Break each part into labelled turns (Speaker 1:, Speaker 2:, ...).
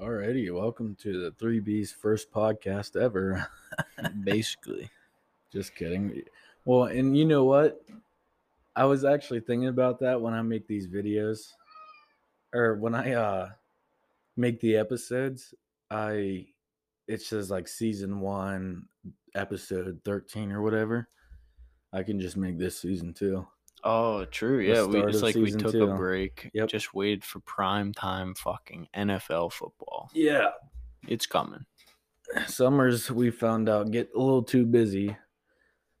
Speaker 1: Alrighty, welcome to the Three B's first podcast ever.
Speaker 2: Basically,
Speaker 1: Just kidding. Well, and you know what? I was actually thinking about that when I make these videos, or when I uh make the episodes. I it says like season one, episode thirteen or whatever. I can just make this season too.
Speaker 2: oh, true.
Speaker 1: The
Speaker 2: Yeah, we
Speaker 1: start
Speaker 2: it's
Speaker 1: of
Speaker 2: like we
Speaker 1: season
Speaker 2: took
Speaker 1: two.
Speaker 2: a break.
Speaker 1: Yep.
Speaker 2: Just waited for prime time fucking NFL football.
Speaker 1: Yeah,
Speaker 2: It's coming.
Speaker 1: summers we found out get a little too busy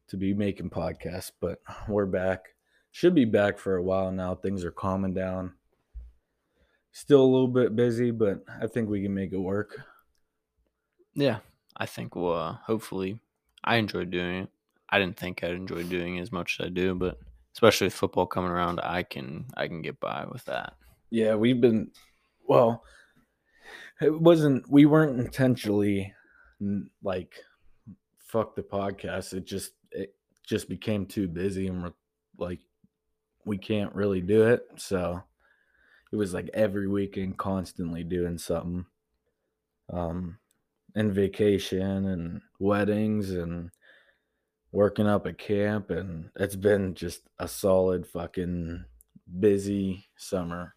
Speaker 1: to be making podcasts, but we're back. Should be back for a while now. Things are calming down. Still a little bit busy, but I think we can make it work.
Speaker 2: Yeah, I think we'll uh, hopefully. I enjoyed doing it. I didn't think I'd enjoy doing it as much as I do, but especially with football coming around, I can I can get by with that.
Speaker 1: Yeah, we've been well, it wasn't we weren't intentionally n- like fuck the podcast. It just it just became too busy and we're like we can't really do it. So it was like every weekend constantly doing something. Um and vacation and weddings and working up at camp and it's been just a solid fucking busy summer.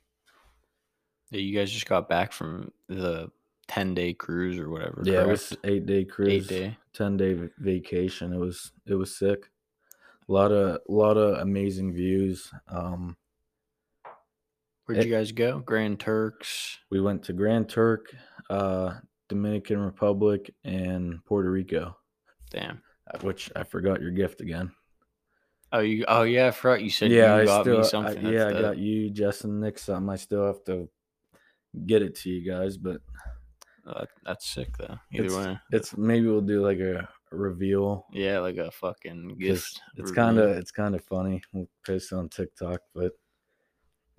Speaker 2: Yeah, you guys just got back from the ten day cruise or whatever.
Speaker 1: Yeah, it
Speaker 2: correct?
Speaker 1: was eight day cruise,
Speaker 2: eight day.
Speaker 1: ten day v- vacation. It was it was sick. A lot of lot of amazing views. Um,
Speaker 2: Where'd
Speaker 1: It-
Speaker 2: you guys go? Grand Turks.
Speaker 1: we went to Grand Turk, uh, Dominican Republic, and Puerto Rico.
Speaker 2: Damn.
Speaker 1: uh, Which I forgot your gift again.
Speaker 2: Oh, you. Oh yeah, I forgot you said
Speaker 1: yeah,
Speaker 2: you
Speaker 1: I
Speaker 2: got
Speaker 1: still
Speaker 2: me
Speaker 1: I-
Speaker 2: something.
Speaker 1: yeah
Speaker 2: That's
Speaker 1: I
Speaker 2: the-
Speaker 1: got you, Justin, Nick something. I still have to get it to you guys, but
Speaker 2: Oh, that- that's sick though. Either
Speaker 1: It's-
Speaker 2: way.
Speaker 1: it's maybe we'll do like a reveal.
Speaker 2: Yeah, like a fucking
Speaker 1: 'cause
Speaker 2: gift.
Speaker 1: It's
Speaker 2: reveal.
Speaker 1: kind of it's kind of funny. We'll post it on TikTok, but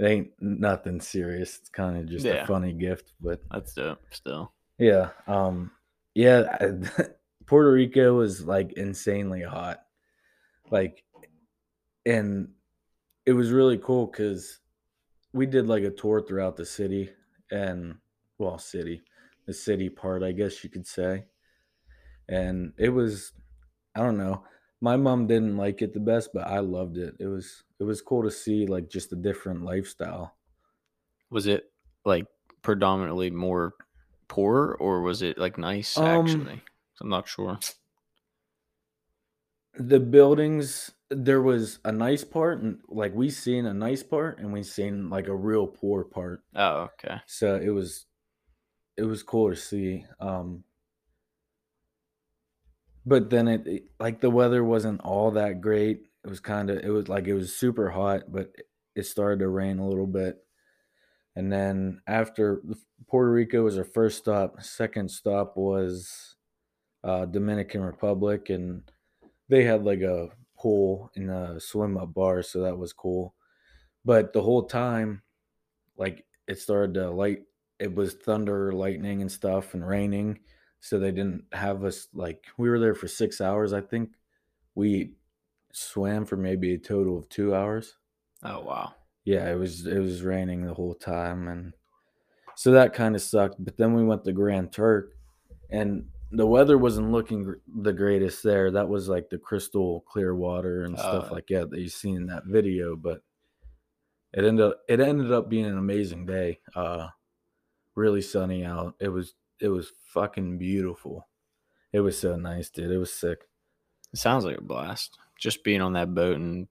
Speaker 1: it ain't nothing serious. It's kind of just a
Speaker 2: Yeah.
Speaker 1: funny gift, but
Speaker 2: That's dope. Still.
Speaker 1: yeah, um, yeah. I, Puerto Rico was like insanely hot, like, and it was really cool because we did like a tour throughout the city and well, city, the city part, I guess you could say, and it was, I don't know. My mom didn't like it the best, but I loved it. It was it was cool to see like just a different lifestyle.
Speaker 2: Was it like predominantly more poor or was it like nice
Speaker 1: Um,
Speaker 2: actually? I'm not sure.
Speaker 1: the buildings there was a nice part and like we seen a nice part and we seen like a real poor part
Speaker 2: Oh, okay.
Speaker 1: so it was it was cool to see um but then it, it- like the weather wasn't all that great it was kind of it was like it was super hot but it- it started to rain a little bit and then after puerto rico was our first stop second stop was uh dominican republic and they had like a pool and a swim up bar so that was cool but the whole time like it started to light it was thunder lightning and stuff and raining so they didn't have us like we were there for six hours i think we swam for maybe a total of two hours
Speaker 2: Oh wow.
Speaker 1: yeah it was it was raining the whole time and so that kind of sucked but then we went to grand turk and the weather wasn't looking gr- the greatest there that was like the crystal clear water and stuff
Speaker 2: Uh,
Speaker 1: like that that you seen in that video but it ended up it ended up being an amazing day uh really sunny out it was it was fucking beautiful it was so nice dude it was sick
Speaker 2: It sounds like a blast. Just being on that boat and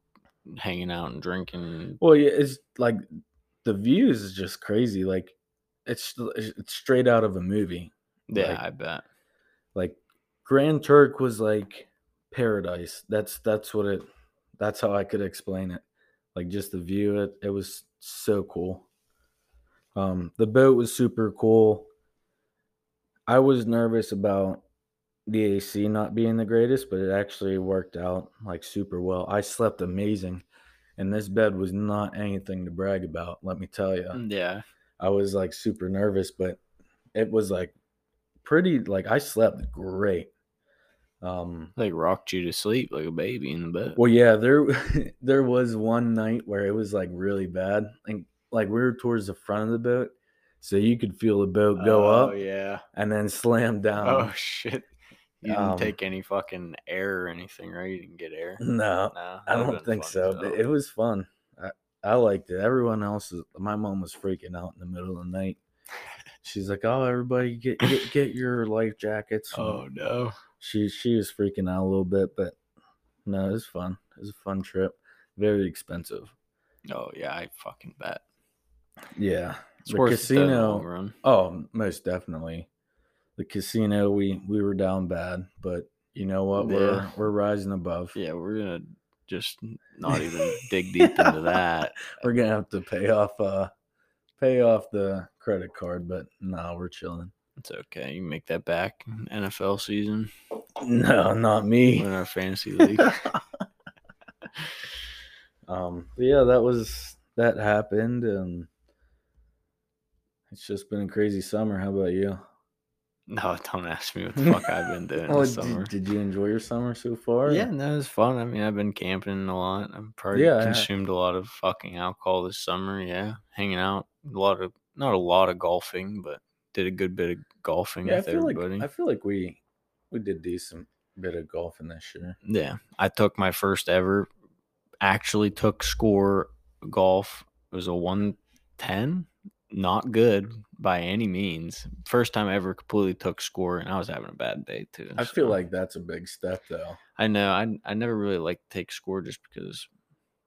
Speaker 2: hanging out and drinking.
Speaker 1: Well, yeah, it's like the views is just crazy. Like it's it's straight out of a movie.
Speaker 2: Yeah,
Speaker 1: like-
Speaker 2: I bet.
Speaker 1: Like Grand Turk was like paradise. That's that's what it. That's how I could explain it. Like just the view, it it was so cool. Um, the boat was super cool. I was nervous about the AC not being the greatest, but it actually worked out like super well. I slept amazing, and this bed was not anything to brag about. Let me tell you.
Speaker 2: Mm, Yeah.
Speaker 1: I was like super nervous, but it was like pretty like I slept great. Um
Speaker 2: Like rocked you to sleep like a baby in the boat.
Speaker 1: well yeah, there there was one night where it was like really bad and like we were towards the front of the boat So you could feel the boat go up
Speaker 2: Oh, yeah.
Speaker 1: and then slam down.
Speaker 2: oh shit. You didn't
Speaker 1: um,
Speaker 2: take any fucking air or anything, right? You didn't get air.
Speaker 1: No,
Speaker 2: Nah,
Speaker 1: I
Speaker 2: that would've
Speaker 1: don't
Speaker 2: been
Speaker 1: think
Speaker 2: fun
Speaker 1: so.
Speaker 2: as
Speaker 1: but
Speaker 2: hell.
Speaker 1: It was fun. I, I liked it. Everyone else, is, my mom was freaking out in the middle of the night. She's like, "Oh, everybody, get get, get your life jackets." and
Speaker 2: oh no.
Speaker 1: She she was freaking out a little bit, but no, it was fun. It was a fun trip. Very expensive.
Speaker 2: Oh yeah, I fucking bet.
Speaker 1: Yeah.
Speaker 2: It's
Speaker 1: The
Speaker 2: worth it though, in the
Speaker 1: casino-
Speaker 2: long run.
Speaker 1: Oh, most definitely. The casino, we we were down bad, but you know what?
Speaker 2: Yeah.
Speaker 1: We're we're rising above.
Speaker 2: Yeah, we're gonna just not even dig deep into that.
Speaker 1: We're gonna have to pay off uh pay off the credit card, but no, we're chilling.
Speaker 2: It's okay. You can make that back in NFL season.
Speaker 1: No, not me.
Speaker 2: Win our fantasy league.
Speaker 1: um but yeah, that was that happened and it's just been a crazy summer. How about you?
Speaker 2: No, don't ask me what the fuck I've been doing
Speaker 1: Well,
Speaker 2: this
Speaker 1: Oh, did-
Speaker 2: summer.
Speaker 1: Did, you enjoy your summer so far?
Speaker 2: Yeah, no, it was fun. I mean, I've been camping a lot. I've probably
Speaker 1: Yeah, I-
Speaker 2: consumed a lot of fucking alcohol this summer. Yeah, hanging out a lot of not a lot of golfing, but did a good bit of golfing
Speaker 1: Yeah, I
Speaker 2: with
Speaker 1: feel
Speaker 2: everybody.
Speaker 1: like I feel like we we did decent bit of golfing this year.
Speaker 2: yeah, I took my first ever actually took score golf. It was a one ten, not good by any means. First time I ever completely took score, and I was having a bad day too.
Speaker 1: I feel
Speaker 2: so.
Speaker 1: like that's a big step, though.
Speaker 2: I know. I I never really like to take score just because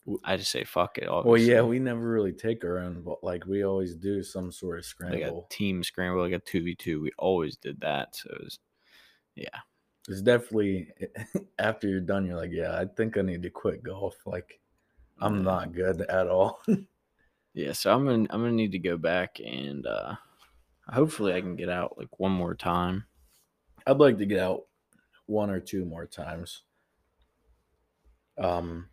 Speaker 1: W-
Speaker 2: I just say fuck it.
Speaker 1: Well, yeah,
Speaker 2: obviously.
Speaker 1: we never really take our own, but like we always do some sort of
Speaker 2: like a
Speaker 1: scramble.
Speaker 2: team scramble, like a two v two. We always did that. So it was, yeah,
Speaker 1: It's definitely after you're done, you're like, yeah, I think I need to quit golf. Like, I'm
Speaker 2: Yeah.
Speaker 1: not good at all.
Speaker 2: yeah. So I'm gonna I'm gonna need to go back and uh hopefully I can get out like one more time.
Speaker 1: I'd like to get out one or two more times. Um,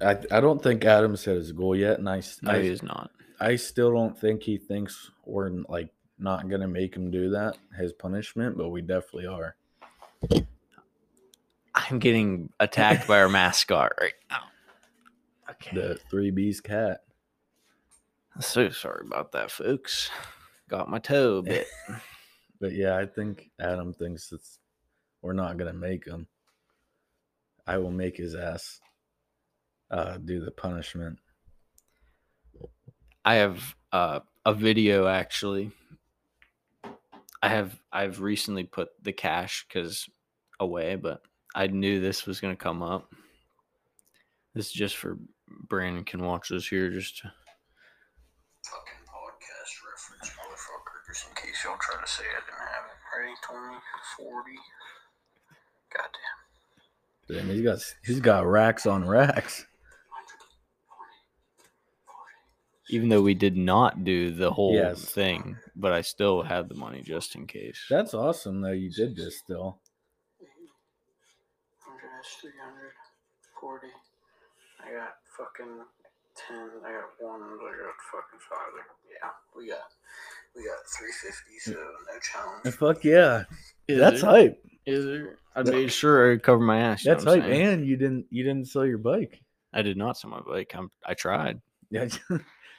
Speaker 1: I I don't think Adams hit his goal yet, and I s-
Speaker 2: No,
Speaker 1: I-
Speaker 2: he is not.
Speaker 1: I still don't think he thinks we're like not gonna make him do that his punishment, but we definitely are.
Speaker 2: I'm getting attacked by our mascot right now. Okay.
Speaker 1: The three B's cat.
Speaker 2: So sorry about that, folks. Got my toe a bit.
Speaker 1: But yeah, I think Adam thinks it's we're not gonna make him. I will make his ass uh, do the punishment.
Speaker 2: I have uh, a video actually. I have I've recently put the cash because away, but I knew this was gonna come up. This is just for Brandon can watch this here. Just to-
Speaker 3: fucking podcast reference, motherfucker, just in case y'all try to say I didn't have it. Ready, 20, 40. Goddamn.
Speaker 1: Damn, he's got he's got racks on racks.
Speaker 2: even though we did not do the whole
Speaker 1: Yes.
Speaker 2: thing, but I still had the money just in case.
Speaker 1: That's awesome though. You did this still.
Speaker 3: 100, that's 300, 40. I got fucking 10, I got 1, I got fucking 5. Like, yeah, we got, we got 350, so no challenge.
Speaker 1: And fuck yeah,
Speaker 2: Is
Speaker 1: that's
Speaker 2: there-
Speaker 1: hype.
Speaker 2: Is there? I
Speaker 1: That-
Speaker 2: made sure I covered my ass. you know
Speaker 1: That's
Speaker 2: what I'm
Speaker 1: hype.
Speaker 2: saying?
Speaker 1: And you didn't you didn't sell your bike.
Speaker 2: I did not sell my bike. I'm, I tried.
Speaker 1: Yeah,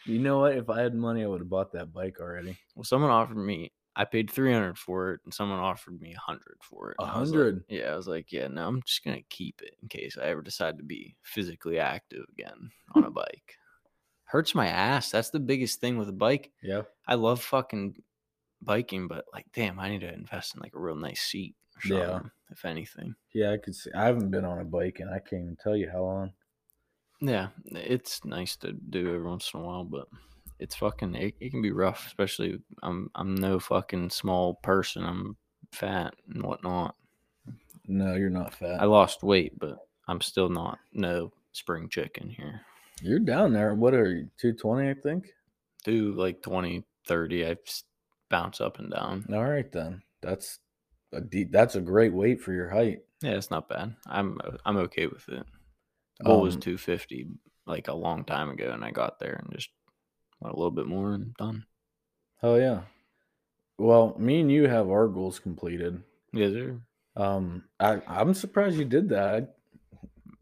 Speaker 1: you know what? If I had money, I would have bought that bike already.
Speaker 2: Well, someone offered me. I paid three hundred for it, and someone offered me a hundred for it.
Speaker 1: A
Speaker 2: and I was like-
Speaker 1: hundred?
Speaker 2: yeah, I was like, yeah, no, I'm just gonna keep it in case I ever decide to be physically active again on a bike. Hurts my ass. That's the biggest thing with a bike.
Speaker 1: Yeah.
Speaker 2: I love fucking biking, but like, damn, I need to invest in like a real nice seat. Or
Speaker 1: Yeah.
Speaker 2: something, If anything.
Speaker 1: Yeah, I could see. I haven't been on a bike and I can't even tell you how long.
Speaker 2: Yeah, it's nice to do every once in a while, but it's fucking it, it can be rough, especially I'm I'm no fucking small person. I'm fat and whatnot.
Speaker 1: No, you're not fat.
Speaker 2: I lost weight, but I'm still not no spring chicken here.
Speaker 1: you're down there. What are you? 220, I think.
Speaker 2: Do like 20, 30, I s- bounce up and down.
Speaker 1: All right, then. That's a deep, that's a great weight for your height.
Speaker 2: Yeah, it's not bad. I'm I'm okay with it. Goal was
Speaker 1: Um,
Speaker 2: 250 like a long time ago, and I got there and just went a little bit more and done.
Speaker 1: Oh, yeah. Well, me and you have our goals completed.
Speaker 2: Yeah, there.
Speaker 1: Um, I, I'm surprised you did that. I-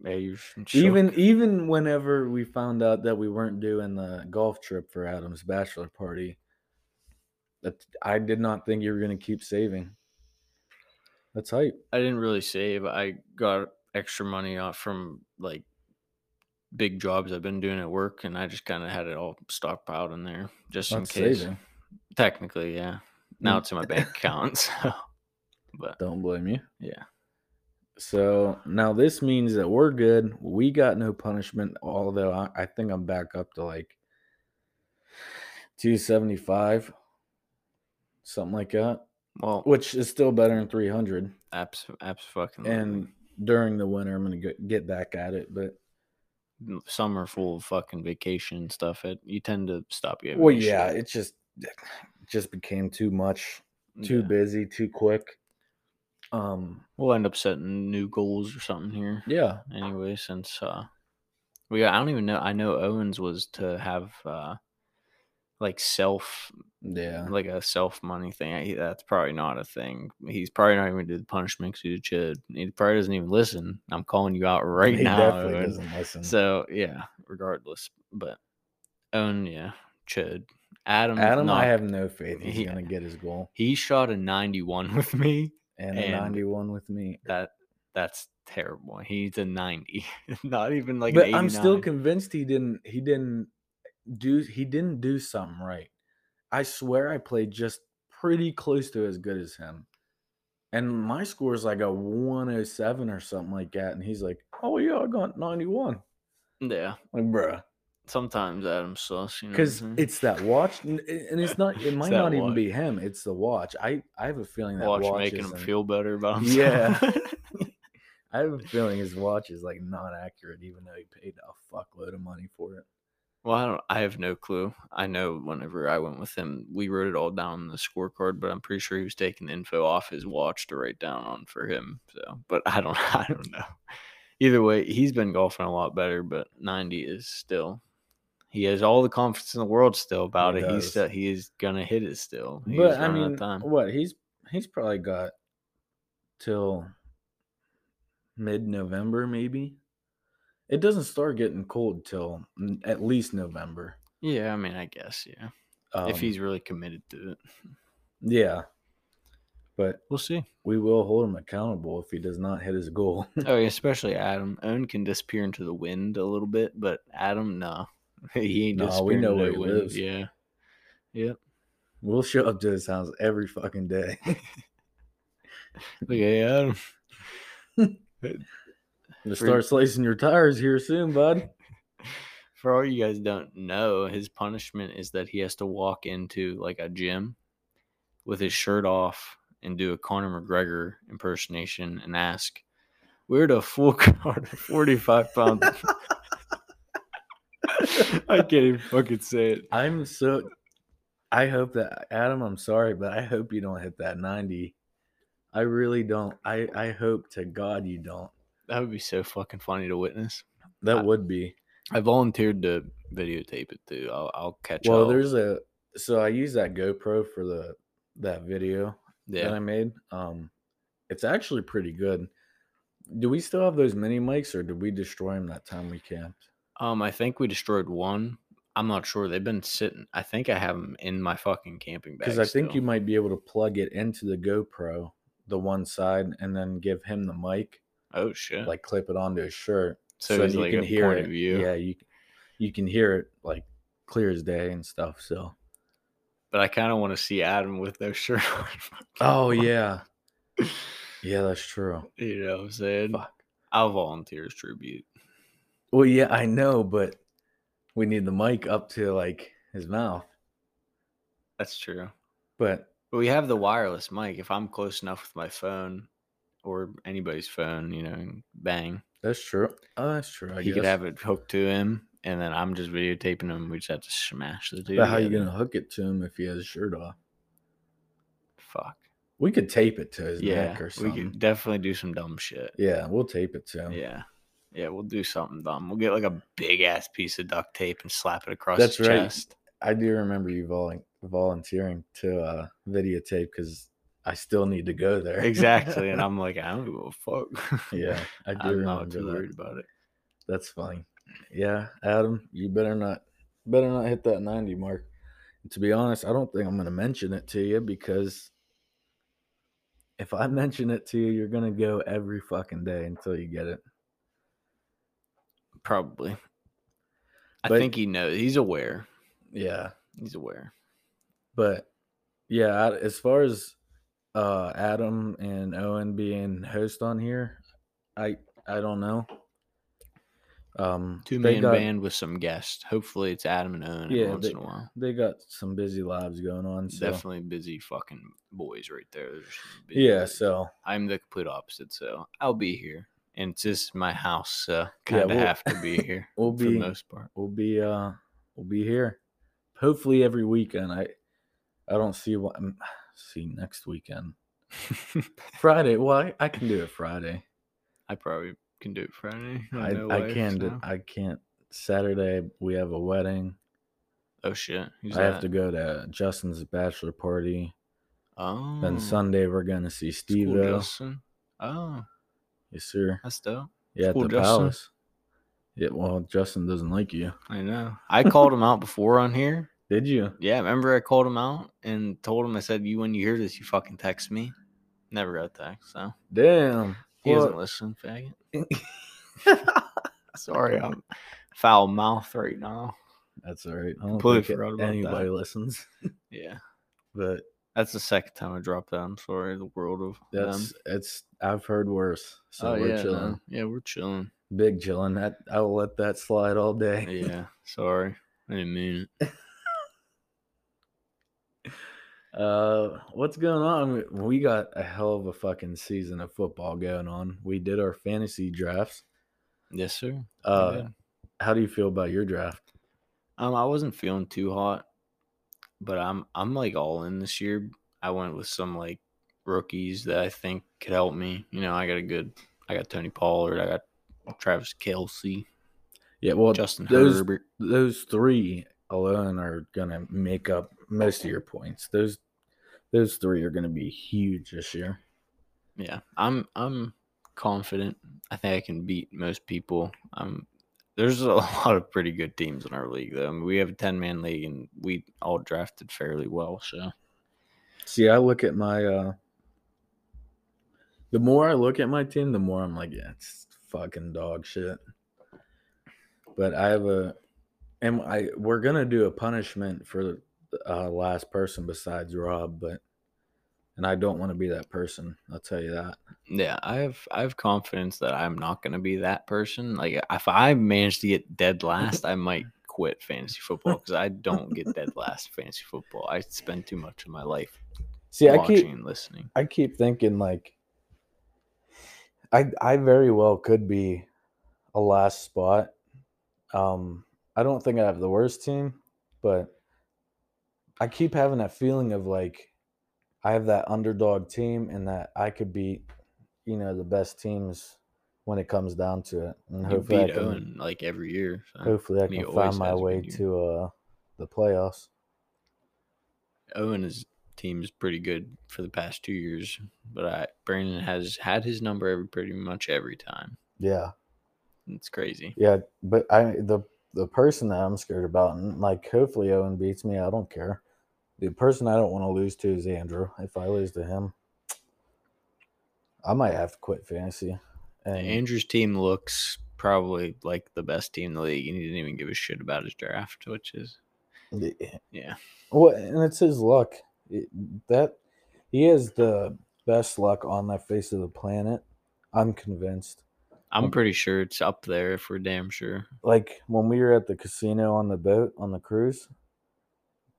Speaker 2: Yeah, you
Speaker 1: Even even whenever we found out that we weren't doing the golf trip for Adam's bachelor party, That I did not think you were gonna keep saving. That's hype.
Speaker 2: I didn't really save. I got extra money off from like big jobs I've been doing at work, and I just kind of had it all stockpiled in there just in
Speaker 1: That's
Speaker 2: case.
Speaker 1: saving.
Speaker 2: Technically, yeah. Now
Speaker 1: Mm.
Speaker 2: it's in my bank account. So, but
Speaker 1: Don't blame you.
Speaker 2: yeah,
Speaker 1: So now this means that we're good. We got no punishment, although I, I think I'm back up to like 275, something like that,
Speaker 2: well,
Speaker 1: which is still better than 300.
Speaker 2: apps, apps, fucking,
Speaker 1: And during the winter, I'm going to get back at it. But
Speaker 2: some are full of fucking vacation and stuff. It you tend to stop giving.
Speaker 1: well,
Speaker 2: a
Speaker 1: yeah,
Speaker 2: shit.
Speaker 1: it just it just became too much, too
Speaker 2: Yeah.
Speaker 1: busy, too quick. Um,
Speaker 2: We'll end up setting new goals or something here
Speaker 1: yeah,
Speaker 2: anyway. Since uh, we I don't even know. I know Owens was to have uh, like self
Speaker 1: yeah.
Speaker 2: like a self money thing. I, that's probably not a thing. He's probably not even gonna do the punishment 'cause he's a chid. He probably doesn't even listen. I'm calling you out right
Speaker 1: he
Speaker 2: now.
Speaker 1: definitely
Speaker 2: Owen.
Speaker 1: doesn't listen.
Speaker 2: So yeah, regardless, but own yeah, chid. Adam,
Speaker 1: Adam,
Speaker 2: not-
Speaker 1: I have no faith he's
Speaker 2: he-
Speaker 1: going to get his goal.
Speaker 2: He shot a 91 with me.
Speaker 1: and a
Speaker 2: And-
Speaker 1: 91 with me.
Speaker 2: That that's terrible. He's a 90, not even like.
Speaker 1: but
Speaker 2: an
Speaker 1: I'm still
Speaker 2: 89.
Speaker 1: convinced he didn't he didn't do he didn't do something right. I swear I played just pretty close to as good as him. And my score is like a 107 or something like that and he's like, "Oh yeah, I got 91."
Speaker 2: yeah.
Speaker 1: Like, bruh,
Speaker 2: Sometimes Adam sus, you know mm-hmm. what I'm
Speaker 1: cuz
Speaker 2: saying?
Speaker 1: it's that watch and and it's not it
Speaker 2: It's
Speaker 1: might
Speaker 2: that
Speaker 1: not even
Speaker 2: watch.
Speaker 1: be him, it's the watch. I I have a feeling that
Speaker 2: watch
Speaker 1: watch,
Speaker 2: making him
Speaker 1: isn't-
Speaker 2: feel better about
Speaker 1: Yeah.
Speaker 2: himself.
Speaker 1: I have a feeling his watch is like not accurate even though he paid a fuckload of money for it.
Speaker 2: Well, I don't. I have no clue. I know whenever I went with him, we wrote it all down on the scorecard, but I'm pretty sure he was taking the info off his watch to write down on for him. So, but I don't. I don't know. Either way, he's been golfing a lot better, but 90 is still. He has all the confidence in the world still about it.
Speaker 1: does.
Speaker 2: He's still, he is gonna hit it still. He's
Speaker 1: But I
Speaker 2: running out of
Speaker 1: mean,
Speaker 2: time.
Speaker 1: what he's he's probably got till mid-November, maybe. It doesn't start getting cold till n- at least November.
Speaker 2: yeah, I mean, I guess yeah.
Speaker 1: Um,
Speaker 2: if he's really committed to it,
Speaker 1: yeah, but
Speaker 2: we'll see.
Speaker 1: we will hold him accountable if he does not hit his goal.
Speaker 2: Oh, yeah, especially Adam. Owen can disappear into the wind a little bit, but Adam, nah. He ain't
Speaker 1: Nah, we
Speaker 2: disappearing
Speaker 1: know
Speaker 2: into
Speaker 1: where
Speaker 2: the
Speaker 1: he
Speaker 2: wind.
Speaker 1: lives.
Speaker 2: Yeah.
Speaker 1: we'll show up to his house every fucking day.
Speaker 2: Look at Adam.
Speaker 1: Just
Speaker 2: For-
Speaker 1: start slicing your tires here soon, bud.
Speaker 2: For all you guys don't know, his punishment is that he has to walk into like a gym with his shirt off and do a Conor McGregor impersonation and ask, Where the full card 45 pounds? I can't even fucking say it.
Speaker 1: I'm so. I hope that Adam. I'm sorry, but I hope you don't hit that 90. I really don't. I I hope to God you don't.
Speaker 2: That would be so fucking funny to witness.
Speaker 1: That
Speaker 2: I-
Speaker 1: would be.
Speaker 2: I volunteered to videotape it too. I'll, I'll catch
Speaker 1: Well,
Speaker 2: up.
Speaker 1: there's a. So I use that GoPro for the that video that
Speaker 2: yeah.
Speaker 1: I made. Um, it's actually pretty good. Do we still have those mini mics, or did we destroy them that time we camped?
Speaker 2: Um, I think we destroyed one. I'm not sure. They've been sitting. I think I have them in my fucking camping bag.
Speaker 1: Because I think you
Speaker 2: still.
Speaker 1: might be able to plug it into the GoPro, the one side, and then give him the mic,
Speaker 2: Oh shit!
Speaker 1: like clip it onto his shirt.
Speaker 2: so,
Speaker 1: then
Speaker 2: it's like a point
Speaker 1: it.
Speaker 2: of view.
Speaker 1: Yeah, you you can hear it like clear as day and stuff. So
Speaker 2: But I kind of want to see Adam with no shirt. on.
Speaker 1: Oh yeah. Yeah, that's true.
Speaker 2: you know what I'm saying?
Speaker 1: Fuck.
Speaker 2: I'll volunteer as tribute.
Speaker 1: Well, yeah, I know, but we need the mic up to like his mouth.
Speaker 2: That's true.
Speaker 1: But
Speaker 2: But we have the wireless mic. If I'm close enough with my phone or anybody's phone, you know, bang,
Speaker 1: that's true. Oh, that's true. I
Speaker 2: he
Speaker 1: guess.
Speaker 2: could have it hooked to him, and then I'm just videotaping him. We just have to smash the dude.
Speaker 1: But how you
Speaker 2: together.
Speaker 1: gonna hook it to him if he has a shirt off?
Speaker 2: Fuck.
Speaker 1: We could tape it to his
Speaker 2: Yeah,
Speaker 1: neck or
Speaker 2: we
Speaker 1: something.
Speaker 2: could definitely do some dumb shit.
Speaker 1: Yeah, we'll tape it to him.
Speaker 2: Yeah. Yeah, we'll do something dumb. We'll get like a big ass piece of duct tape and slap it across
Speaker 1: That's
Speaker 2: his
Speaker 1: right.
Speaker 2: chest.
Speaker 1: I do remember you vol- volunteering to uh, videotape because I still need to go there.
Speaker 2: Exactly. And I'm like, I don't give a fuck.
Speaker 1: yeah, I do
Speaker 2: I'm
Speaker 1: remember
Speaker 2: not too
Speaker 1: that.
Speaker 2: worried about it.
Speaker 1: That's funny. Yeah, Adam, you better not better not hit that 90 mark. to be honest, I don't think I'm going to mention it to you because if I mention it to you, you're going to go every fucking day until you get it.
Speaker 2: Probably. I
Speaker 1: But-
Speaker 2: think he knows. He's aware.
Speaker 1: Yeah.
Speaker 2: He's aware.
Speaker 1: But yeah, I- as far as uh Adam and Owen being host on here, I I don't know. Um
Speaker 2: Two
Speaker 1: they
Speaker 2: man
Speaker 1: got,
Speaker 2: band with some guests. Hopefully, it's Adam and Owen
Speaker 1: Yeah,
Speaker 2: every once
Speaker 1: they-
Speaker 2: in a while.
Speaker 1: They got some busy lives going on. So
Speaker 2: Definitely busy fucking boys right there. They're just busy
Speaker 1: yeah,
Speaker 2: boys.
Speaker 1: so
Speaker 2: I'm the complete opposite, so I'll be here. And it's just my house, so kind of
Speaker 1: we'll-
Speaker 2: have to be here
Speaker 1: we'll
Speaker 2: for the
Speaker 1: be-
Speaker 2: most part.
Speaker 1: we'll be uh we'll be here. Hopefully every weekend. I I don't see what I'm see next weekend. Friday. Well, I, I can do it Friday.
Speaker 2: I probably can do it Friday.
Speaker 1: I,
Speaker 2: Oh, no
Speaker 1: I
Speaker 2: wife,
Speaker 1: can
Speaker 2: so-
Speaker 1: do, I can't Saturday we have a wedding.
Speaker 2: Oh shit! Who's
Speaker 1: I
Speaker 2: that?
Speaker 1: have to go to Justin's bachelor party.
Speaker 2: Oh,
Speaker 1: Then Sunday we're gonna see Steve
Speaker 2: School
Speaker 1: O.
Speaker 2: Justin. Oh,
Speaker 1: Yes, sir.
Speaker 2: that's dope.
Speaker 1: Yeah, at
Speaker 2: School
Speaker 1: the
Speaker 2: Justin.
Speaker 1: palace. Yeah, well, Justin doesn't like you.
Speaker 2: I know. I called him out before on here.
Speaker 1: Did you?
Speaker 2: Yeah, remember I called him out and told him I said, "You when you hear this, you fucking text me." Never got that, so
Speaker 1: Damn.
Speaker 2: he doesn't
Speaker 1: Well,
Speaker 2: listen, faggot. Sorry, I'm foul mouth right now.
Speaker 1: that's all right. I don't
Speaker 2: Completely
Speaker 1: think
Speaker 2: forgot about
Speaker 1: anybody
Speaker 2: that.
Speaker 1: listens.
Speaker 2: Yeah,
Speaker 1: But
Speaker 2: that's the second time I dropped that. I'm sorry. The world of them.
Speaker 1: that's it's I've heard worse. So
Speaker 2: Um, oh,
Speaker 1: we're
Speaker 2: yeah,
Speaker 1: chilling.
Speaker 2: no. yeah, we're chilling.
Speaker 1: Big chilling. That I'll let that slide all day.
Speaker 2: Yeah, sorry, I didn't mean it.
Speaker 1: Uh, what's going on? We got a hell of a fucking season of football going on. We did our fantasy drafts.
Speaker 2: Yes, sir. I
Speaker 1: Uh,
Speaker 2: did.
Speaker 1: how do you feel about your draft?
Speaker 2: Um, I wasn't feeling too hot, but I'm I'm like all in this year. I went with some like rookies that I think could help me. You know, I got a good. I got Tony Pollard. I got Travis Kelsey,
Speaker 1: Yeah, well,
Speaker 2: Justin
Speaker 1: those-
Speaker 2: Herbert.
Speaker 1: those three alone are gonna make up most of your points. Those those three are gonna be huge this year.
Speaker 2: Yeah, I'm I'm confident. I think I can beat most people. I'm. There's a lot of pretty good teams in our league, though. I mean, we have a ten man league, and we all drafted fairly well. So
Speaker 1: See, I look at my uh the more I look at my team, the more I'm like, yeah, it's fucking dog shit. But I have a and I we're gonna do a punishment for the uh, last person besides Rob, but and I don't want to be that person. I'll tell you that.
Speaker 2: Yeah, I have I have confidence that I'm not going to be that person. Like if I manage to get dead last, I might quit fantasy football because I don't get dead last in fantasy football. I spend too much of my life
Speaker 1: See, I
Speaker 2: watching
Speaker 1: keep
Speaker 2: and listening.
Speaker 1: I keep thinking like I I very well could be a last spot. Um I don't think I have the worst team, but I keep having that feeling of like I have that underdog team and that I could beat, you know, the best teams when it comes down to it. And
Speaker 2: You
Speaker 1: hopefully I
Speaker 2: beat
Speaker 1: can
Speaker 2: Owen like every year. So.
Speaker 1: hopefully I
Speaker 2: and he
Speaker 1: can
Speaker 2: always
Speaker 1: find my
Speaker 2: has a good
Speaker 1: way
Speaker 2: year.
Speaker 1: to uh the playoffs.
Speaker 2: Owen's team is pretty good for the past two years, but I Brandon has had his number every pretty much every time.
Speaker 1: Yeah.
Speaker 2: It's crazy.
Speaker 1: Yeah, but I the the person that I'm scared about, and like hopefully Owen beats me. I don't care. The person I don't want to lose to is Andrew. If I lose to him, I might have to quit fantasy. And
Speaker 2: Andrew's team looks probably like the best team in the league, and he didn't even give a shit about his draft, which is
Speaker 1: the-
Speaker 2: yeah.
Speaker 1: well, and it's his luck It- that he has the best luck on the face of the planet. I'm convinced.
Speaker 2: I'm
Speaker 1: Um,
Speaker 2: pretty sure it's up there if we're damn sure.
Speaker 1: Like when we were at the casino on the boat on the cruise,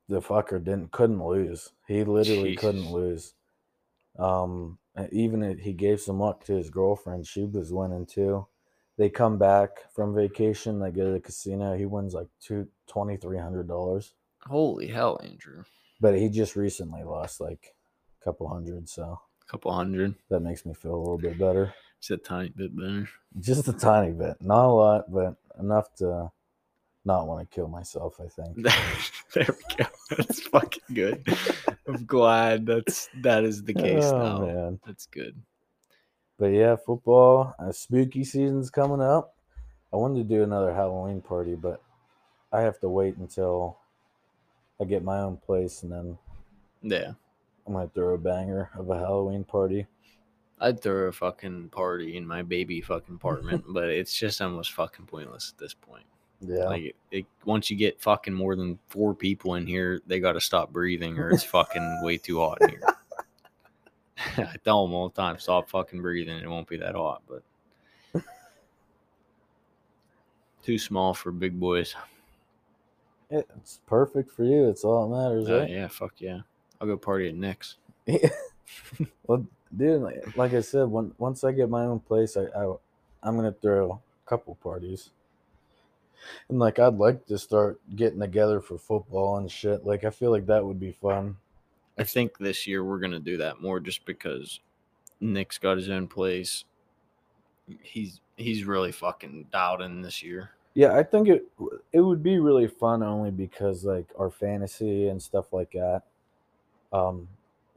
Speaker 1: the fucker didn't couldn't lose. He literally couldn't
Speaker 2: Jesus.
Speaker 1: lose. Um, uh, even if he gave some luck to his girlfriend. She was winning too. They come back from vacation. They go to the casino. He wins like two twenty three hundred dollars.
Speaker 2: Holy hell, Andrew.
Speaker 1: But he just recently lost like a couple hundred, so
Speaker 2: A couple hundred.
Speaker 1: that makes me feel a little bit better.
Speaker 2: It's a tiny bit better.
Speaker 1: Just a tiny bit, not a lot, but enough to not want to kill myself. I think.
Speaker 2: there we go. That's fucking good. I'm glad that's that is the case now.
Speaker 1: oh man.
Speaker 2: That's good.
Speaker 1: But yeah, football, uh, spooky season's coming up. I wanted to do another Halloween party, but I have to wait until I get my own place, and then
Speaker 2: Yeah.
Speaker 1: I might throw a banger of a Halloween party.
Speaker 2: I'd throw a fucking party in my baby fucking apartment, but it's just almost fucking pointless at this point.
Speaker 1: Yeah,
Speaker 2: Like, it, it, once you get fucking more than four people in here, they got to stop breathing or it's fucking way too hot in here. I tell them all the time, stop fucking breathing. It won't be that hot, but too small for big boys.
Speaker 1: it's perfect for you. It's all that matters,
Speaker 2: Uh,
Speaker 1: right?
Speaker 2: yeah, fuck yeah. I'll go party at Nick's.
Speaker 1: Well, dude, like, like I said, when once I get my own place, I, I I'm gonna throw a couple parties. And like, I'd like to start getting together for football and shit. Like, I feel like that would be fun.
Speaker 2: I think this year we're gonna do that more just because Nick's got his own place. He's he's really fucking dialed in this year.
Speaker 1: Yeah, I think it it would be really fun only because like our fantasy and stuff like that. Um,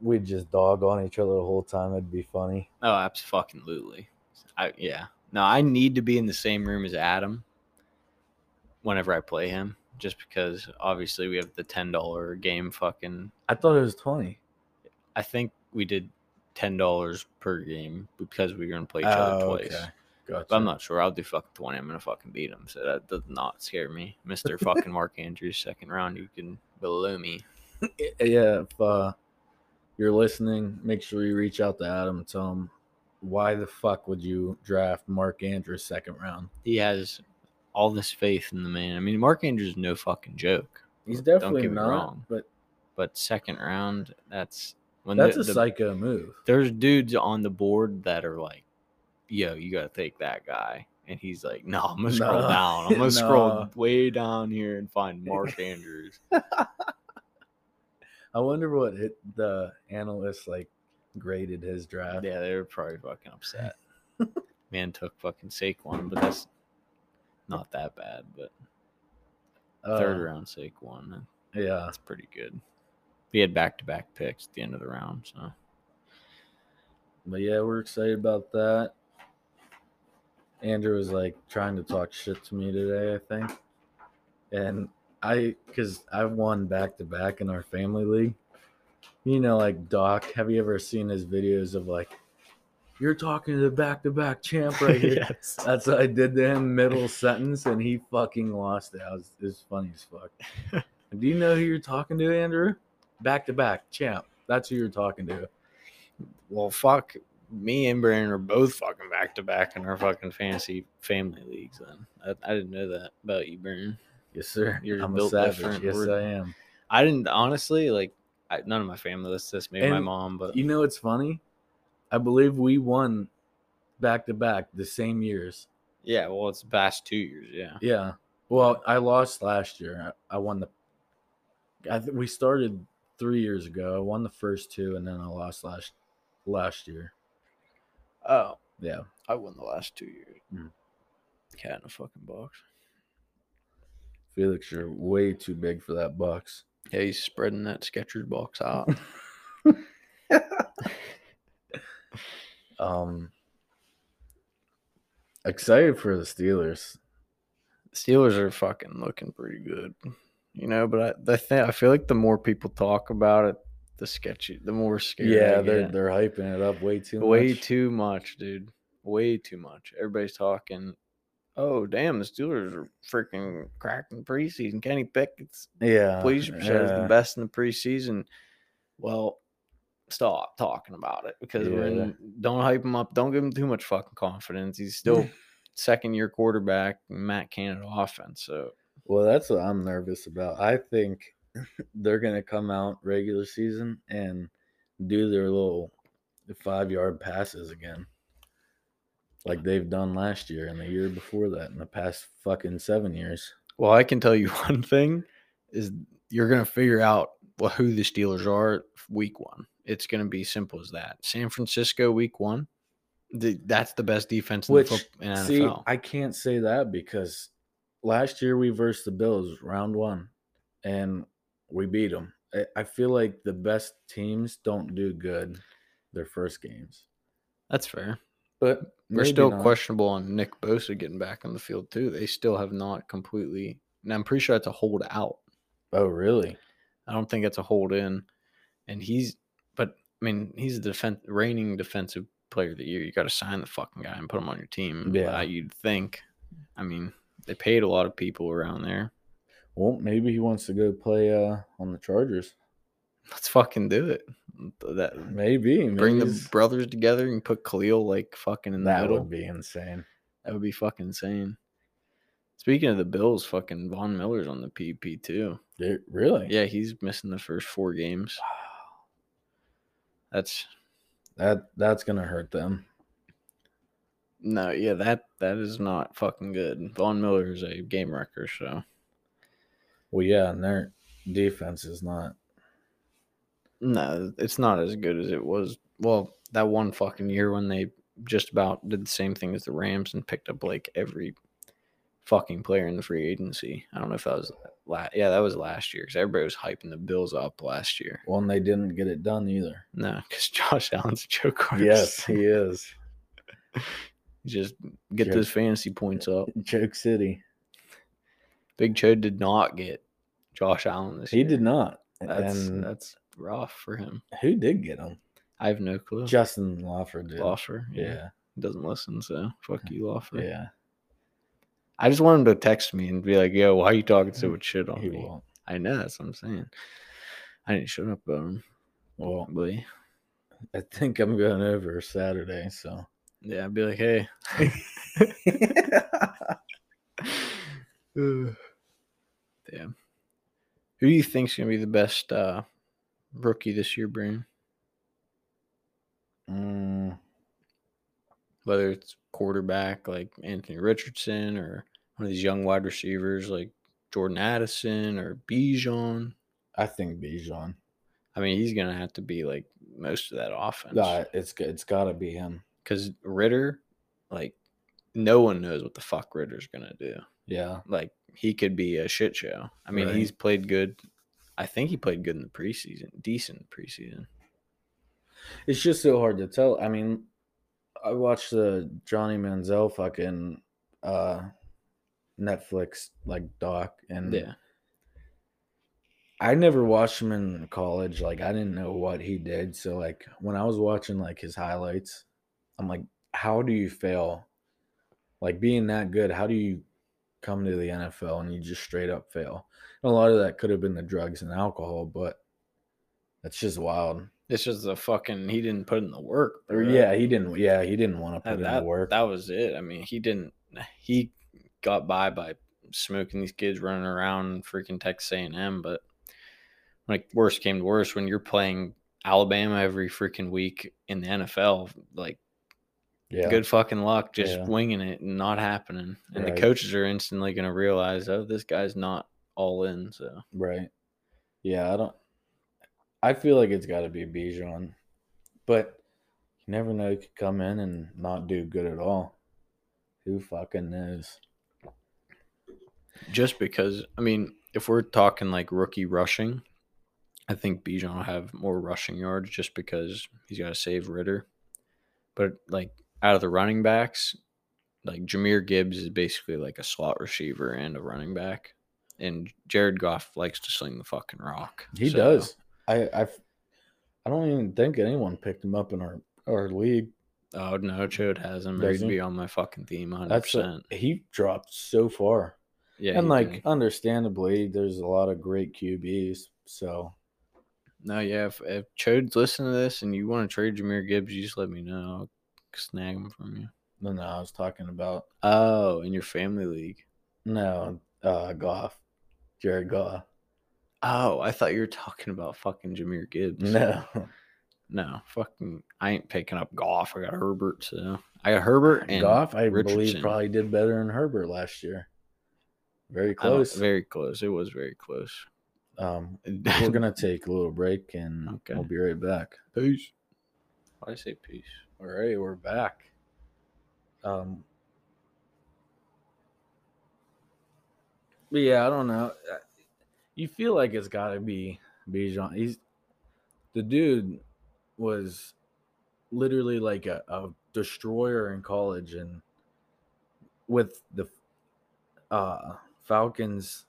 Speaker 1: we'd just dog on each other the whole time. It'd be funny.
Speaker 2: Oh, absolutely. I yeah. No, I need to be in the same room as Adam whenever I play him, just because obviously we have the ten dollar game. Fucking,
Speaker 1: I thought it was twenty.
Speaker 2: I think we did ten dollars per game because we were gonna play each other twice.
Speaker 1: Oh, Gotcha.
Speaker 2: But I'm not sure. I'll do fucking 20. I'm going to fucking beat him. So that does not scare me. Mr. fucking Mark Andrews, second round. You can below me.
Speaker 1: yeah, if uh, you're listening, make sure you reach out to Adam and tell him why the fuck would you draft Mark Andrews second round?
Speaker 2: He has all this faith in the man. I mean, Mark Andrews is no fucking joke.
Speaker 1: He's
Speaker 2: Don't
Speaker 1: definitely
Speaker 2: get me
Speaker 1: not,
Speaker 2: wrong.
Speaker 1: but
Speaker 2: But second round, that's when
Speaker 1: that's
Speaker 2: the,
Speaker 1: a
Speaker 2: the-
Speaker 1: psycho move.
Speaker 2: there's dudes on the board that are like, yo, you got to take that guy. And he's like, no, I'm going to scroll
Speaker 1: No.
Speaker 2: down. I'm going to scroll
Speaker 1: No.
Speaker 2: way down here and find Mark Andrews.
Speaker 1: I wonder what hit the analysts like graded his draft.
Speaker 2: Yeah, they were probably fucking upset. Man took fucking Saquon, but that's not that bad. But
Speaker 1: Uh,
Speaker 2: third round Saquon,
Speaker 1: Yeah,
Speaker 2: that's pretty good. We had back to back picks at the end of the round, so
Speaker 1: but yeah, we're excited about that. Andrew was like trying to talk shit to me today, I think, and I because I won back to back in our family league. You know, like Doc. Have you ever seen his videos of like, you're talking to the back to back champ right here?
Speaker 2: yes.
Speaker 1: That's what I did to him middle sentence, and he fucking lost it. I was, it was funny as fuck. Do you know who you're talking to, Andrew? Back to back champ. That's who you're talking to.
Speaker 2: Well, fuck. Me and Brandon are both fucking back to back in our fucking fantasy family leagues. Then I, I didn't know that about you, Brandon.
Speaker 1: Yes, sir.
Speaker 2: You're
Speaker 1: I'm a
Speaker 2: built
Speaker 1: savage.
Speaker 2: different.
Speaker 1: Yes,
Speaker 2: We're-
Speaker 1: I am.
Speaker 2: I didn't honestly like I, none of my family lists this. Maybe my
Speaker 1: And
Speaker 2: mom, but
Speaker 1: You know it's funny? I believe we won back to back the same years.
Speaker 2: yeah. Well, it's past two years. Yeah.
Speaker 1: Yeah. Well, I lost last year. I, I won the. I th- we started three years ago. I won the first two, and then I lost last last year.
Speaker 2: Oh,
Speaker 1: Yeah.
Speaker 2: I won the last two years.
Speaker 1: Mm.
Speaker 2: Cat in a fucking box.
Speaker 1: Felix, you're way too big for that box.
Speaker 2: Yeah, he's spreading that Skechers box out.
Speaker 1: Um, excited for the Steelers.
Speaker 2: Steelers are fucking looking pretty good, you know. But I, I think I feel like the more people talk about it, the sketchy, the more scared.
Speaker 1: yeah,
Speaker 2: I
Speaker 1: they're
Speaker 2: get.
Speaker 1: they're hyping it up way too
Speaker 2: way
Speaker 1: much.
Speaker 2: too much, dude. Way too much. Everybody's talking. Oh damn, the Steelers are freaking cracking preseason. Kenny Pickett's
Speaker 1: yeah,
Speaker 2: Please says
Speaker 1: Uh, yeah.
Speaker 2: the best in the preseason. Well, stop talking about it because we're
Speaker 1: Yeah.
Speaker 2: in, don't hype him up. Don't give him too much fucking confidence. He's still second year quarterback, Matt Canada offense. So
Speaker 1: Well, that's what I'm nervous about. I think they're gonna come out regular season and do their little five yard passes again, like they've done last year and the year before that, in the past fucking seven years.
Speaker 2: well, I can tell you one thing is you're gonna figure out well, who the Steelers are week one. It's gonna be simple as that. San Francisco week one. The, that's the best defense in
Speaker 1: Which,
Speaker 2: the football, in NFL.
Speaker 1: See, I can't say that because last year we versed the Bills round one, and we beat them. I, I feel like the best teams don't do good their first games,
Speaker 2: that's fair.
Speaker 1: but
Speaker 2: We're
Speaker 1: maybe
Speaker 2: still
Speaker 1: not.
Speaker 2: questionable on Nick Bosa getting back on the field too. They still have not completely, and I'm pretty sure it's a holdout.
Speaker 1: Oh, really?
Speaker 2: I don't think that's a hold in. And he's, but I mean, he's the defen reigning defensive player of the year. You got to sign the fucking guy and put him on your team.
Speaker 1: Yeah.
Speaker 2: Uh, you'd think. I mean, they paid a lot of people around there.
Speaker 1: Well, maybe he wants to go play uh, on the Chargers.
Speaker 2: Let's fucking do it. That
Speaker 1: Maybe, maybe
Speaker 2: Mm. bring the
Speaker 1: he's-
Speaker 2: brothers together and put Khalil like fucking in the
Speaker 1: that
Speaker 2: middle.
Speaker 1: would be insane.
Speaker 2: That would be fucking insane. Speaking of the Bills, fucking Von Miller's on the PP too.
Speaker 1: Dude, really?
Speaker 2: Yeah, he's missing the first four games. That's
Speaker 1: That that's gonna hurt them.
Speaker 2: no, yeah, that that is not fucking good. Von Miller is a game wrecker, so
Speaker 1: Well, yeah, and their defense is not.
Speaker 2: no, it's not as good as it was. Well, that one fucking year when they just about did the same thing as the Rams and picked up like every fucking player in the free agency. I don't know if that was la- yeah, that was last year because everybody was hyping the Bills up last year.
Speaker 1: Well, and they didn't get it done either.
Speaker 2: No, because Josh Allen's a joke artist.
Speaker 1: Yes, he is.
Speaker 2: just get
Speaker 1: Joke.
Speaker 2: those fantasy points up.
Speaker 1: Joke City.
Speaker 2: Big Chode did not get Josh Allen this
Speaker 1: He
Speaker 2: year.
Speaker 1: did not.
Speaker 2: That's
Speaker 1: and
Speaker 2: that's rough for him.
Speaker 1: who did get him?
Speaker 2: I have no clue.
Speaker 1: Justin Lawford did.
Speaker 2: Loffer, yeah,
Speaker 1: Yeah,
Speaker 2: doesn't listen, so fuck you, Loffer.
Speaker 1: yeah.
Speaker 2: I just want him to text me and be like, "Yo, why you talking so much shit on
Speaker 1: Mm-hmm. He
Speaker 2: me?"
Speaker 1: won't.
Speaker 2: I know that's what I'm saying. I didn't shut up about him.
Speaker 1: Well,
Speaker 2: Probably.
Speaker 1: I think I'm going over Saturday, so.
Speaker 2: Yeah, I'd be like, "Hey." Ugh. Damn. Who do you think's gonna be the best uh, rookie this year, Brian?
Speaker 1: Mm,
Speaker 2: whether it's quarterback like Anthony Richardson or one of these young wide receivers like Jordan Addison or Bijan.
Speaker 1: I think Bijan.
Speaker 2: I mean, he's going to have to be like most of that
Speaker 1: Nah,
Speaker 2: offense
Speaker 1: it's g- it's got to be him.
Speaker 2: because Ritter, like, no one knows what the fuck Ritter's going to do.
Speaker 1: Yeah.
Speaker 2: Like, he could be a shit show. I mean,
Speaker 1: Right.
Speaker 2: he's played good. I think he played good in the preseason, decent preseason.
Speaker 1: It's just so hard to tell. I mean, I watched the Johnny Manziel fucking uh Netflix like doc and
Speaker 2: Yeah.
Speaker 1: I never watched him in college. Like I didn't know what he did. So like when I was watching like his highlights, I'm like, how do you fail? Like being that good, how do you come to the NFL and you just straight up fail? And a lot of that could have been the drugs and alcohol, but that's just wild.
Speaker 2: It's just the fucking, he didn't put in the work.
Speaker 1: Or
Speaker 2: bro.
Speaker 1: yeah, he didn't. Yeah, he didn't want to
Speaker 2: that,
Speaker 1: put in
Speaker 2: that,
Speaker 1: the work.
Speaker 2: that was it. I mean, he didn't. He got by by smoking these kids running around in freaking Texas A and M. But like worse came to worse, when you're playing Alabama every freaking week in the NFL, like
Speaker 1: yeah,
Speaker 2: good fucking luck, just
Speaker 1: Yeah.
Speaker 2: winging it and not happening. And
Speaker 1: Right.
Speaker 2: the coaches are instantly going to realize, oh, this guy's not all in. So
Speaker 1: right. Yeah, I don't. I feel like it's got to be Bijan, but you never know. He could come in and not do good at all. Who fucking knows?
Speaker 2: just because, I mean, if we're talking like rookie rushing. I think Bijan will have more rushing yards just because he's got to save Ritter. But like out of the running backs, like Jameer Gibbs is basically like a slot receiver and a running back, and Jared Goff likes to sling the fucking rock.
Speaker 1: He
Speaker 2: So,
Speaker 1: does. I I I don't even think anyone picked him up in our our league.
Speaker 2: Oh no, Chode has him. or
Speaker 1: Does
Speaker 2: He'd
Speaker 1: he?
Speaker 2: be on my fucking team, hundred
Speaker 1: That's a,
Speaker 2: percent.
Speaker 1: he dropped so far,
Speaker 2: Yeah,
Speaker 1: and
Speaker 2: he
Speaker 1: like uh
Speaker 2: did.
Speaker 1: understandably, there's a lot of great QBs. So
Speaker 2: no, yeah. If, if Chode's listening to this and you want to trade Jameer Gibbs, you just let me know. I'll snag him from you.
Speaker 1: no, no, I was talking about
Speaker 2: Oh, in your family league.
Speaker 1: no uh Goff, Jared Goff.
Speaker 2: Oh, I thought you were talking about fucking Jameer Gibbs.
Speaker 1: No,
Speaker 2: No, fucking, I ain't picking up Goff. I got Herbert, so I got Herbert and
Speaker 1: Goff, I
Speaker 2: Richardson.
Speaker 1: believe probably did better than Herbert last year. Very
Speaker 2: I don't-
Speaker 1: close.
Speaker 2: Very close. It was very close.
Speaker 1: um, we're gonna take a little break and
Speaker 2: Okay.
Speaker 1: we'll be right back.
Speaker 2: peace. Why say peace?
Speaker 1: All right, we're back. Um, but yeah, I don't know. Uh, You feel like it's got to be Bijan. He's the dude was literally like a, a destroyer in college, and with the uh, Falcons,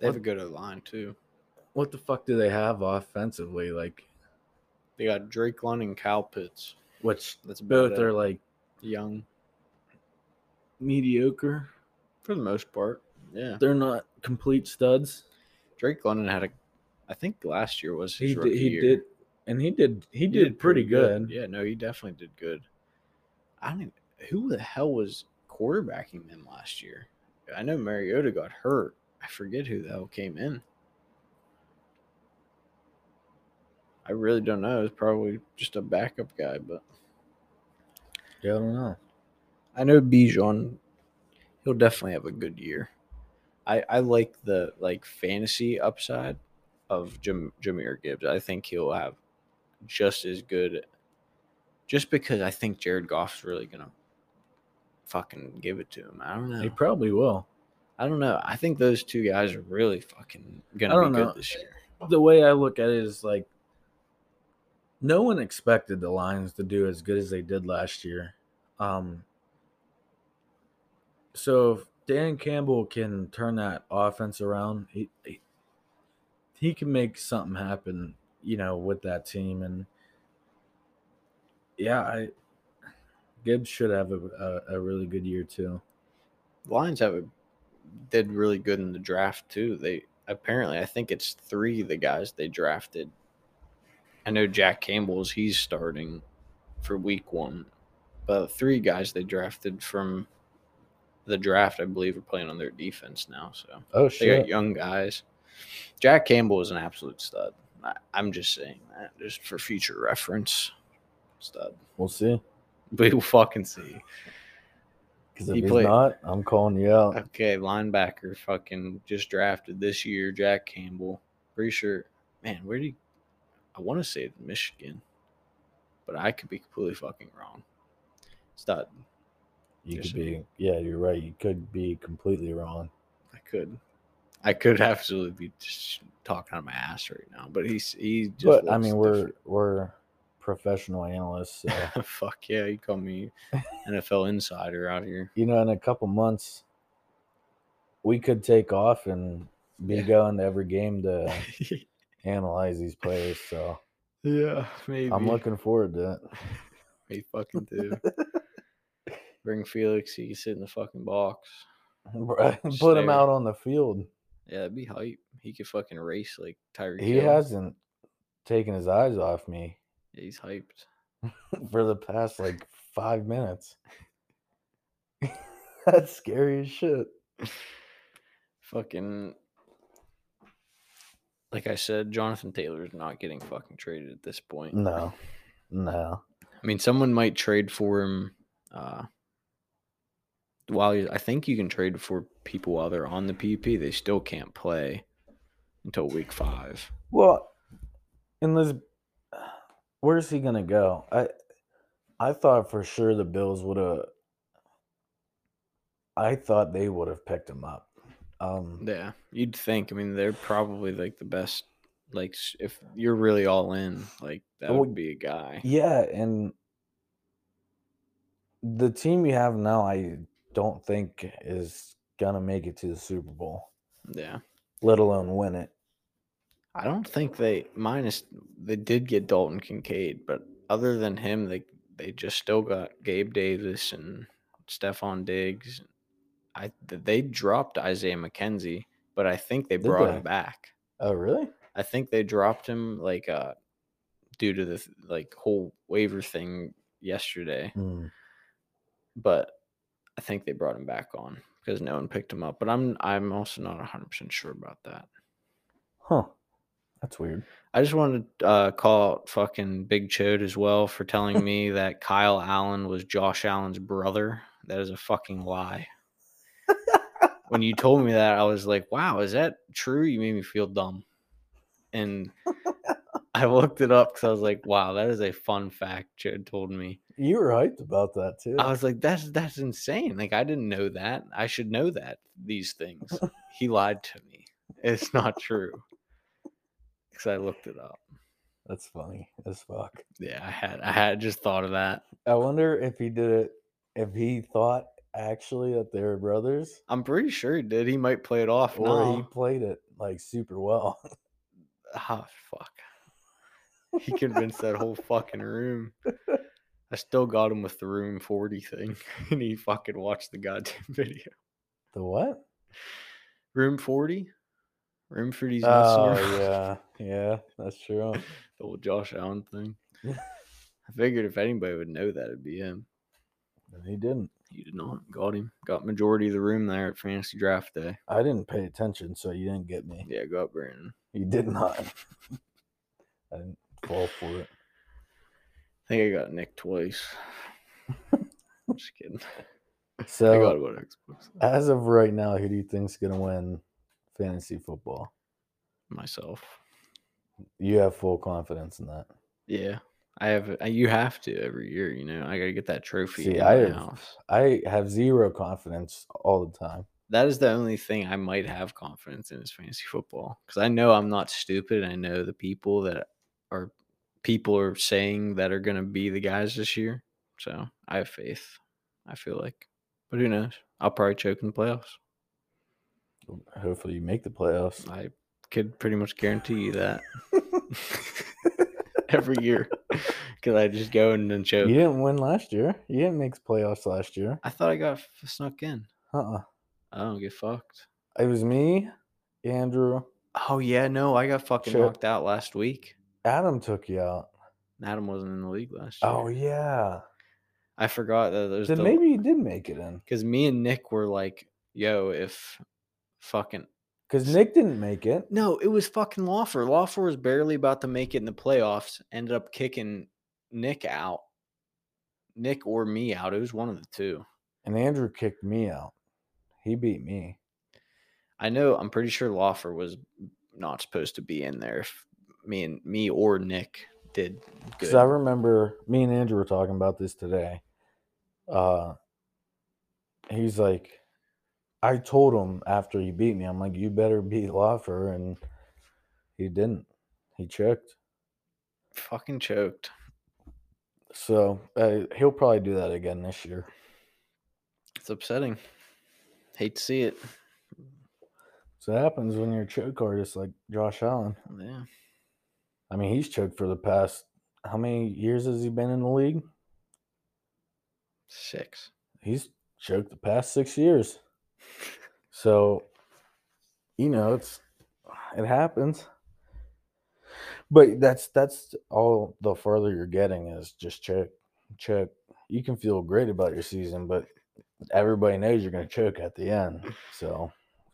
Speaker 2: They have a good line too.
Speaker 1: What the fuck do they have offensively? Like,
Speaker 2: They got Drake London and Kyle Pitts.
Speaker 1: which
Speaker 2: That's about
Speaker 1: both are
Speaker 2: it.
Speaker 1: like
Speaker 2: young
Speaker 1: mediocre.
Speaker 2: for the most part. Yeah,
Speaker 1: They're not complete studs.
Speaker 2: Drake London had a, I think last year was his
Speaker 1: He
Speaker 2: rookie
Speaker 1: did, he
Speaker 2: year.
Speaker 1: did, and he did. He, did, pretty good.
Speaker 2: Yeah, no, he definitely did good. I don't. Even, who the hell was quarterbacking them last year? I know Mariota got hurt. I forget who the hell came in. I really don't know. It's probably just a backup guy, but
Speaker 1: Yeah, I don't know.
Speaker 2: I know Bijan. He'll definitely have a good year. I I like the like fantasy upside of Jam, Jameer Gibbs. I think he'll have just as good. Just because I think Jared Goff's really gonna fucking give it to him. I don't
Speaker 1: He
Speaker 2: know.
Speaker 1: probably will.
Speaker 2: I don't know. I think those two guys are really fucking gonna
Speaker 1: I
Speaker 2: be
Speaker 1: don't know.
Speaker 2: good this year.
Speaker 1: The way I look at it is like, no one expected the Lions to do as good as they did last year. Um, so if Dan Campbell can turn that offense around, he, he he can make something happen, you know, with that team. And yeah, I Gibbs should have a, a, a really good year too.
Speaker 2: Lions have a, did really good in the draft too. They apparently, I think it's three of the guys they drafted. I know Jack Campbell's he's starting for week one, but three guys they drafted from the draft, I believe, are playing on their defense now. So
Speaker 1: Oh
Speaker 2: they got young guys. Jack Campbell is an absolute stud. I, I'm just saying that just for future reference. Stud.
Speaker 1: We'll see.
Speaker 2: We will fucking see.
Speaker 1: Because
Speaker 2: He played-
Speaker 1: not, I'm calling you out.
Speaker 2: Okay, linebacker fucking just drafted this year, Jack Campbell. Pretty sure man, where do you I want to say Michigan, but I could be completely fucking wrong. It's not
Speaker 1: You
Speaker 2: Yes,
Speaker 1: could
Speaker 2: sir.
Speaker 1: be, yeah, you're right. You could be completely wrong.
Speaker 2: I could I could absolutely be just talking out of my ass right now, but he's he just
Speaker 1: but I
Speaker 2: looks
Speaker 1: mean, we're
Speaker 2: different.
Speaker 1: we're professional analysts. So,
Speaker 2: fuck yeah, you call me NFL insider out here.
Speaker 1: you know, in a couple months, we could take off and be
Speaker 2: Yeah.
Speaker 1: going to every game to analyze these players. So
Speaker 2: yeah, maybe
Speaker 1: I'm looking forward to it.
Speaker 2: We fucking do. Bring Felix, he can sit in the fucking box.
Speaker 1: Bruh,
Speaker 2: Just
Speaker 1: Put him
Speaker 2: there.
Speaker 1: out on the field.
Speaker 2: Yeah, that'd be hype. He could fucking race like Tyreek.
Speaker 1: He
Speaker 2: Hill.
Speaker 1: hasn't taken his eyes off me
Speaker 2: Yeah, he's hyped.
Speaker 1: for the past like five minutes. That's scary as shit.
Speaker 2: Fucking. Like I said, Jonathan Taylor is not getting fucking traded at this point.
Speaker 1: No, no.
Speaker 2: I mean, someone might trade for him. Uh, while he, I think you can trade for people while they're on the PP, they still can't play until week five.
Speaker 1: Well, unless where's he gonna go? I I thought for sure the Bills would have. I thought they would have picked him up. Um,
Speaker 2: Yeah, you'd think. I mean, they're probably like the best. Like, s- if you're really all in, like that
Speaker 1: Well,
Speaker 2: would be a guy.
Speaker 1: yeah, and the team you have now, I don't think is gonna make it to the Super Bowl,
Speaker 2: Yeah.
Speaker 1: let alone win it.
Speaker 2: I don't think they minus they did get Dalton Kincaid, but other than him, they they just still got Gabe Davis and Stephon Diggs. I th- they dropped Isaiah McKenzie, but I think they
Speaker 1: Did
Speaker 2: brought
Speaker 1: they?
Speaker 2: him back.
Speaker 1: Oh, really?
Speaker 2: I think they dropped him like uh due to the th- like whole waiver thing yesterday,
Speaker 1: Mm.
Speaker 2: but I think they brought him back on because no one picked him up. But I'm I'm also not 100% sure about that.
Speaker 1: Huh? That's weird.
Speaker 2: I just wanted to uh, call out fucking Big Chode as well for telling me that Kyle Allen was Josh Allen's brother. That is a fucking lie. when you told me that, I was like, wow, is that true? You made me feel dumb. And I looked it up because I was like, wow, that is a fun fact Chode told me.
Speaker 1: You were hyped about that too.
Speaker 2: I was like, that's that's insane. Like I didn't know that. I should know that these things. he lied to me. It's not true. Because I looked it up.
Speaker 1: That's funny as fuck.
Speaker 2: Yeah, I had I had just thought of that.
Speaker 1: I wonder if he did it if he thought actually that they were brothers
Speaker 2: I'm pretty sure he did. He might play it off.
Speaker 1: or
Speaker 2: now.
Speaker 1: he played it. like super well.
Speaker 2: Ah, fuck. He convinced that whole fucking room. I still got him with the room 40 thing, and he fucking watched the goddamn video.
Speaker 1: The what?
Speaker 2: Room 40? Room 40's
Speaker 1: Oh
Speaker 2: messing around.
Speaker 1: yeah, yeah, that's true.
Speaker 2: The old Josh Allen thing. I figured if anybody would know that, it'd be him.
Speaker 1: And he didn't.
Speaker 2: He did not. Got him. Got majority of the room there at fantasy draft day.
Speaker 1: I didn't pay attention, so you didn't get me.
Speaker 2: Yeah, go up, Brandon.
Speaker 1: You did not. I didn't fall for it.
Speaker 2: I think I got Nick twice. Just kidding. I got
Speaker 1: So uh,
Speaker 2: about Xbox.
Speaker 1: as of right now, who do you think's gonna win fantasy football?
Speaker 2: Myself.
Speaker 1: You have full confidence in that.
Speaker 2: Yeah. I have I- you have to every year, you know. I gotta get that trophy
Speaker 1: See,
Speaker 2: in
Speaker 1: I
Speaker 2: my
Speaker 1: have-
Speaker 2: house.
Speaker 1: I have zero confidence all the time.
Speaker 2: That is the only thing I might have confidence in is fantasy football. Because I know I'm not stupid. I know the people that are people are saying that are gonna be the guys this year. So I have faith, I feel like. But who knows? I'll probably choke in the playoffs.
Speaker 1: Hopefully, you make the playoffs.
Speaker 2: I could pretty much guarantee you that every year because I just go in and
Speaker 1: You
Speaker 2: choke.
Speaker 1: didn't win last year. You didn't make playoffs last year.
Speaker 2: I thought I got f- snuck in.
Speaker 1: Uh uh
Speaker 2: I don't get fucked.
Speaker 1: It was me, Andrew,
Speaker 2: Oh yeah, no, I got fucking
Speaker 1: Shit.
Speaker 2: knocked out last week.
Speaker 1: Adam took you out.
Speaker 2: Adam wasn't in the league last year.
Speaker 1: Oh yeah.
Speaker 2: I forgot that there's
Speaker 1: Then maybe you did make it in
Speaker 2: because me and Nick were like, "Yo, if fucking
Speaker 1: because Nick didn't make it.
Speaker 2: no, it was fucking Lawfer. Lawfer was barely about to make it in the playoffs. Ended up kicking Nick out, Nick or me out. It was one of the two.
Speaker 1: And Andrew kicked me out. He beat me.
Speaker 2: I know I'm pretty sure Lawfer was not supposed to be in there if me and me or Nick did good.
Speaker 1: Because I remember me and Andrew were talking about this today. Uh, he's like, I told him after he beat me, I'm like, you better beat Lawfer, and he didn't. He choked.
Speaker 2: fucking choked.
Speaker 1: So uh, he'll probably do that again this year.
Speaker 2: It's upsetting. Hate to see it.
Speaker 1: So it happens when you're a choke artist like Josh Allen.
Speaker 2: Yeah.
Speaker 1: I mean, he's choked for the past how many years has he been in the league?
Speaker 2: Six.
Speaker 1: He's choked the past six years. So, you know, it's it happens. But that's that's all the farther you're getting is just choke, choke. You can feel great about your season, but everybody knows you're gonna choke at the end. So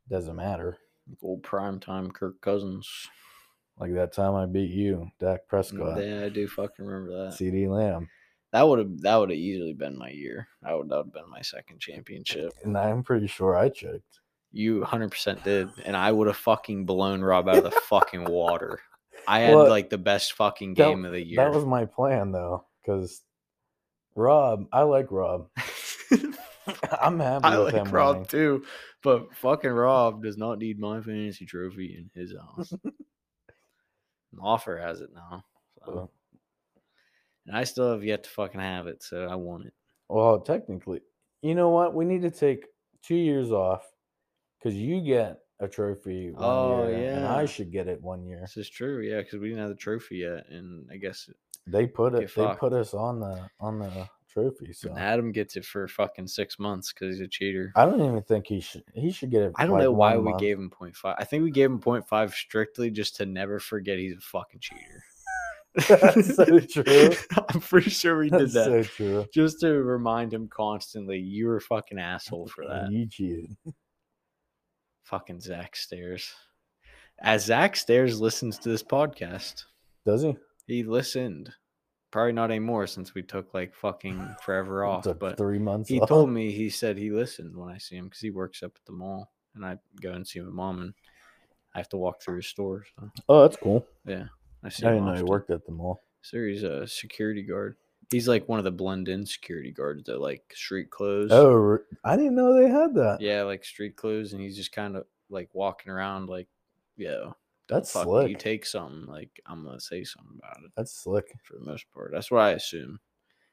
Speaker 1: it doesn't matter.
Speaker 2: Old prime time Kirk Cousins.
Speaker 1: Like that time I beat you, Dak Prescott,
Speaker 2: Yeah, I do fucking remember that.
Speaker 1: CD Lamb.
Speaker 2: That would have that would have easily been my year. I would that would have been my second championship.
Speaker 1: And I'm pretty sure I choked.
Speaker 2: You 100% did, and I would have fucking blown Rob out of the fucking water. I had
Speaker 1: Well,
Speaker 2: like the best fucking
Speaker 1: that-
Speaker 2: game of the year.
Speaker 1: That was my plan though, because Rob, I like Rob. I'm happy
Speaker 2: I
Speaker 1: with
Speaker 2: like
Speaker 1: him.
Speaker 2: Rob
Speaker 1: winning.
Speaker 2: too, but fucking Rob does not need my fantasy trophy in his house. Offer has it now, so.
Speaker 1: So,
Speaker 2: and I still have yet to fucking have it, so I want it.
Speaker 1: Well, technically, you know what? We need to take two years off because you get a trophy. one
Speaker 2: Oh,
Speaker 1: year, and I
Speaker 2: yeah.
Speaker 1: should get it one year.
Speaker 2: This is true, yeah, because we didn't have the trophy yet, and I guess
Speaker 1: They put
Speaker 2: Get
Speaker 1: it. They
Speaker 2: fucked.
Speaker 1: put us on the on the trophy. So
Speaker 2: Adam gets it for fucking six months because he's a cheater.
Speaker 1: I don't even think he should. He should get it.
Speaker 2: I don't
Speaker 1: like,
Speaker 2: know why
Speaker 1: one
Speaker 2: we
Speaker 1: month.
Speaker 2: gave him 0.5. I think we gave him 0.5 strictly just to never forget he's a fucking cheater.
Speaker 1: That's so true.
Speaker 2: I'm pretty sure we did
Speaker 1: That's
Speaker 2: that.
Speaker 1: so true.
Speaker 2: just to remind him constantly, you were a fucking asshole for that.
Speaker 1: You cheated.
Speaker 2: Fucking Zach Stairs. As Zach Stairs listens to this podcast,
Speaker 1: Does he?
Speaker 2: he listened. Probably not anymore since we took like fucking forever off.
Speaker 1: Took
Speaker 2: But
Speaker 1: three months.
Speaker 2: he
Speaker 1: off.
Speaker 2: told me he said he listened when I see him because he works up at the mall, and I go and see my mom, and I have to walk through his store. So
Speaker 1: Oh, that's cool.
Speaker 2: I see.
Speaker 1: I
Speaker 2: him
Speaker 1: didn't know he
Speaker 2: often.
Speaker 1: worked at the mall.
Speaker 2: So he's a security guard. He's like one of the blend-in security guards that like street clothes.
Speaker 1: Oh, re- I didn't know they had that.
Speaker 2: yeah, like street clothes, and he's just kind of like walking around, like, yo,
Speaker 1: that's
Speaker 2: fuck,
Speaker 1: slick.
Speaker 2: you take something, like, I'm gonna say something about it
Speaker 1: that's slick.
Speaker 2: for the most part. That's what I assume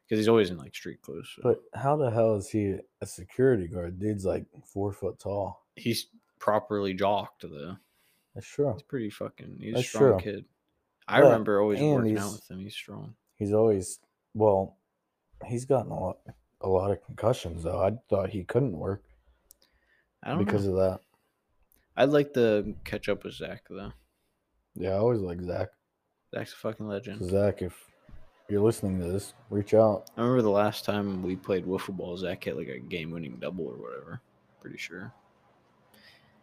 Speaker 2: because he's always in like street clothes. so-
Speaker 1: But how the hell is he a security guard? Dude's like four foot tall.
Speaker 2: he's properly jocked though.
Speaker 1: That's true.
Speaker 2: He's pretty fucking. He's a
Speaker 1: That's
Speaker 2: strong
Speaker 1: true.
Speaker 2: kid. I
Speaker 1: But-
Speaker 2: remember always
Speaker 1: and
Speaker 2: working out
Speaker 1: he's-
Speaker 2: with him. He's strong.
Speaker 1: He's always well. He's gotten a lot, a lot of concussions though. I thought he couldn't work
Speaker 2: I don't
Speaker 1: because
Speaker 2: know.
Speaker 1: of that.
Speaker 2: I'd like to catch up with Zach though.
Speaker 1: Yeah, I always like Zach.
Speaker 2: Zach's a fucking legend.
Speaker 1: So Zach, if you're listening to this, reach out.
Speaker 2: I remember the last time we played wiffle ball, Zach hit like a game-winning double or whatever. Pretty sure.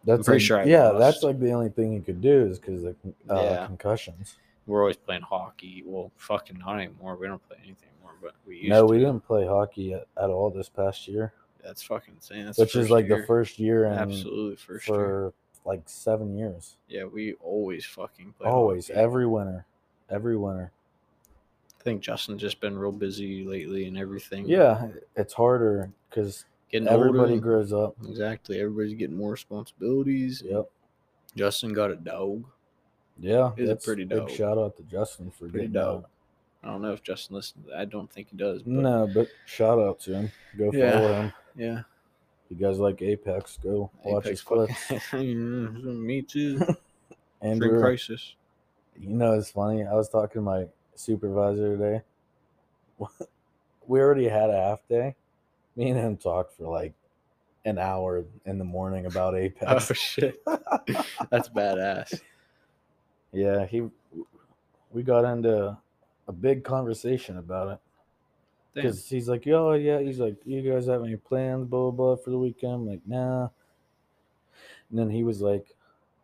Speaker 1: That's
Speaker 2: pretty
Speaker 1: like-
Speaker 2: sure I
Speaker 1: yeah, that's
Speaker 2: lost.
Speaker 1: like the only thing he could do is because of uh,
Speaker 2: Yeah.
Speaker 1: concussions.
Speaker 2: We're always playing hockey. Well, fucking not anymore. We don't play anything more, but we used
Speaker 1: No,
Speaker 2: to.
Speaker 1: we didn't play hockey at, at all this past year,
Speaker 2: That's fucking insane. That's
Speaker 1: which is like the first year
Speaker 2: year.
Speaker 1: and
Speaker 2: absolutely first
Speaker 1: for
Speaker 2: year.
Speaker 1: like seven years.
Speaker 2: Yeah, we always fucking play.
Speaker 1: Always,
Speaker 2: hockey.
Speaker 1: every winter, every winter.
Speaker 2: I think Justin's just been real busy lately and everything.
Speaker 1: Yeah, it's harder because
Speaker 2: getting
Speaker 1: everybody
Speaker 2: older.
Speaker 1: grows up.
Speaker 2: Exactly. Everybody's getting more responsibilities.
Speaker 1: Yep.
Speaker 2: Justin got a dog.
Speaker 1: Yeah,
Speaker 2: He's a
Speaker 1: that's
Speaker 2: pretty
Speaker 1: big
Speaker 2: dog.
Speaker 1: shout out to Justin for
Speaker 2: Pretty
Speaker 1: getting
Speaker 2: dog.
Speaker 1: out.
Speaker 2: I don't know if Justin listens to that. I don't think he does. But
Speaker 1: No, but shout out to him. Go follow
Speaker 2: Yeah.
Speaker 1: him.
Speaker 2: Yeah.
Speaker 1: You guys like Apex? Go watch his
Speaker 2: Apex
Speaker 1: clips.
Speaker 2: fucking. Me too. Dream
Speaker 1: Andrew,
Speaker 2: crisis.
Speaker 1: you know it's funny. I was talking to my supervisor today. We already had a half day. Me and him talked for like an hour in the morning about
Speaker 2: Oh
Speaker 1: Apex.
Speaker 2: shit. That's badass.
Speaker 1: yeah, he. We got into a big conversation about it.
Speaker 2: Damn.
Speaker 1: Because he's like, oh yeah, he's like, you guys have any plans, blah blah blah, for the weekend? I'm like, nah. And then he was like,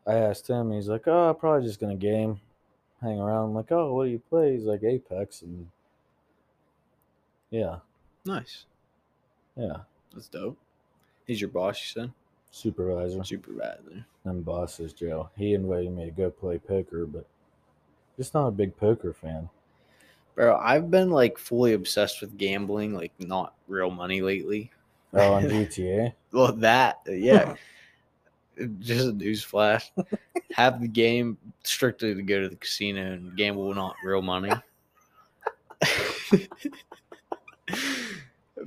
Speaker 1: I asked him, he's like, oh, probably just gonna game, hang around. I'm like, oh, what do you play? He's like, Apex, and yeah,
Speaker 2: Nice.
Speaker 1: yeah,
Speaker 2: That's dope. He's your boss, you said?
Speaker 1: supervisor.
Speaker 2: Supervisor.
Speaker 1: And boss is Joe. He invited me to go play poker, but just not a big poker fan.
Speaker 2: Bro, I've been like fully obsessed with gambling, like not real money lately.
Speaker 1: Oh, on GTA,
Speaker 2: Well, that uh, yeah. Just a news flash. Have the game strictly to go to the casino and gamble, not real money.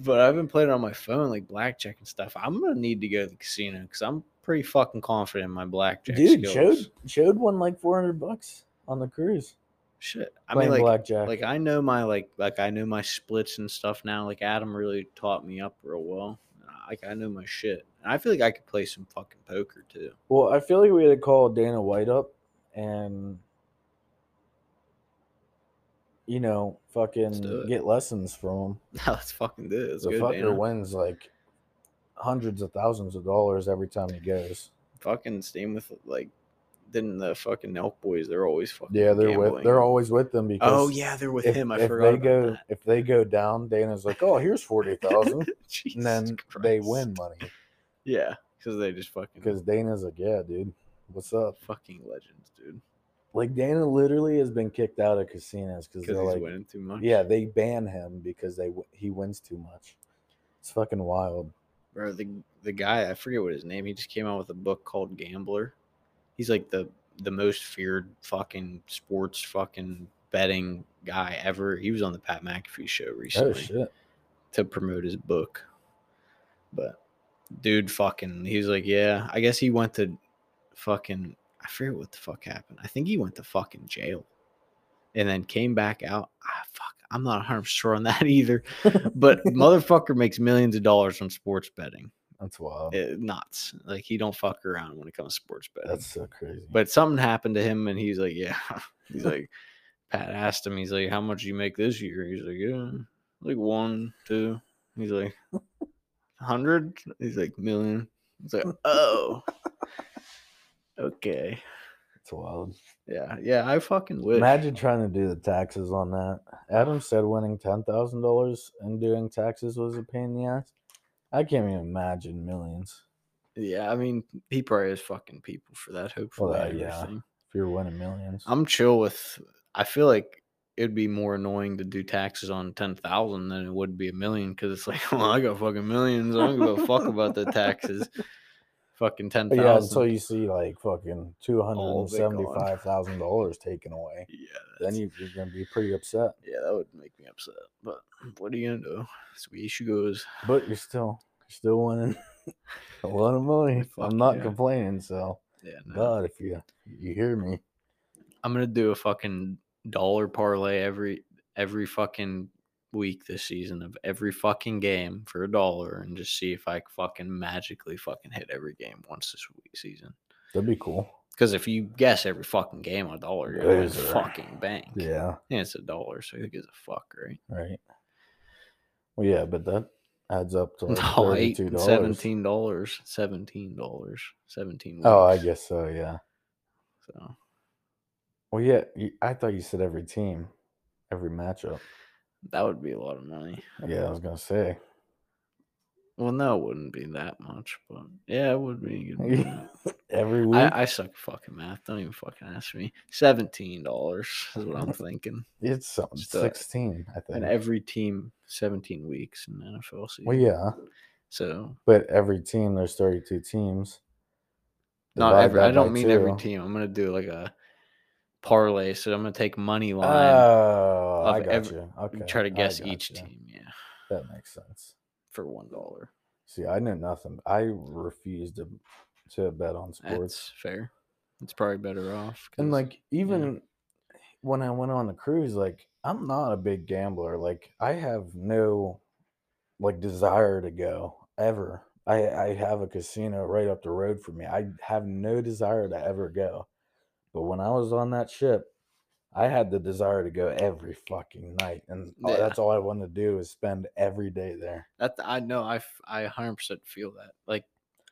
Speaker 2: but I've been playing on my phone, like blackjack and stuff. I'm gonna need to go to the casino because I'm pretty fucking confident in my blackjack
Speaker 1: dude,
Speaker 2: skills.
Speaker 1: showed showed one like four hundred bucks on the cruise.
Speaker 2: Shit, I mean,
Speaker 1: Playing
Speaker 2: like,
Speaker 1: blackjack.
Speaker 2: like I know my like, like I know my splits and stuff now. Like Adam really taught me up real well. Like I know my shit. And I feel like I could play some fucking poker too.
Speaker 1: Well, I feel like we had to call Dana White up and you know,
Speaker 2: do
Speaker 1: fucking
Speaker 2: it.
Speaker 1: get lessons from him.
Speaker 2: No, let's fucking do it. Let's
Speaker 1: the
Speaker 2: go,
Speaker 1: fucker
Speaker 2: Dana.
Speaker 1: wins like hundreds of thousands of dollars every time he goes.
Speaker 2: Fucking steam with like, then the fucking elk boys. They're always fucking.
Speaker 1: Yeah, they're with
Speaker 2: gambling.
Speaker 1: they're always with them because
Speaker 2: Oh yeah, they're with
Speaker 1: if,
Speaker 2: him. I
Speaker 1: if
Speaker 2: forgot
Speaker 1: they
Speaker 2: about
Speaker 1: go
Speaker 2: that.
Speaker 1: if they go down, Dana's like, Oh, here's forty thousand and
Speaker 2: Jesus
Speaker 1: then they
Speaker 2: Christ.
Speaker 1: win money.
Speaker 2: Yeah, because they just fucking
Speaker 1: Because Dana's like, Yeah, dude, what's up?
Speaker 2: fucking legends, dude.
Speaker 1: Like Dana literally has been kicked out of casinos because
Speaker 2: Because
Speaker 1: they're
Speaker 2: he's
Speaker 1: like
Speaker 2: winning too much.
Speaker 1: Yeah, they ban him because they w- he wins too much. It's fucking wild.
Speaker 2: bro. The the guy I forget what his name. He just came out with a book called Gambler. He's like the the most feared fucking sports fucking betting guy ever. He was on the Pat McAfee show recently.
Speaker 1: Oh shit!
Speaker 2: to promote his book. But dude fucking he was like, Yeah, I guess he went to fucking I forget what the fuck happened. I think he went to fucking jail and then came back out. Ah fuck, I'm not 100 sure on that either. But motherfucker makes millions of dollars on sports betting.
Speaker 1: That's wild.
Speaker 2: It, eh, nuts. Like he don't fuck around when it comes to sports betting.
Speaker 1: That's so crazy.
Speaker 2: but something happened to him and he's like, Yeah. He's like Pat asked him, he's like, How much you make this year? He's like, Yeah, like one, two. He's like, hundred? He's like, million. He's like, Oh. okay.
Speaker 1: it's wild.
Speaker 2: Yeah, yeah, I fucking wish.
Speaker 1: Imagine trying to do the taxes on that. Adam said winning ten thousand dollars and doing taxes was a pain in the ass. I can't even imagine millions.
Speaker 2: yeah, I mean, he probably is fucking people for that, hopefully.
Speaker 1: that-
Speaker 2: and
Speaker 1: yeah.
Speaker 2: everything.
Speaker 1: If you're winning millions,
Speaker 2: I'm chill with I feel like it'd be more annoying to do taxes on ten thousand than it would be a million because it's like, well, I got fucking millions. I don't give a fuck about the taxes. Fucking ten
Speaker 1: But
Speaker 2: thousand.
Speaker 1: yeah, until you see like fucking two hundred
Speaker 2: gone.
Speaker 1: and seventy-five thousand dollars taken away,
Speaker 2: Yeah,
Speaker 1: then
Speaker 2: that's-
Speaker 1: you, you're gonna be pretty upset.
Speaker 2: yeah, that would make me upset. But what are you gonna do? It's where she goes.
Speaker 1: But you're still you're still winning a lot of money.
Speaker 2: Fuck
Speaker 1: I'm not
Speaker 2: yeah.
Speaker 1: complaining. So
Speaker 2: Yeah, no.
Speaker 1: God, if you you hear me,
Speaker 2: I'm gonna do a fucking dollar parlay every every fucking week this season of every fucking game for a dollar and just see if I fucking magically fucking hit every game once this week season.
Speaker 1: that'd be cool.
Speaker 2: Because if you guess every fucking game on a dollar, you're gonna
Speaker 1: Loser.
Speaker 2: fucking bank.
Speaker 1: Yeah,
Speaker 2: And it's a dollar, so who gives a fuck, right?
Speaker 1: right. Well, yeah, but that adds up to like
Speaker 2: No, Oh, eight,
Speaker 1: thirty-two dollars.
Speaker 2: seventeen dollars, seventeen dollars, seventeen.
Speaker 1: Oh, I
Speaker 2: weeks.
Speaker 1: guess so. Yeah.
Speaker 2: so.
Speaker 1: Well, yeah. you- I thought you said every team, every matchup.
Speaker 2: That would be a lot of money.
Speaker 1: Yeah, I was gonna say.
Speaker 2: Well, no, it wouldn't be that much, but yeah, it would be. a good amount.
Speaker 1: Every week,
Speaker 2: I, I suck at fucking math. Don't even fucking ask me. Seventeen dollars is what I'm thinking.
Speaker 1: it's something.
Speaker 2: just, uh,
Speaker 1: Sixteen, I
Speaker 2: And
Speaker 1: think.
Speaker 2: every team, seventeen weeks in the NFL season.
Speaker 1: well, yeah,
Speaker 2: So
Speaker 1: but every team there's thirty-two teams.
Speaker 2: not
Speaker 1: Divide
Speaker 2: every.
Speaker 1: that
Speaker 2: I don't
Speaker 1: by
Speaker 2: mean every
Speaker 1: two.
Speaker 2: team. I'm gonna do like a parlay. So I'm gonna take money line.
Speaker 1: Oh,
Speaker 2: of
Speaker 1: I got
Speaker 2: every-
Speaker 1: you.
Speaker 2: and
Speaker 1: Okay,
Speaker 2: try to
Speaker 1: I
Speaker 2: guess
Speaker 1: got
Speaker 2: each
Speaker 1: you.
Speaker 2: team. Yeah,
Speaker 1: That makes sense.
Speaker 2: for one dollar.
Speaker 1: See, I knew nothing. I refuse to to bet on sports.
Speaker 2: That's fair. It's probably better off.
Speaker 1: and
Speaker 2: 'cause-
Speaker 1: like even when I went on the cruise, like I'm not a big gambler. Like I have no like desire to go ever. I I have a casino right up the road for me. I have no desire to ever go. But when I was on that ship, I had the desire to go every fucking night, and all-
Speaker 2: Yeah.
Speaker 1: that's all I wanted to do is spend every day there.
Speaker 2: That I know. I f- I hundred percent feel that. Like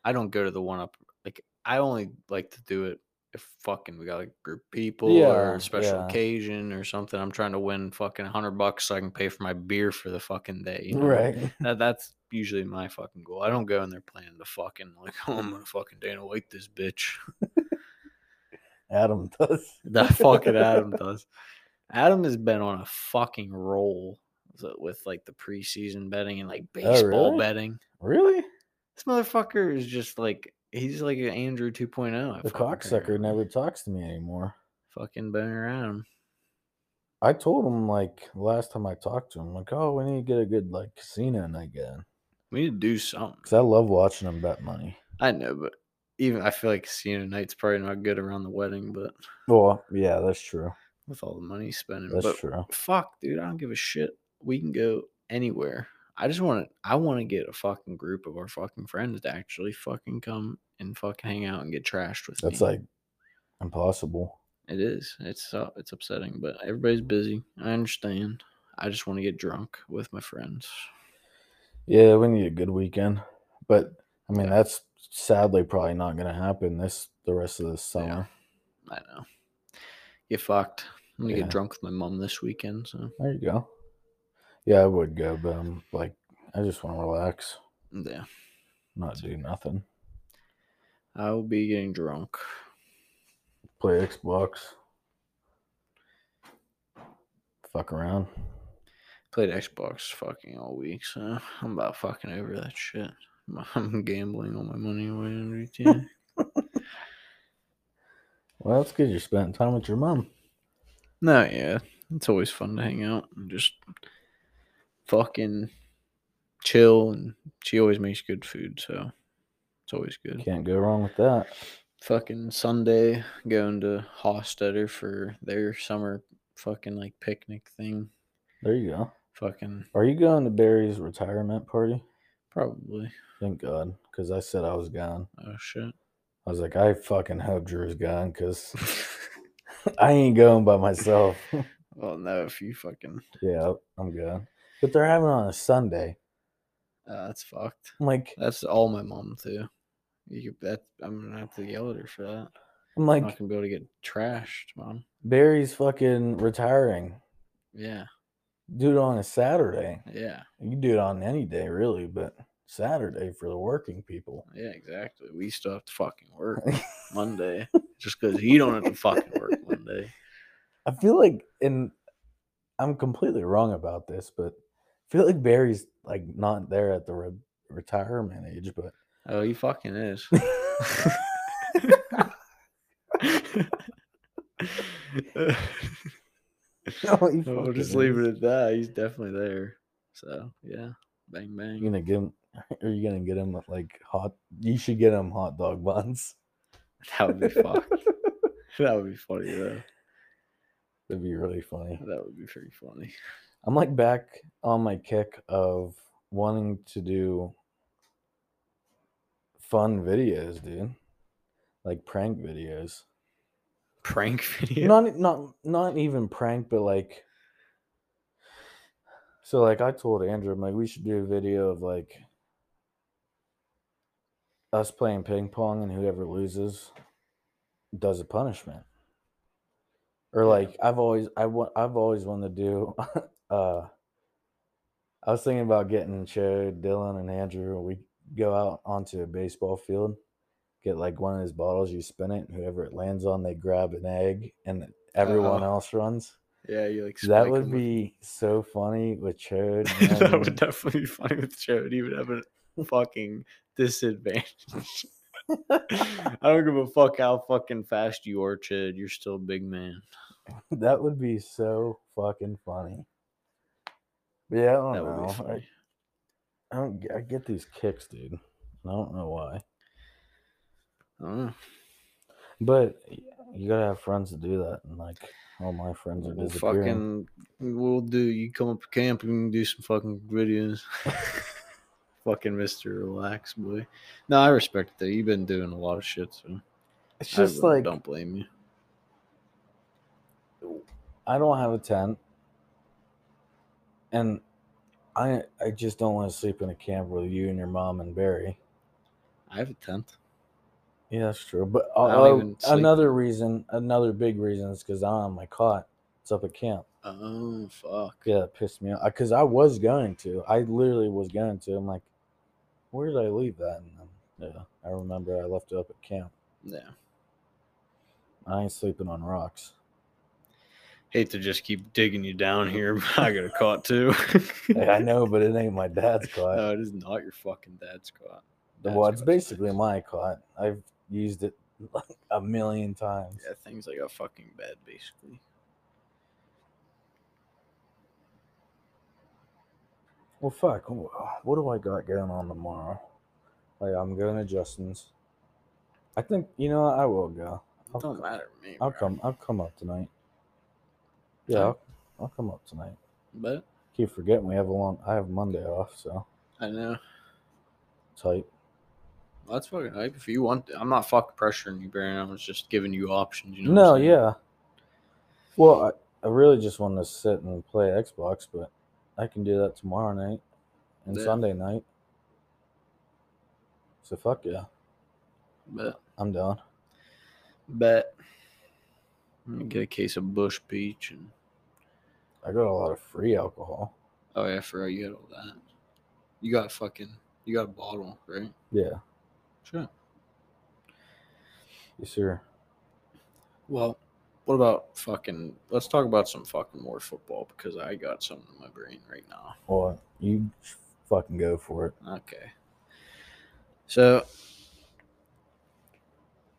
Speaker 2: I don't go to the one up. Like I only like to do it if fucking we got a group of people or
Speaker 1: Yeah,
Speaker 2: a special
Speaker 1: yeah.
Speaker 2: occasion or something. I'm trying to win fucking hundred bucks so I can pay for my beer for the fucking day. you know?
Speaker 1: Right?
Speaker 2: That, that's usually my fucking goal. I don't go in there planning to fucking like oh, I'm gonna fucking Dana White this bitch.
Speaker 1: Adam does.
Speaker 2: That fucking Adam does. Adam has been on a fucking roll with- with like the preseason betting and like baseball
Speaker 1: Oh, really?
Speaker 2: betting.
Speaker 1: Really?
Speaker 2: This motherfucker is just like he's like an Andrew 2.0. I
Speaker 1: The
Speaker 2: fucking
Speaker 1: cocksucker
Speaker 2: figure.
Speaker 1: never talks to me anymore.
Speaker 2: fucking been around.
Speaker 1: I told him like last time I talked to him, like, oh, we need to get a good like casino night going
Speaker 2: We need to do something.
Speaker 1: because I love watching him bet money.
Speaker 2: I know, but even I feel like casino night's probably not good around the wedding, but
Speaker 1: Well, yeah, that's true.
Speaker 2: with all the money he's spending,
Speaker 1: That's
Speaker 2: but
Speaker 1: true.
Speaker 2: fuck, dude, I don't give a shit. We can go anywhere. I just want to. I want to get a fucking group of our fucking friends to actually fucking come and fucking hang out and get trashed with
Speaker 1: That's
Speaker 2: me.
Speaker 1: like impossible.
Speaker 2: it is. It's uh, it's upsetting, but everybody's busy. I understand. I just want to get drunk with my friends.
Speaker 1: Yeah, we need a good weekend, but I mean, that's sadly probably not going to happen this the rest of this
Speaker 2: Yeah.
Speaker 1: summer.
Speaker 2: I know. Get fucked. I'm gonna
Speaker 1: Yeah.
Speaker 2: get drunk with my mom this weekend. So
Speaker 1: There you go. Yeah, I would go, but I'm like, I just want to relax,
Speaker 2: yeah,
Speaker 1: not do nothing,
Speaker 2: I will be getting drunk.
Speaker 1: play Xbox, fuck around.
Speaker 2: Played Xbox fucking all week, so I'm about fucking over that shit. I'm- I'm gambling all my money away on GTA.
Speaker 1: Well, that's good. You're spending time with your mom.
Speaker 2: no, yeah, it's always fun to hang out and just fucking chill. And she always makes good food, so it's always good.
Speaker 1: Can't go wrong with that.
Speaker 2: fucking Sunday going to Hostetter for their summer fucking like picnic thing.
Speaker 1: There you go.
Speaker 2: Fucking
Speaker 1: Are you going to Barry's retirement party?
Speaker 2: probably.
Speaker 1: Thank God, because I said I was gone.
Speaker 2: Oh shit.
Speaker 1: I was like, I fucking hope Drew's gone, because I ain't going by myself.
Speaker 2: well, no, if you fucking
Speaker 1: yeah, I'm gone. But they're having it on a Sunday.
Speaker 2: uh, that's fucked.
Speaker 1: I'm like,
Speaker 2: That's all my mom too. You that I'm gonna have to yell at her for that.
Speaker 1: I'm
Speaker 2: I'm
Speaker 1: like,
Speaker 2: not gonna be able to get trashed, mom.
Speaker 1: Barry's fucking retiring.
Speaker 2: Yeah,
Speaker 1: Do it on a Saturday.
Speaker 2: yeah,
Speaker 1: You can do it on any day, really, but Saturday for the working people.
Speaker 2: yeah, exactly. We still have to fucking work Monday just because you don't have to fucking work Monday.
Speaker 1: I feel like, and I'm completely wrong about this, but I feel like Barry's like not there at the re- retirement age, but
Speaker 2: Oh, he fucking is.
Speaker 1: no, Oh, he
Speaker 2: we'll
Speaker 1: fucking
Speaker 2: just leave
Speaker 1: is.
Speaker 2: it at that. He's definitely there. So yeah, bang
Speaker 1: You
Speaker 2: bang.
Speaker 1: gonna give him? Are you gonna get him like hot? You should get him hot dog buns.
Speaker 2: That would be fucked. that would be funny though.
Speaker 1: That'd be really funny.
Speaker 2: That would be pretty funny.
Speaker 1: I'm like back on my kick of wanting to do fun videos, dude. Like prank videos.
Speaker 2: Prank video.
Speaker 1: Not e, not not even prank, but like so like I told Andrew, I'm like, we should do a video of like us playing ping pong and whoever loses does a punishment. Or
Speaker 2: Yeah.
Speaker 1: like I've always I want I've always wanted to do uh I was thinking about getting Cho, Dylan and Andrew we go out onto a baseball field, get like one of those bottles, you spin it, and whoever it lands on they grab an egg and everyone
Speaker 2: Oh.
Speaker 1: else runs.
Speaker 2: yeah, you like.
Speaker 1: that
Speaker 2: spike
Speaker 1: would
Speaker 2: them with-
Speaker 1: be so funny with Chode.
Speaker 2: that would definitely be funny with Jared. He would have a fucking disadvantage. I don't give a fuck how fucking fast you are, Chad. You're still a big man.
Speaker 1: That would be so fucking funny. But yeah, I don't
Speaker 2: That would be
Speaker 1: know.
Speaker 2: funny.
Speaker 1: I, I don't. g- I get these kicks, dude. and I don't know why,
Speaker 2: I don't know.
Speaker 1: but y- you gotta have friends to do that. And like, all my friends are
Speaker 2: We'll
Speaker 1: disappearing.
Speaker 2: fucking, we'll do. You come up to camp, we can do some fucking videos. fucking Mister Relax Boy. No, I respect it. Though. You've been doing a lot of shit, so
Speaker 1: it's
Speaker 2: I
Speaker 1: just
Speaker 2: really
Speaker 1: like
Speaker 2: don't blame you.
Speaker 1: I don't have a tent, and I I just don't want to sleep in a camp with you and your mom and Barry.
Speaker 2: I have a tent.
Speaker 1: Yeah, that's true. But
Speaker 2: I don't
Speaker 1: uh,
Speaker 2: even sleep.
Speaker 1: another reason, another big reason, is because I don't have my cot. It's up at camp.
Speaker 2: Oh fuck.
Speaker 1: Yeah, that pissed me off because I was going to. I literally was going to. I'm like, where did I leave that? And um, yeah, I remember I left it up at camp.
Speaker 2: Yeah.
Speaker 1: I ain't sleeping on rocks.
Speaker 2: Hate to just keep digging you down here, but I got a caught too.
Speaker 1: Like, I know, but it ain't my dad's cot.
Speaker 2: No, it is not your fucking dad's caught.
Speaker 1: well, it's basically my cot. I've used it like a million times.
Speaker 2: Yeah, things like a fucking bed, basically.
Speaker 1: Well, fuck. wh- What do I got going on tomorrow? Like, I'm going to Justin's. I think you know what, I will go. I'll,
Speaker 2: It don't matter to me.
Speaker 1: I'll
Speaker 2: bro.
Speaker 1: come. I'll come up tonight. Yeah,
Speaker 2: Huh?
Speaker 1: I'll, I'll come up tonight.
Speaker 2: But
Speaker 1: Keep forgetting we have a long. I have Monday off, so
Speaker 2: I know.
Speaker 1: tight.
Speaker 2: Well, that's fucking hype. If you want, I'm not fucking pressuring you, Baron. I was just giving you options. You know. what
Speaker 1: No,
Speaker 2: I'm saying?
Speaker 1: yeah. Well, I, I really just want to sit and play Xbox, but I can do that tomorrow night and
Speaker 2: Yeah.
Speaker 1: Sunday night. So fuck yeah,
Speaker 2: But
Speaker 1: I'm down.
Speaker 2: bet. I'm gonna get a case of Bush Peach and
Speaker 1: I got a lot of free alcohol.
Speaker 2: oh yeah, for you had all that. You got fucking. You got a bottle, right?
Speaker 1: Yeah,
Speaker 2: Sure.
Speaker 1: you sure?
Speaker 2: Well, what about fucking? Let's talk about some fucking more football because I got something in my brain right now.
Speaker 1: Well, you fucking go for it.
Speaker 2: Okay. So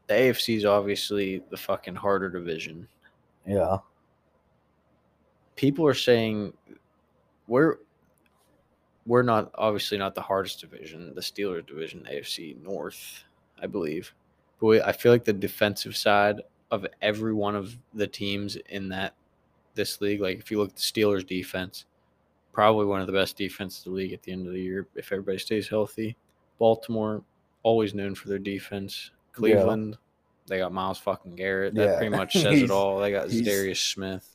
Speaker 2: the AFC is obviously the fucking harder division.
Speaker 1: Yeah.
Speaker 2: People are saying we're we're not obviously not the hardest division, the Steelers division, AFC North, I believe. But we, I feel like the defensive side of every one of the teams in that this league, like if you look at the Steelers defense, probably one of the best defenses in the league at the end of the year if everybody stays healthy. Baltimore, always known for their defense. Cleveland, they got Miles fucking Garrett. That
Speaker 1: Yeah.
Speaker 2: pretty much says
Speaker 1: He's-
Speaker 2: it all. They got
Speaker 1: he's-
Speaker 2: Darius Smith.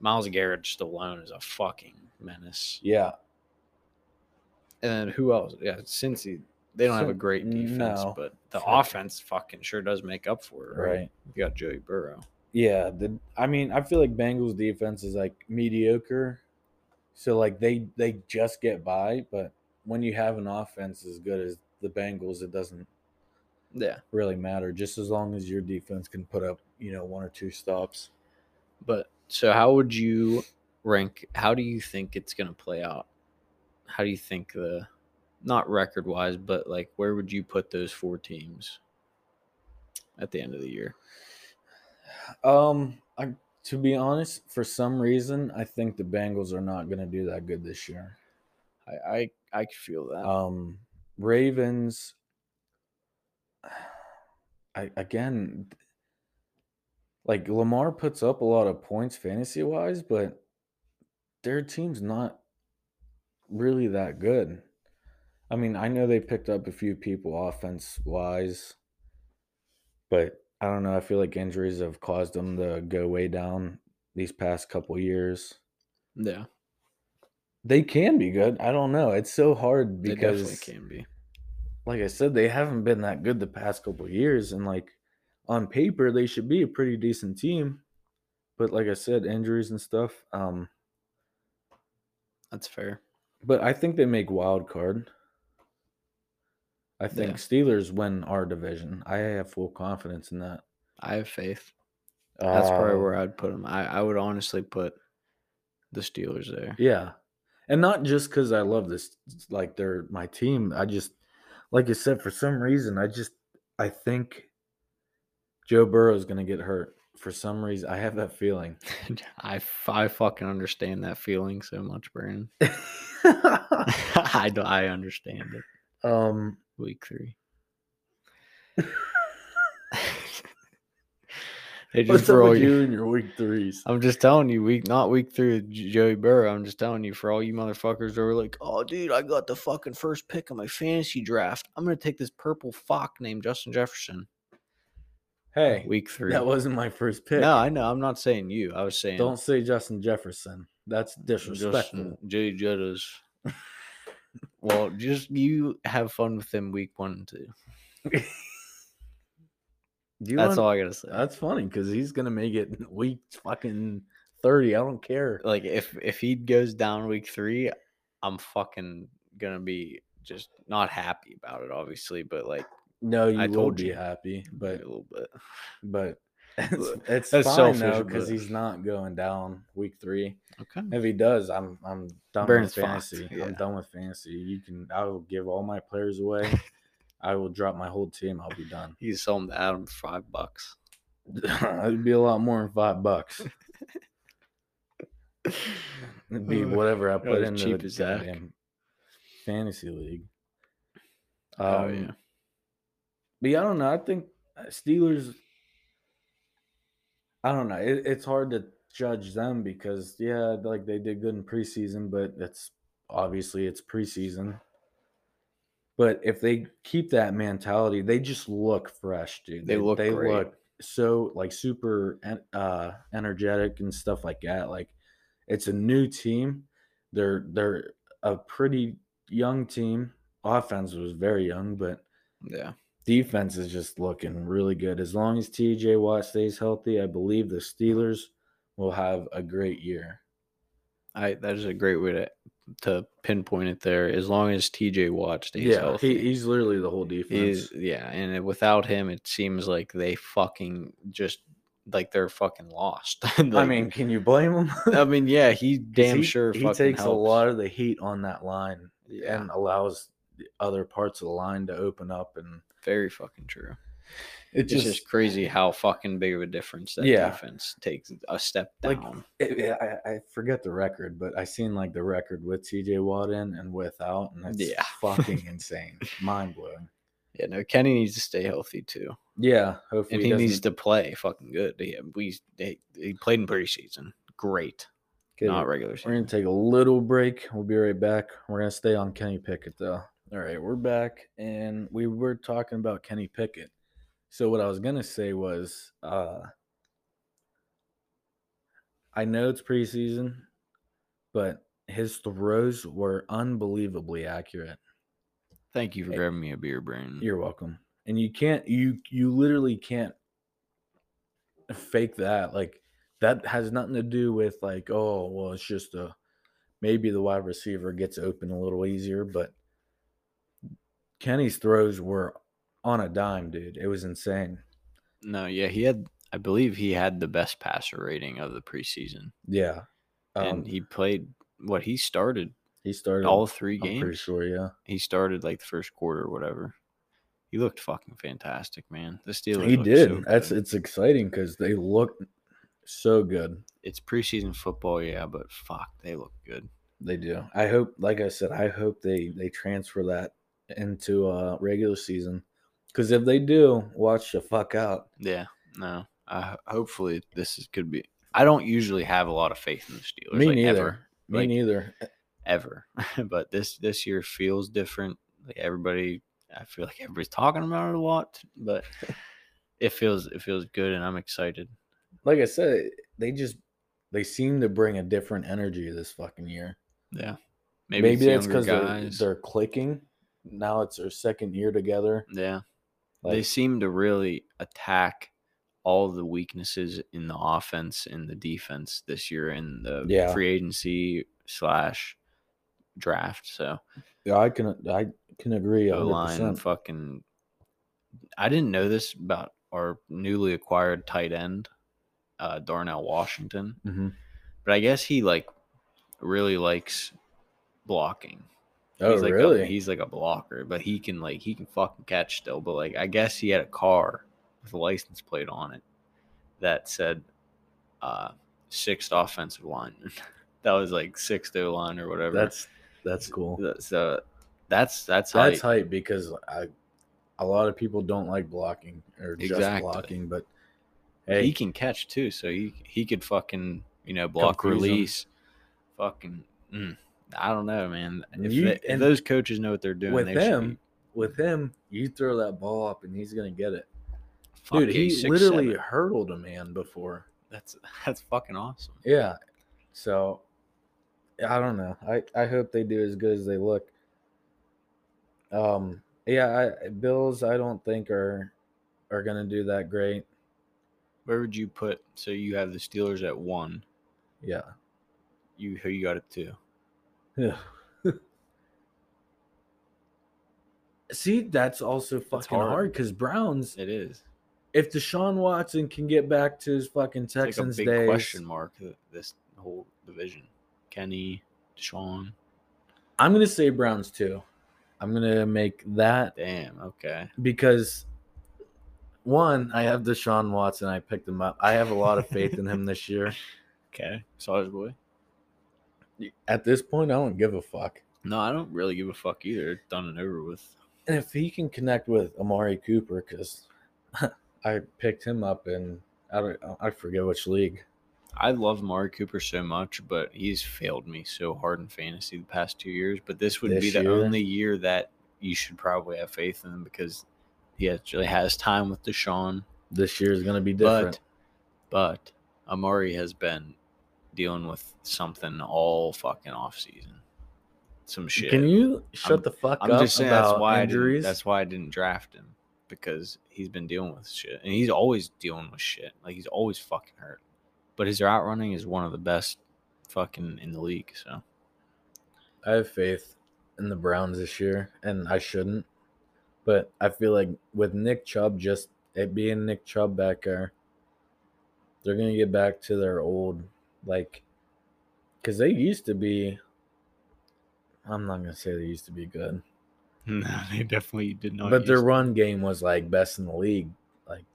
Speaker 2: Miles Garrett just alone is a fucking menace.
Speaker 1: Yeah.
Speaker 2: And then who else? Yeah, Cincy. They don't have a
Speaker 1: Cin-
Speaker 2: great defense,
Speaker 1: no.
Speaker 2: but the
Speaker 1: Sure.
Speaker 2: offense fucking sure does make up for it, right?
Speaker 1: Right.
Speaker 2: You got Joey Burrow.
Speaker 1: Yeah, the I mean, I feel like Bengals defense is like mediocre. So like they they just get by, but when you have an offense as good as the Bengals, it doesn't
Speaker 2: Yeah.
Speaker 1: really matter just as long as your defense can put up, you know, one or two stops.
Speaker 2: But so how would you rank how do you think it's gonna play out? How do you think the not record wise, but like where would you put those four teams at the end of the year?
Speaker 1: Um I to be honest, for some reason, I think the Bengals are not going to do that good this year.
Speaker 2: I I, Uh, I could feel that.
Speaker 1: Um Ravens I, again, like Lamar puts up a lot of points fantasy wise, but their team's not really that good. I mean, I know they picked up a few people offense wise, but I don't know. I feel like injuries have caused them to go way down these past couple years.
Speaker 2: Yeah,
Speaker 1: They can be good. I don't know. It's so hard
Speaker 2: they definitely
Speaker 1: because
Speaker 2: can be.
Speaker 1: like I said, they haven't been that good the past couple of years, and like on paper, they should be a pretty decent team. But like I said, injuries and stuff. Um,
Speaker 2: That's fair.
Speaker 1: but I think they make wild card. I think
Speaker 2: Yeah.
Speaker 1: Steelers win our division. I have full confidence in that.
Speaker 2: I have faith. That's
Speaker 1: Uh,
Speaker 2: probably where I'd put them. I, I would honestly put the Steelers there.
Speaker 1: Yeah. And not just because I love this, like they're my team. I just, like you said, for some reason, I just, I think Joe Burrow is going to get hurt for some reason. I have that feeling.
Speaker 2: I, f- I fucking understand that feeling so much, Brandon. I, do, I understand it.
Speaker 1: um,
Speaker 2: Week three. they just
Speaker 1: what's up
Speaker 2: for all
Speaker 1: with
Speaker 2: you.
Speaker 1: you in your week threes?
Speaker 2: I'm just telling you, week not week three of J- Joey Burrow. I'm just telling you, for all you motherfuckers that were like, "Oh, dude, I got the fucking first pick of my fantasy draft. I'm gonna take this purple fuck named Justin Jefferson."
Speaker 1: Hey,
Speaker 2: Week three.
Speaker 1: that wasn't my first pick.
Speaker 2: No, I know. I'm not saying you. I was saying
Speaker 1: Don't say Justin Jefferson. That's disrespectful.
Speaker 2: Justin Jay Jettas. well, just you have fun with them week one and two.
Speaker 1: Do you
Speaker 2: That's
Speaker 1: want-
Speaker 2: all I gotta say.
Speaker 1: That's funny because he's going to make it week fucking 30. I don't care.
Speaker 2: like if if he goes down week three, I'm fucking gonna be just not happy about it, obviously. But like,
Speaker 1: No, you
Speaker 2: I
Speaker 1: will
Speaker 2: told
Speaker 1: be
Speaker 2: you.
Speaker 1: happy,
Speaker 2: a
Speaker 1: but
Speaker 2: little bit.
Speaker 1: but it's,
Speaker 2: Look,
Speaker 1: it's
Speaker 2: that's
Speaker 1: fine
Speaker 2: selfish,
Speaker 1: though because
Speaker 2: but- Mm.
Speaker 1: he's not going down week three.
Speaker 2: Okay.
Speaker 1: If he does, I'm I'm done
Speaker 2: Burns
Speaker 1: with
Speaker 2: fucked,
Speaker 1: fantasy.
Speaker 2: yeah.
Speaker 1: I'm done with fantasy. You can I will give all my players away. I will drop my whole team. I'll be done.
Speaker 2: You sell him to Adam for five bucks.
Speaker 1: It'd be a lot more than five bucks.
Speaker 2: Oh,
Speaker 1: It'd be
Speaker 2: Uh,
Speaker 1: whatever I put
Speaker 2: as
Speaker 1: into
Speaker 2: cheap
Speaker 1: the
Speaker 2: as that.
Speaker 1: goddamn fantasy league.
Speaker 2: oh
Speaker 1: Um,
Speaker 2: yeah.
Speaker 1: But yeah, I don't know. I think uh, Steelers. I don't know. It, it's hard to judge them because yeah, like they did good in preseason, but it's obviously it's preseason. But if they keep that mentality, they just look fresh, dude.
Speaker 2: They look
Speaker 1: they
Speaker 2: great.
Speaker 1: look so like super en- uh, energetic and stuff like that. Like it's a new team. They're they're a pretty young team. Offense was very young, but
Speaker 2: Yeah.
Speaker 1: defense is just looking really good. As long as TJ Watt stays healthy, I believe the Steelers will have a great year.
Speaker 2: I that is a great way to to pinpoint it there. As long as TJ Watt stays healthy.
Speaker 1: he, he's literally the whole defense.
Speaker 2: Is yeah, and it, without him, it seems like they fucking just like they're fucking lost.
Speaker 1: I
Speaker 2: Like,
Speaker 1: mean, can you blame him? 'Cause
Speaker 2: I mean, yeah, he damn
Speaker 1: he,
Speaker 2: sure
Speaker 1: he
Speaker 2: fucking
Speaker 1: takes a
Speaker 2: helps.
Speaker 1: lot of the heat on that line
Speaker 2: Yeah,
Speaker 1: and allows the other parts of the line to open up, and
Speaker 2: very fucking true.
Speaker 1: it
Speaker 2: It's just, crazy how fucking big of a difference that
Speaker 1: Yeah.
Speaker 2: defense takes a step
Speaker 1: Like,
Speaker 2: down.
Speaker 1: It, it- I, I forget the record, but I seen like the record with TJ Watt in and without, and it's
Speaker 2: Yeah.
Speaker 1: fucking insane, mind blowing.
Speaker 2: yeah, no, Kenny needs to stay healthy too,
Speaker 1: Yeah, hopefully
Speaker 2: and he,
Speaker 1: doesn't
Speaker 2: needs to play fucking good. Yeah, we he, he played in preseason, great,
Speaker 1: get
Speaker 2: not regular season.
Speaker 1: We're gonna take a little break. We'll be right back. We're gonna stay on Kenny Pickett though. All right, we're back, and we were talking about Kenny Pickett. So what I was gonna say was, uh, I know it's preseason, but his throws were unbelievably accurate.
Speaker 2: Thank you for
Speaker 1: Hey,
Speaker 2: grabbing me a beer, Brandon.
Speaker 1: You're welcome. And you can't, you you literally can't fake that. Like that has nothing to do with like, oh, well, it's just a maybe the wide receiver gets open a little easier, but Kenny's throws were on a dime, dude. It was insane.
Speaker 2: No, yeah, he had. I believe he had the best passer rating of the preseason,
Speaker 1: Yeah. Um,
Speaker 2: and
Speaker 1: he,
Speaker 2: he played what he started
Speaker 1: started
Speaker 2: all 3
Speaker 1: I'm
Speaker 2: games.
Speaker 1: pretty sure, yeah.
Speaker 2: He started like the first quarter or whatever. He looked fucking fantastic, man. The Steelers.
Speaker 1: He
Speaker 2: looked
Speaker 1: did.
Speaker 2: so
Speaker 1: That's
Speaker 2: good.
Speaker 1: it's exciting because they look so good.
Speaker 2: It's preseason football, yeah, but fuck, they look good.
Speaker 1: They do. I hope, like I said, I hope they they transfer that into uh regular season Because if they do, watch the fuck out.
Speaker 2: Yeah, no. Uh, hopefully, this is, could be. I don't usually have a lot of faith in the Steelers.
Speaker 1: Me
Speaker 2: like,
Speaker 1: neither.
Speaker 2: Ever,
Speaker 1: Me
Speaker 2: Like-
Speaker 1: neither.
Speaker 2: ever. but this this year feels different. Like everybody, I feel like everybody's talking about it a lot, but it feels it feels good, and I'm excited.
Speaker 1: Like I said, they just they seem to bring a different energy this fucking year.
Speaker 2: Yeah,
Speaker 1: Maybe,
Speaker 2: maybe,
Speaker 1: that's
Speaker 2: it's younger
Speaker 1: because they're,
Speaker 2: guys.
Speaker 1: they're clicking. Now it's their second year together.
Speaker 2: yeah,
Speaker 1: Like,
Speaker 2: they seem to really attack all the weaknesses in the offense and the defense this year in the
Speaker 1: Yeah.
Speaker 2: free agency slash draft. So
Speaker 1: yeah, I can I can agree.
Speaker 2: O
Speaker 1: 100%.
Speaker 2: line fucking. I didn't know this about our newly acquired tight end, uh, Darnell Washington,
Speaker 1: Mhm.
Speaker 2: but I guess he like really likes blocking.
Speaker 1: Oh,
Speaker 2: he's like a-
Speaker 1: really?
Speaker 2: he's like a blocker, but he can like he can fucking catch still. But like I guess he had a car with a license plate on it that said uh sixth offensive lineman. that was like sixth O line or whatever.
Speaker 1: that's that's cool.
Speaker 2: Th- so that's that's how
Speaker 1: That's hype because I, a lot of people don't like blocking or just
Speaker 2: Exactly.
Speaker 1: blocking, but hey,
Speaker 2: he can catch too, so he he could fucking you know block
Speaker 1: Confuse 'em.
Speaker 2: release, fucking. mm, I don't know, man. If,
Speaker 1: You-
Speaker 2: they- if
Speaker 1: and
Speaker 2: those coaches know what they're doing,
Speaker 1: with
Speaker 2: they should
Speaker 1: him,
Speaker 2: be
Speaker 1: with him, you throw that ball up and he's gonna get it,
Speaker 2: fuck
Speaker 1: dude.
Speaker 2: yeah,
Speaker 1: He
Speaker 2: he's six,
Speaker 1: literally
Speaker 2: seven.
Speaker 1: hurdled a man before.
Speaker 2: that's that's fucking awesome.
Speaker 1: Yeah, so I don't know. I I hope they do as good as they look. Um, yeah, I, Bills. I don't think are are gonna do that great.
Speaker 2: Where would you put? So you have the Steelers at one.
Speaker 1: Yeah.
Speaker 2: You who you got at two?
Speaker 1: Yeah. See, that's also fucking
Speaker 2: hard.
Speaker 1: hard because Browns.
Speaker 2: It is
Speaker 1: If Deshaun Watson can get back to his fucking
Speaker 2: it's like a
Speaker 1: Texans
Speaker 2: big
Speaker 1: days,
Speaker 2: question mark. th- This whole division, Kenny, Deshaun.
Speaker 1: I'm gonna say Browns too. I'm gonna make that
Speaker 2: Damn. Okay.
Speaker 1: because one, I have Deshaun Watson. I picked him up. I have a lot of faith in him this year.
Speaker 2: Okay. Soldier boy.
Speaker 1: At this point, I don't give a fuck.
Speaker 2: No, I don't really give a fuck either. It's Done and over with.
Speaker 1: And if he can connect with Amari Cooper, because I picked him up in I don't I forget which league.
Speaker 2: I love Mari Cooper so much, but he's failed me so hard in fantasy the past two years. But this would be
Speaker 1: This
Speaker 2: the
Speaker 1: year?
Speaker 2: only year that you should probably have faith in him because he actually has time with Deshaun.
Speaker 1: This year is gonna be different.
Speaker 2: But but Amari has been dealing with something all fucking off season. Some shit.
Speaker 1: Can you shut
Speaker 2: I'm-
Speaker 1: the fuck
Speaker 2: I'm
Speaker 1: up
Speaker 2: just saying
Speaker 1: about
Speaker 2: that's why
Speaker 1: injuries?
Speaker 2: I didn't, that's why I didn't draft him because he's been dealing with shit and he's always dealing with shit. Like he's always fucking hurt. But his route running is one of the best fucking in the league. So
Speaker 1: I have faith in the Browns this year, and I shouldn't, but I feel like with Nick Chubb, just it being Nick Chubb back there, they're gonna get back to their old like, because they used to be. I'm not gonna say they used to be good,
Speaker 2: no, they definitely did not.
Speaker 1: but their run game was like best in the league.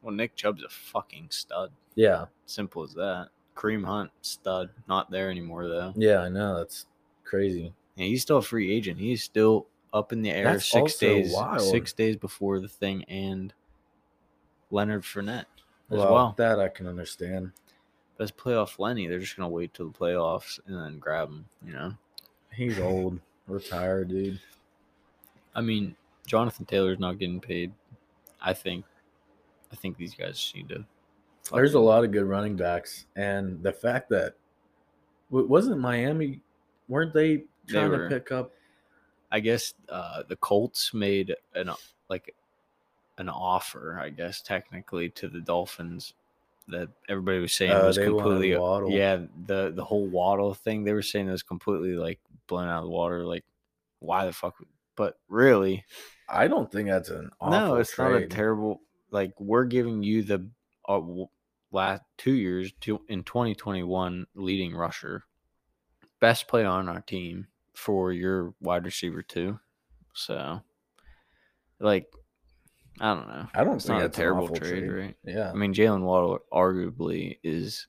Speaker 2: well, Nick Chubb's a fucking stud.
Speaker 1: Yeah,
Speaker 2: Simple as that. Kareem Hunt stud, not there anymore though.
Speaker 1: yeah, I know that's crazy.
Speaker 2: And he's still a free agent. He's still up in the air
Speaker 1: That's
Speaker 2: six
Speaker 1: also
Speaker 2: days
Speaker 1: wild.
Speaker 2: six days before the thing and Leonard Fournette as
Speaker 1: well,
Speaker 2: well.
Speaker 1: that I can understand.
Speaker 2: But it's playoff Lenny. They're just gonna wait till the playoffs and then grab him. You know,
Speaker 1: He's old, retired, dude.
Speaker 2: I mean, Jonathan Taylor's not getting paid. I think, I think these guys need to.
Speaker 1: There's a
Speaker 2: fucking-
Speaker 1: lot of good running backs, and the fact that w- wasn't Miami, weren't they
Speaker 2: They
Speaker 1: trying
Speaker 2: were.
Speaker 1: to pick up?
Speaker 2: I guess uh, the Colts made an like an offer. I guess technically to the Dolphins that everybody was saying
Speaker 1: Oh,
Speaker 2: was
Speaker 1: they wanted
Speaker 2: completely uh,
Speaker 1: Waddle.
Speaker 2: yeah the the whole Waddle thing. They were saying it was completely like blown out of the water. Like, why the fuck? would- But really,
Speaker 1: I don't think that's an awful
Speaker 2: no, it's not a
Speaker 1: trade.
Speaker 2: terrible. Like we're giving you the uh, w- last two years to in 2021 leading rusher, best player on our team for your wide receiver too. So, like, I don't know.
Speaker 1: I don't
Speaker 2: It's
Speaker 1: think
Speaker 2: not a
Speaker 1: that's an
Speaker 2: terrible
Speaker 1: awful
Speaker 2: trade, right? Mm.
Speaker 1: Yeah,
Speaker 2: I mean, Jalen Waddle arguably is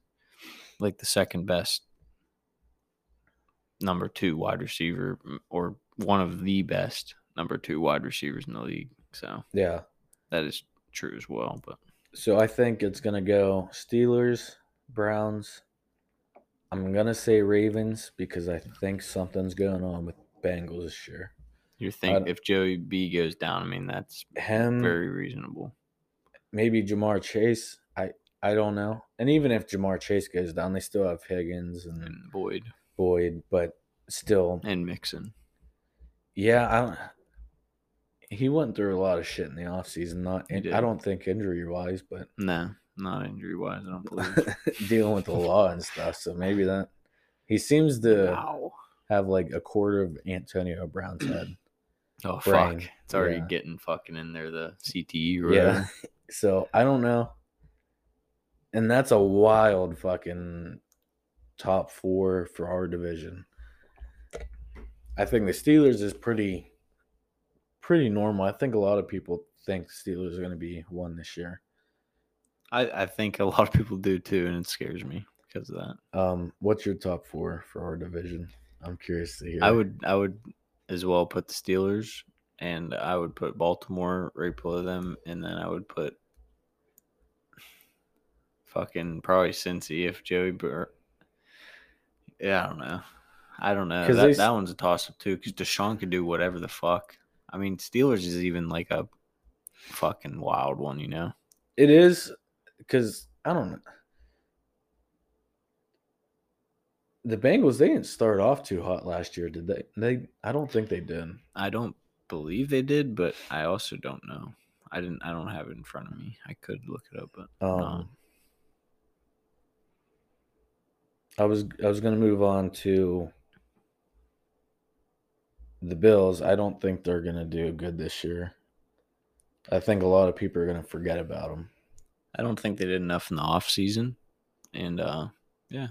Speaker 2: like the second best number two wide receiver, m- or one of the best number two wide receivers in the league. So
Speaker 1: yeah.
Speaker 2: that is true as well. But
Speaker 1: So I think it's gonna go Steelers, Browns. I'm gonna say Ravens because I think something's going on with Bengals this year.
Speaker 2: you're thinking
Speaker 1: don't-
Speaker 2: if Joey B goes down, I mean that's
Speaker 1: Him,
Speaker 2: very reasonable.
Speaker 1: maybe Jamar Chase. I I don't know. And even if Jamar Chase goes down, they still have Higgins and
Speaker 2: And Boyd
Speaker 1: Boyd, but still,
Speaker 2: and Mixon.
Speaker 1: yeah. I don't. He went through a lot of shit in the offseason. Not,
Speaker 2: He
Speaker 1: in,
Speaker 2: did.
Speaker 1: I don't think injury wise, but
Speaker 2: No, not injury wise, I don't believe.
Speaker 1: dealing with the law and stuff. So maybe that he seems to
Speaker 2: wow.
Speaker 1: have like a quarter of Antonio Brown's head.
Speaker 2: Oh
Speaker 1: brain,
Speaker 2: fuck. It's already
Speaker 1: yeah.
Speaker 2: getting fucking in there the E, CTE or
Speaker 1: yeah.
Speaker 2: yeah.
Speaker 1: So I don't know. And that's a wild fucking top four for our division. I think the Steelers is pretty pretty normal. I think a lot of people think Steelers are gonna be one this year.
Speaker 2: I, I think a lot of people do too, and it scares me because of that.
Speaker 1: Um, what's your top four for our division? I'm curious to hear.
Speaker 2: I would I would as well put the Steelers and I would put Baltimore right below them and then I would put fucking probably Cincy if Joey Bur- Yeah, I don't know. I don't know.
Speaker 1: 'Cause
Speaker 2: That,
Speaker 1: they s-
Speaker 2: that one's a toss up too cuz Deshaun can do whatever the fuck. I mean, Steelers is even like a fucking wild one, you know.
Speaker 1: It is because I don't know. The Bengals they didn't start off too hot last year, did they? They I don't think they did. Um,
Speaker 2: I don't believe they did, but I also don't know. I didn't I don't have it in front of me. I could look it up, but
Speaker 1: Um,
Speaker 2: um,
Speaker 1: I was I was gonna move on to the Bills. I don't think they're gonna do good this year. I think a lot of people are gonna forget about them.
Speaker 2: I don't think they did enough in the off season, and uh, yeah,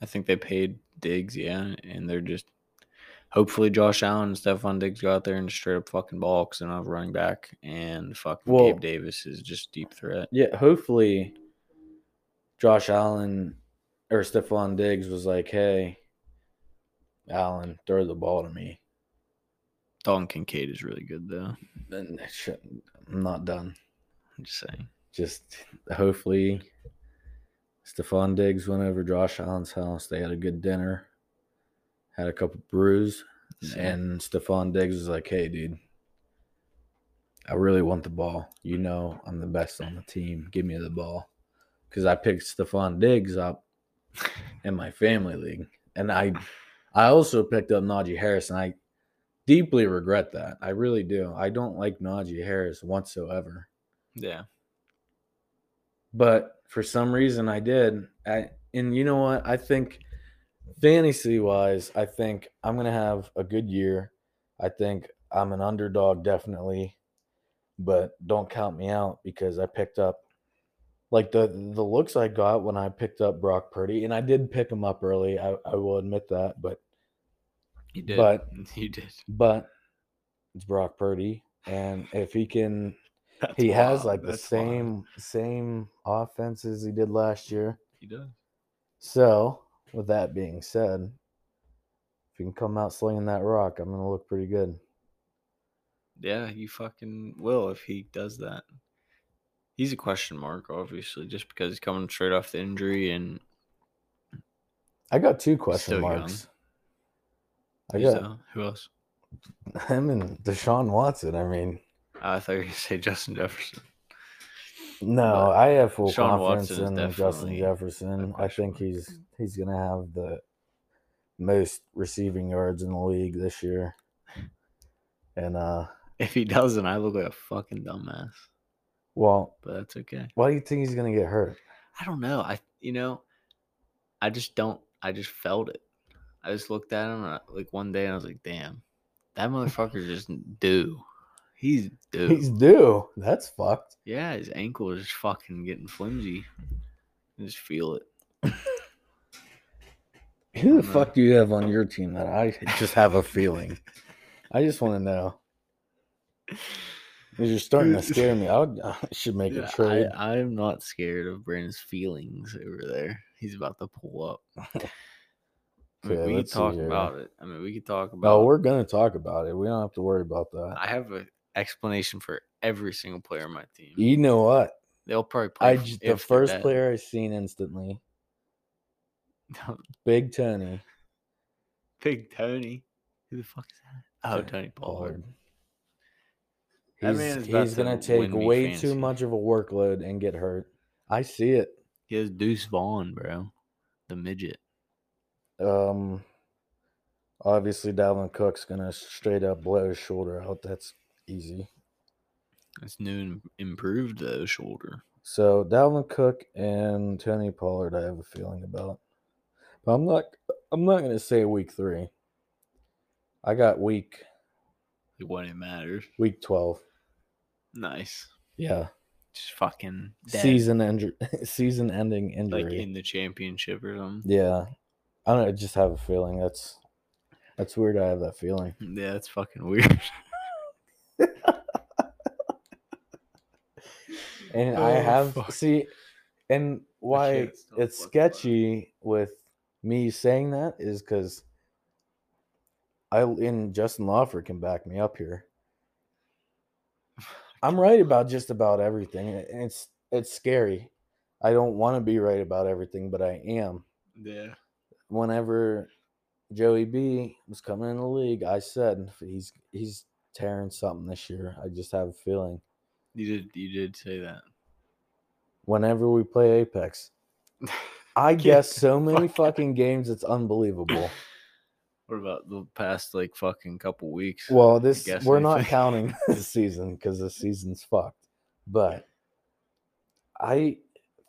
Speaker 2: I think they paid Diggs, yeah, and they're just hopefully Josh Allen and Stephon Diggs go out there and straight up fucking ball because they're not running back, and fucking
Speaker 1: Well-
Speaker 2: Gabe Davis is just deep threat.
Speaker 1: Yeah, hopefully Josh Allen or Stephon Diggs was like, "Hey, Allen, throw the ball to me."
Speaker 2: Dalton Kincaid is really good though.
Speaker 1: And shit, I'm not done.
Speaker 2: I'm just saying.
Speaker 1: Just hopefully Stephon Diggs went over Josh Allen's house. They had a good dinner, had a couple brews,
Speaker 2: So,
Speaker 1: and Stephon Diggs was like, "Hey, dude, I really want the ball. You know, I'm the best on the team. Give me the ball." Because I picked Stephon Diggs up in my family league, and I, I also picked up Najee Harris, and I deeply regret that. I really do. I don't like Najee Harris whatsoever
Speaker 2: yeah,
Speaker 1: but for some reason I did. I and you know what? I think fantasy wise, I think I'm gonna have a good year. I think I'm an underdog definitely, but don't count me out because I picked up like the the looks I got when I picked up Brock Purdy, and I did pick him up early. I, I will admit that, but
Speaker 2: you did.
Speaker 1: But-
Speaker 2: you did.
Speaker 1: but it's Brock Purdy, and if he can
Speaker 2: That's
Speaker 1: he has
Speaker 2: wild.
Speaker 1: like the
Speaker 2: That's wild.
Speaker 1: same same offenses he did last year.
Speaker 2: He does.
Speaker 1: So, with that being said, if you can come out slinging that rock, I'm going to look pretty good.
Speaker 2: Yeah, you fucking will if he does that. He's a question mark, obviously, just because he's coming straight off the injury and
Speaker 1: I got two question
Speaker 2: Still young.
Speaker 1: marks. I
Speaker 2: who's
Speaker 1: got
Speaker 2: the- who else?
Speaker 1: him and Deshaun Watson. I mean,
Speaker 2: Oh, I thought you were gonna say Justin Jefferson.
Speaker 1: no,
Speaker 2: But
Speaker 1: I have full
Speaker 2: Deshaun
Speaker 1: confidence
Speaker 2: Watson is
Speaker 1: in Justin
Speaker 2: definitely a
Speaker 1: Jefferson. I
Speaker 2: question
Speaker 1: think
Speaker 2: mark.
Speaker 1: he's he's going to have the most receiving yards in the league this year. And uh
Speaker 2: If he doesn't, I look like a fucking dumbass.
Speaker 1: well,
Speaker 2: But that's okay.
Speaker 1: why do you think he's going to get hurt?
Speaker 2: I don't know. I you know, I just don't. I just felt it. I just looked at him uh, like one day and I was like, damn, that motherfucker just do. He's due.
Speaker 1: He's due. That's fucked.
Speaker 2: Yeah, his ankle is fucking getting flimsy. I just feel it.
Speaker 1: Who the
Speaker 2: don't know.
Speaker 1: fuck do you have on your team that I just have a feeling? I just want to know. 'Cause You're starting to scare me. I, would, I should make
Speaker 2: Yeah,
Speaker 1: a trade.
Speaker 2: I, I'm not scared of Brandon's feelings over there. He's about to pull up. I mean,
Speaker 1: Okay,
Speaker 2: we could
Speaker 1: let's see
Speaker 2: talk
Speaker 1: here.
Speaker 2: about it. I mean, we could talk about.
Speaker 1: No, we're gonna talk about it. We don't have to worry about that.
Speaker 2: I have an explanation for every single player on my team.
Speaker 1: You know what?
Speaker 2: They'll probably play.
Speaker 1: E I
Speaker 2: f-
Speaker 1: j-
Speaker 2: if
Speaker 1: the
Speaker 2: they're
Speaker 1: first
Speaker 2: bad.
Speaker 1: player I seen instantly, Big Tony.
Speaker 2: Big Tony. Who the fuck is that? Oh,
Speaker 1: Tony
Speaker 2: Tony Pollard. That
Speaker 1: He's,
Speaker 2: man is about
Speaker 1: he's gonna
Speaker 2: to
Speaker 1: take
Speaker 2: win me
Speaker 1: way too
Speaker 2: fantasy.
Speaker 1: much of a workload and get hurt. I see it.
Speaker 2: He has Deuce Vaughn, bro. The midget.
Speaker 1: Um, obviously Dalvin Cook's gonna straight up blow his shoulder out. That's easy.
Speaker 2: That's new and improved though shoulder.
Speaker 1: So Dalvin Cook and Tony Pollard, I have a feeling about, but I'm not. I'm not gonna say week three. I got week
Speaker 2: Like what it matters.
Speaker 1: week twelve.
Speaker 2: Nice.
Speaker 1: Yeah,
Speaker 2: Just fucking dead.
Speaker 1: season injury, season ending injury.
Speaker 2: like in the championship or something.
Speaker 1: yeah, I don't. know, I just have a feeling that's that's weird. I have that feeling.
Speaker 2: Yeah, that's fucking weird.
Speaker 1: And I
Speaker 2: Oh,
Speaker 1: have
Speaker 2: fuck.
Speaker 1: see, and why
Speaker 2: shit's still
Speaker 1: it's
Speaker 2: fucking
Speaker 1: sketchy with me saying that is because I and Justin Lawford can back me up here. I'm right about just about everything, and it- and it's it's scary. I don't want to be right about everything, but I am.
Speaker 2: Yeah.
Speaker 1: Whenever Joey B was coming in the league, I said he's he's tearing something this year. I just have a feeling.
Speaker 2: You did you did say that.
Speaker 1: Whenever we play Apex, I
Speaker 2: Get
Speaker 1: guess so many
Speaker 2: fuck out.
Speaker 1: fucking games, it's unbelievable.
Speaker 2: What about the past like fucking couple weeks?
Speaker 1: Well, this
Speaker 2: guess
Speaker 1: we're not
Speaker 2: anything.
Speaker 1: counting this season because this season's fucked. But I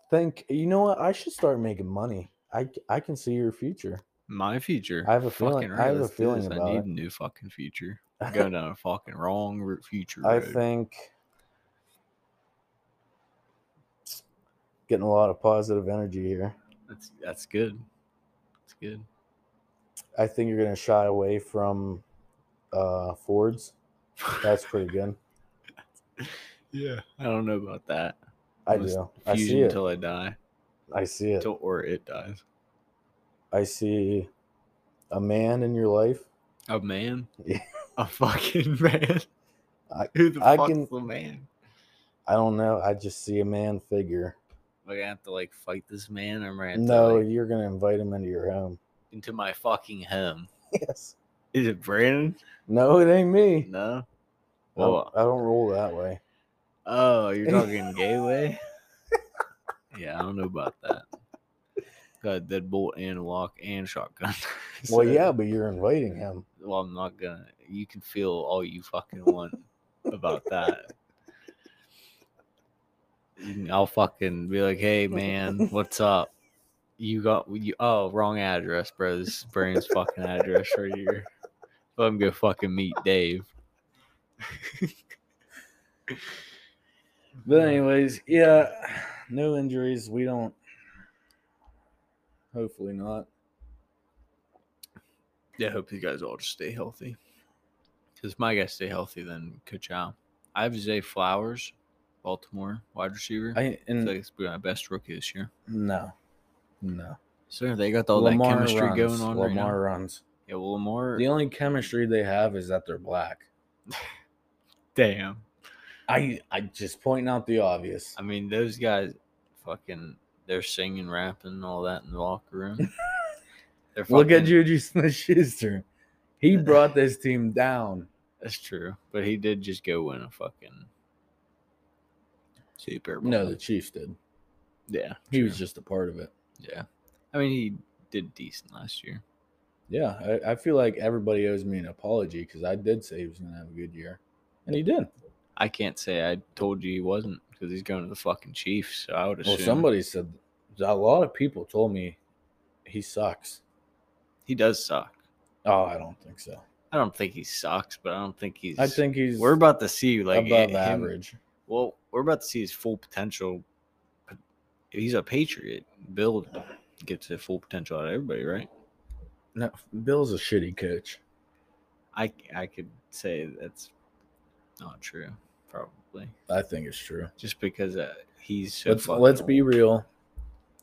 Speaker 1: think you know what? I should start making money. I c- I can see your future.
Speaker 2: My future.
Speaker 1: I have a
Speaker 2: Fucking
Speaker 1: feeling- I
Speaker 2: right,
Speaker 1: have a
Speaker 2: let's do
Speaker 1: feeling
Speaker 2: this.
Speaker 1: about
Speaker 2: I need
Speaker 1: it.
Speaker 2: a new fucking future. I'm going down a fucking wrong route future.
Speaker 1: I
Speaker 2: road.
Speaker 1: think getting a lot of positive energy here.
Speaker 2: that's that's good. That's good.
Speaker 1: I think you're gonna shy away from uh Fords. That's pretty good.
Speaker 2: yeah. I don't know about that.
Speaker 1: I
Speaker 2: Most
Speaker 1: do. I
Speaker 2: Fusion
Speaker 1: see it.
Speaker 2: until I die.
Speaker 1: I see it.
Speaker 2: Till or it dies.
Speaker 1: I see a man in your life.
Speaker 2: A man?
Speaker 1: Yeah.
Speaker 2: A fucking man.
Speaker 1: I-
Speaker 2: Who the
Speaker 1: I
Speaker 2: fuck's
Speaker 1: can-
Speaker 2: the man?
Speaker 1: I don't know. I just see a man figure.
Speaker 2: Am I gonna have to like fight this man or am I gonna have
Speaker 1: No,
Speaker 2: to, like,
Speaker 1: you're gonna invite him into your home.
Speaker 2: into my fucking home?
Speaker 1: Yes.
Speaker 2: Is it Brandon?
Speaker 1: No, it ain't me.
Speaker 2: No.
Speaker 1: I don't-
Speaker 2: Well
Speaker 1: I don't roll that way.
Speaker 2: oh, you're talking gateway? Yeah, I don't know about that. Got a deadbolt and lock and shotgun.
Speaker 1: Well,
Speaker 2: So-
Speaker 1: yeah, but you're inviting him.
Speaker 2: well, I'm not gonna. You can feel all you fucking want about that. You can- I'll fucking be like, hey man, what's up? You got you? Oh, wrong address, bro. This is Brandon's fucking address right here. Let him go fucking meet Dave.
Speaker 1: But anyways, yeah, no injuries. We don't. Hopefully not.
Speaker 2: Yeah, I hope you guys all just stay healthy. Because my guys stay healthy, then Kachow. I have Zay Flowers, Baltimore wide receiver. I
Speaker 1: I
Speaker 2: feel
Speaker 1: and
Speaker 2: like it's been my best rookie this year.
Speaker 1: no, no.
Speaker 2: Sir, they got all that chemistry
Speaker 1: runs.
Speaker 2: going on right now.
Speaker 1: Lamar runs.
Speaker 2: Yeah, well, Lamar.
Speaker 1: The only chemistry they have is that they're black.
Speaker 2: damn.
Speaker 1: I I just pointing out the obvious.
Speaker 2: I mean, those guys, fucking, they're singing, rapping, all that in the locker room. They're
Speaker 1: Look at
Speaker 2: fucking-
Speaker 1: Juju Smith Schuster. He brought this team down.
Speaker 2: That's true, but he did just go win a fucking Super Bowl.
Speaker 1: No, the Chiefs did.
Speaker 2: yeah,
Speaker 1: He was
Speaker 2: true.
Speaker 1: just a part of it.
Speaker 2: yeah. I mean, he did decent last year.
Speaker 1: Yeah, I, I feel like everybody owes me an apology because I did say he was going to have a good year, and he did.
Speaker 2: I can't say I told you he wasn't because he's going to the fucking Chiefs. So I would assume
Speaker 1: Well, somebody said a lot of people told me he sucks.
Speaker 2: he does suck.
Speaker 1: Oh, I don't think so.
Speaker 2: I don't think he sucks, but I don't think he's.
Speaker 1: I think he's
Speaker 2: we're about to see like
Speaker 1: above
Speaker 2: him-
Speaker 1: average.
Speaker 2: Well, we're about to see his full potential. He's a patriot. Bill gets the full potential out of everybody, right?
Speaker 1: No, Bill's a shitty coach.
Speaker 2: I I could say that's not true, probably,
Speaker 1: I think it's true.
Speaker 2: just because uh, he's so.
Speaker 1: let's
Speaker 2: fucking
Speaker 1: let's be
Speaker 2: old.
Speaker 1: real.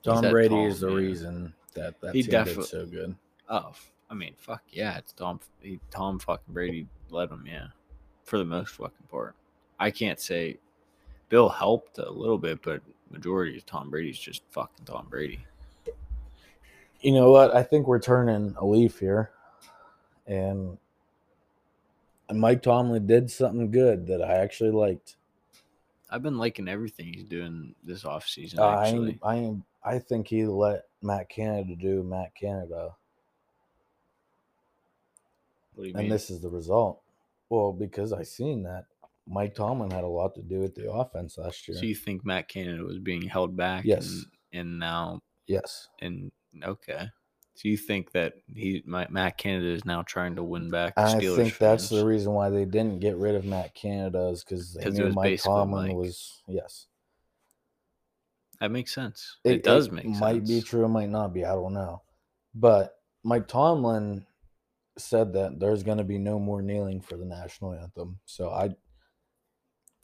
Speaker 2: He's
Speaker 1: Tom
Speaker 2: that
Speaker 1: Brady
Speaker 2: tall,
Speaker 1: is the
Speaker 2: man.
Speaker 1: reason that that
Speaker 2: He
Speaker 1: team did
Speaker 2: defi-
Speaker 1: so good.
Speaker 2: Oh, f- I mean, fuck yeah, it's Tom. He, Tom fucking Brady led him, yeah, for the most fucking part. I can't say Bill helped a little bit, but majority of Tom Brady's just fucking Tom Brady.
Speaker 1: You know what? I think we're turning a leaf here. And and Mike Tomlin did something good that I actually liked.
Speaker 2: I've been liking everything he's doing this offseason,
Speaker 1: Uh, I
Speaker 2: actually.
Speaker 1: ain't, I ain't, I think he let Matt Canada do Matt Canada,
Speaker 2: what do you mean?
Speaker 1: and this is the result. Well, because I seen that Mike Tomlin had a lot to do with the offense last year.
Speaker 2: So you think Matt Canada was being held back?
Speaker 1: Yes.
Speaker 2: And, and now,
Speaker 1: yes,
Speaker 2: and okay. So you think that he, my, Matt Canada is now trying to win back the
Speaker 1: And I
Speaker 2: Steelers?
Speaker 1: think that's the
Speaker 2: fans?
Speaker 1: reason why they didn't get rid of Matt Canada is because they
Speaker 2: 'Cause it
Speaker 1: knew
Speaker 2: was
Speaker 1: Mike
Speaker 2: basically
Speaker 1: Tomlin
Speaker 2: Mike.
Speaker 1: was yes.
Speaker 2: that makes sense. It, does make sense.
Speaker 1: Might be true, might not be. I don't know. But Mike Tomlin said that there's going to be no more kneeling for the national anthem. So I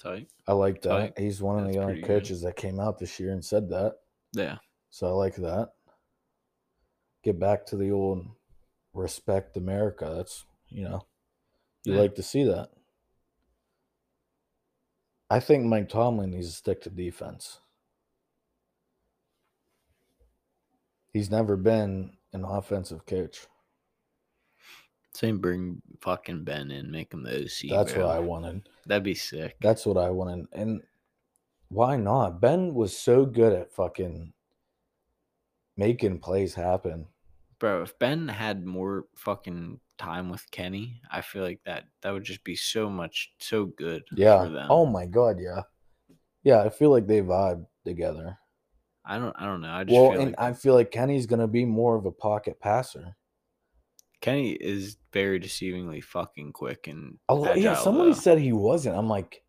Speaker 2: Tight.
Speaker 1: I like
Speaker 2: Tight.
Speaker 1: that. He's one of
Speaker 2: That's
Speaker 1: the
Speaker 2: pretty
Speaker 1: only
Speaker 2: good.
Speaker 1: coaches that came out this year and said that.
Speaker 2: Yeah.
Speaker 1: So I like that. Get back to the old respect America. That's you know, you
Speaker 2: Yeah.
Speaker 1: like to see that. I think Mike Tomlin needs to stick to defense. He's never been an offensive coach.
Speaker 2: Same bring fucking Ben in, make him the OC.
Speaker 1: That's
Speaker 2: bro.
Speaker 1: what I wanted.
Speaker 2: That'd be sick.
Speaker 1: That's what I wanted. And why not? Ben was so good at fucking making plays happen.
Speaker 2: Bro, if Ben had more fucking time with Kenny, I feel like that that would just be so much so good for
Speaker 1: Yeah.
Speaker 2: them.
Speaker 1: Oh my god, yeah. Yeah, I feel like they vibe together.
Speaker 2: I don't I don't know. I just
Speaker 1: Well,
Speaker 2: feel
Speaker 1: and
Speaker 2: like
Speaker 1: I feel like Kenny's gonna be more of a pocket passer.
Speaker 2: Kenny is very deceivingly fucking quick and
Speaker 1: A lo- Oh, yeah,
Speaker 2: agile,
Speaker 1: somebody
Speaker 2: though.
Speaker 1: said he wasn't. I'm like,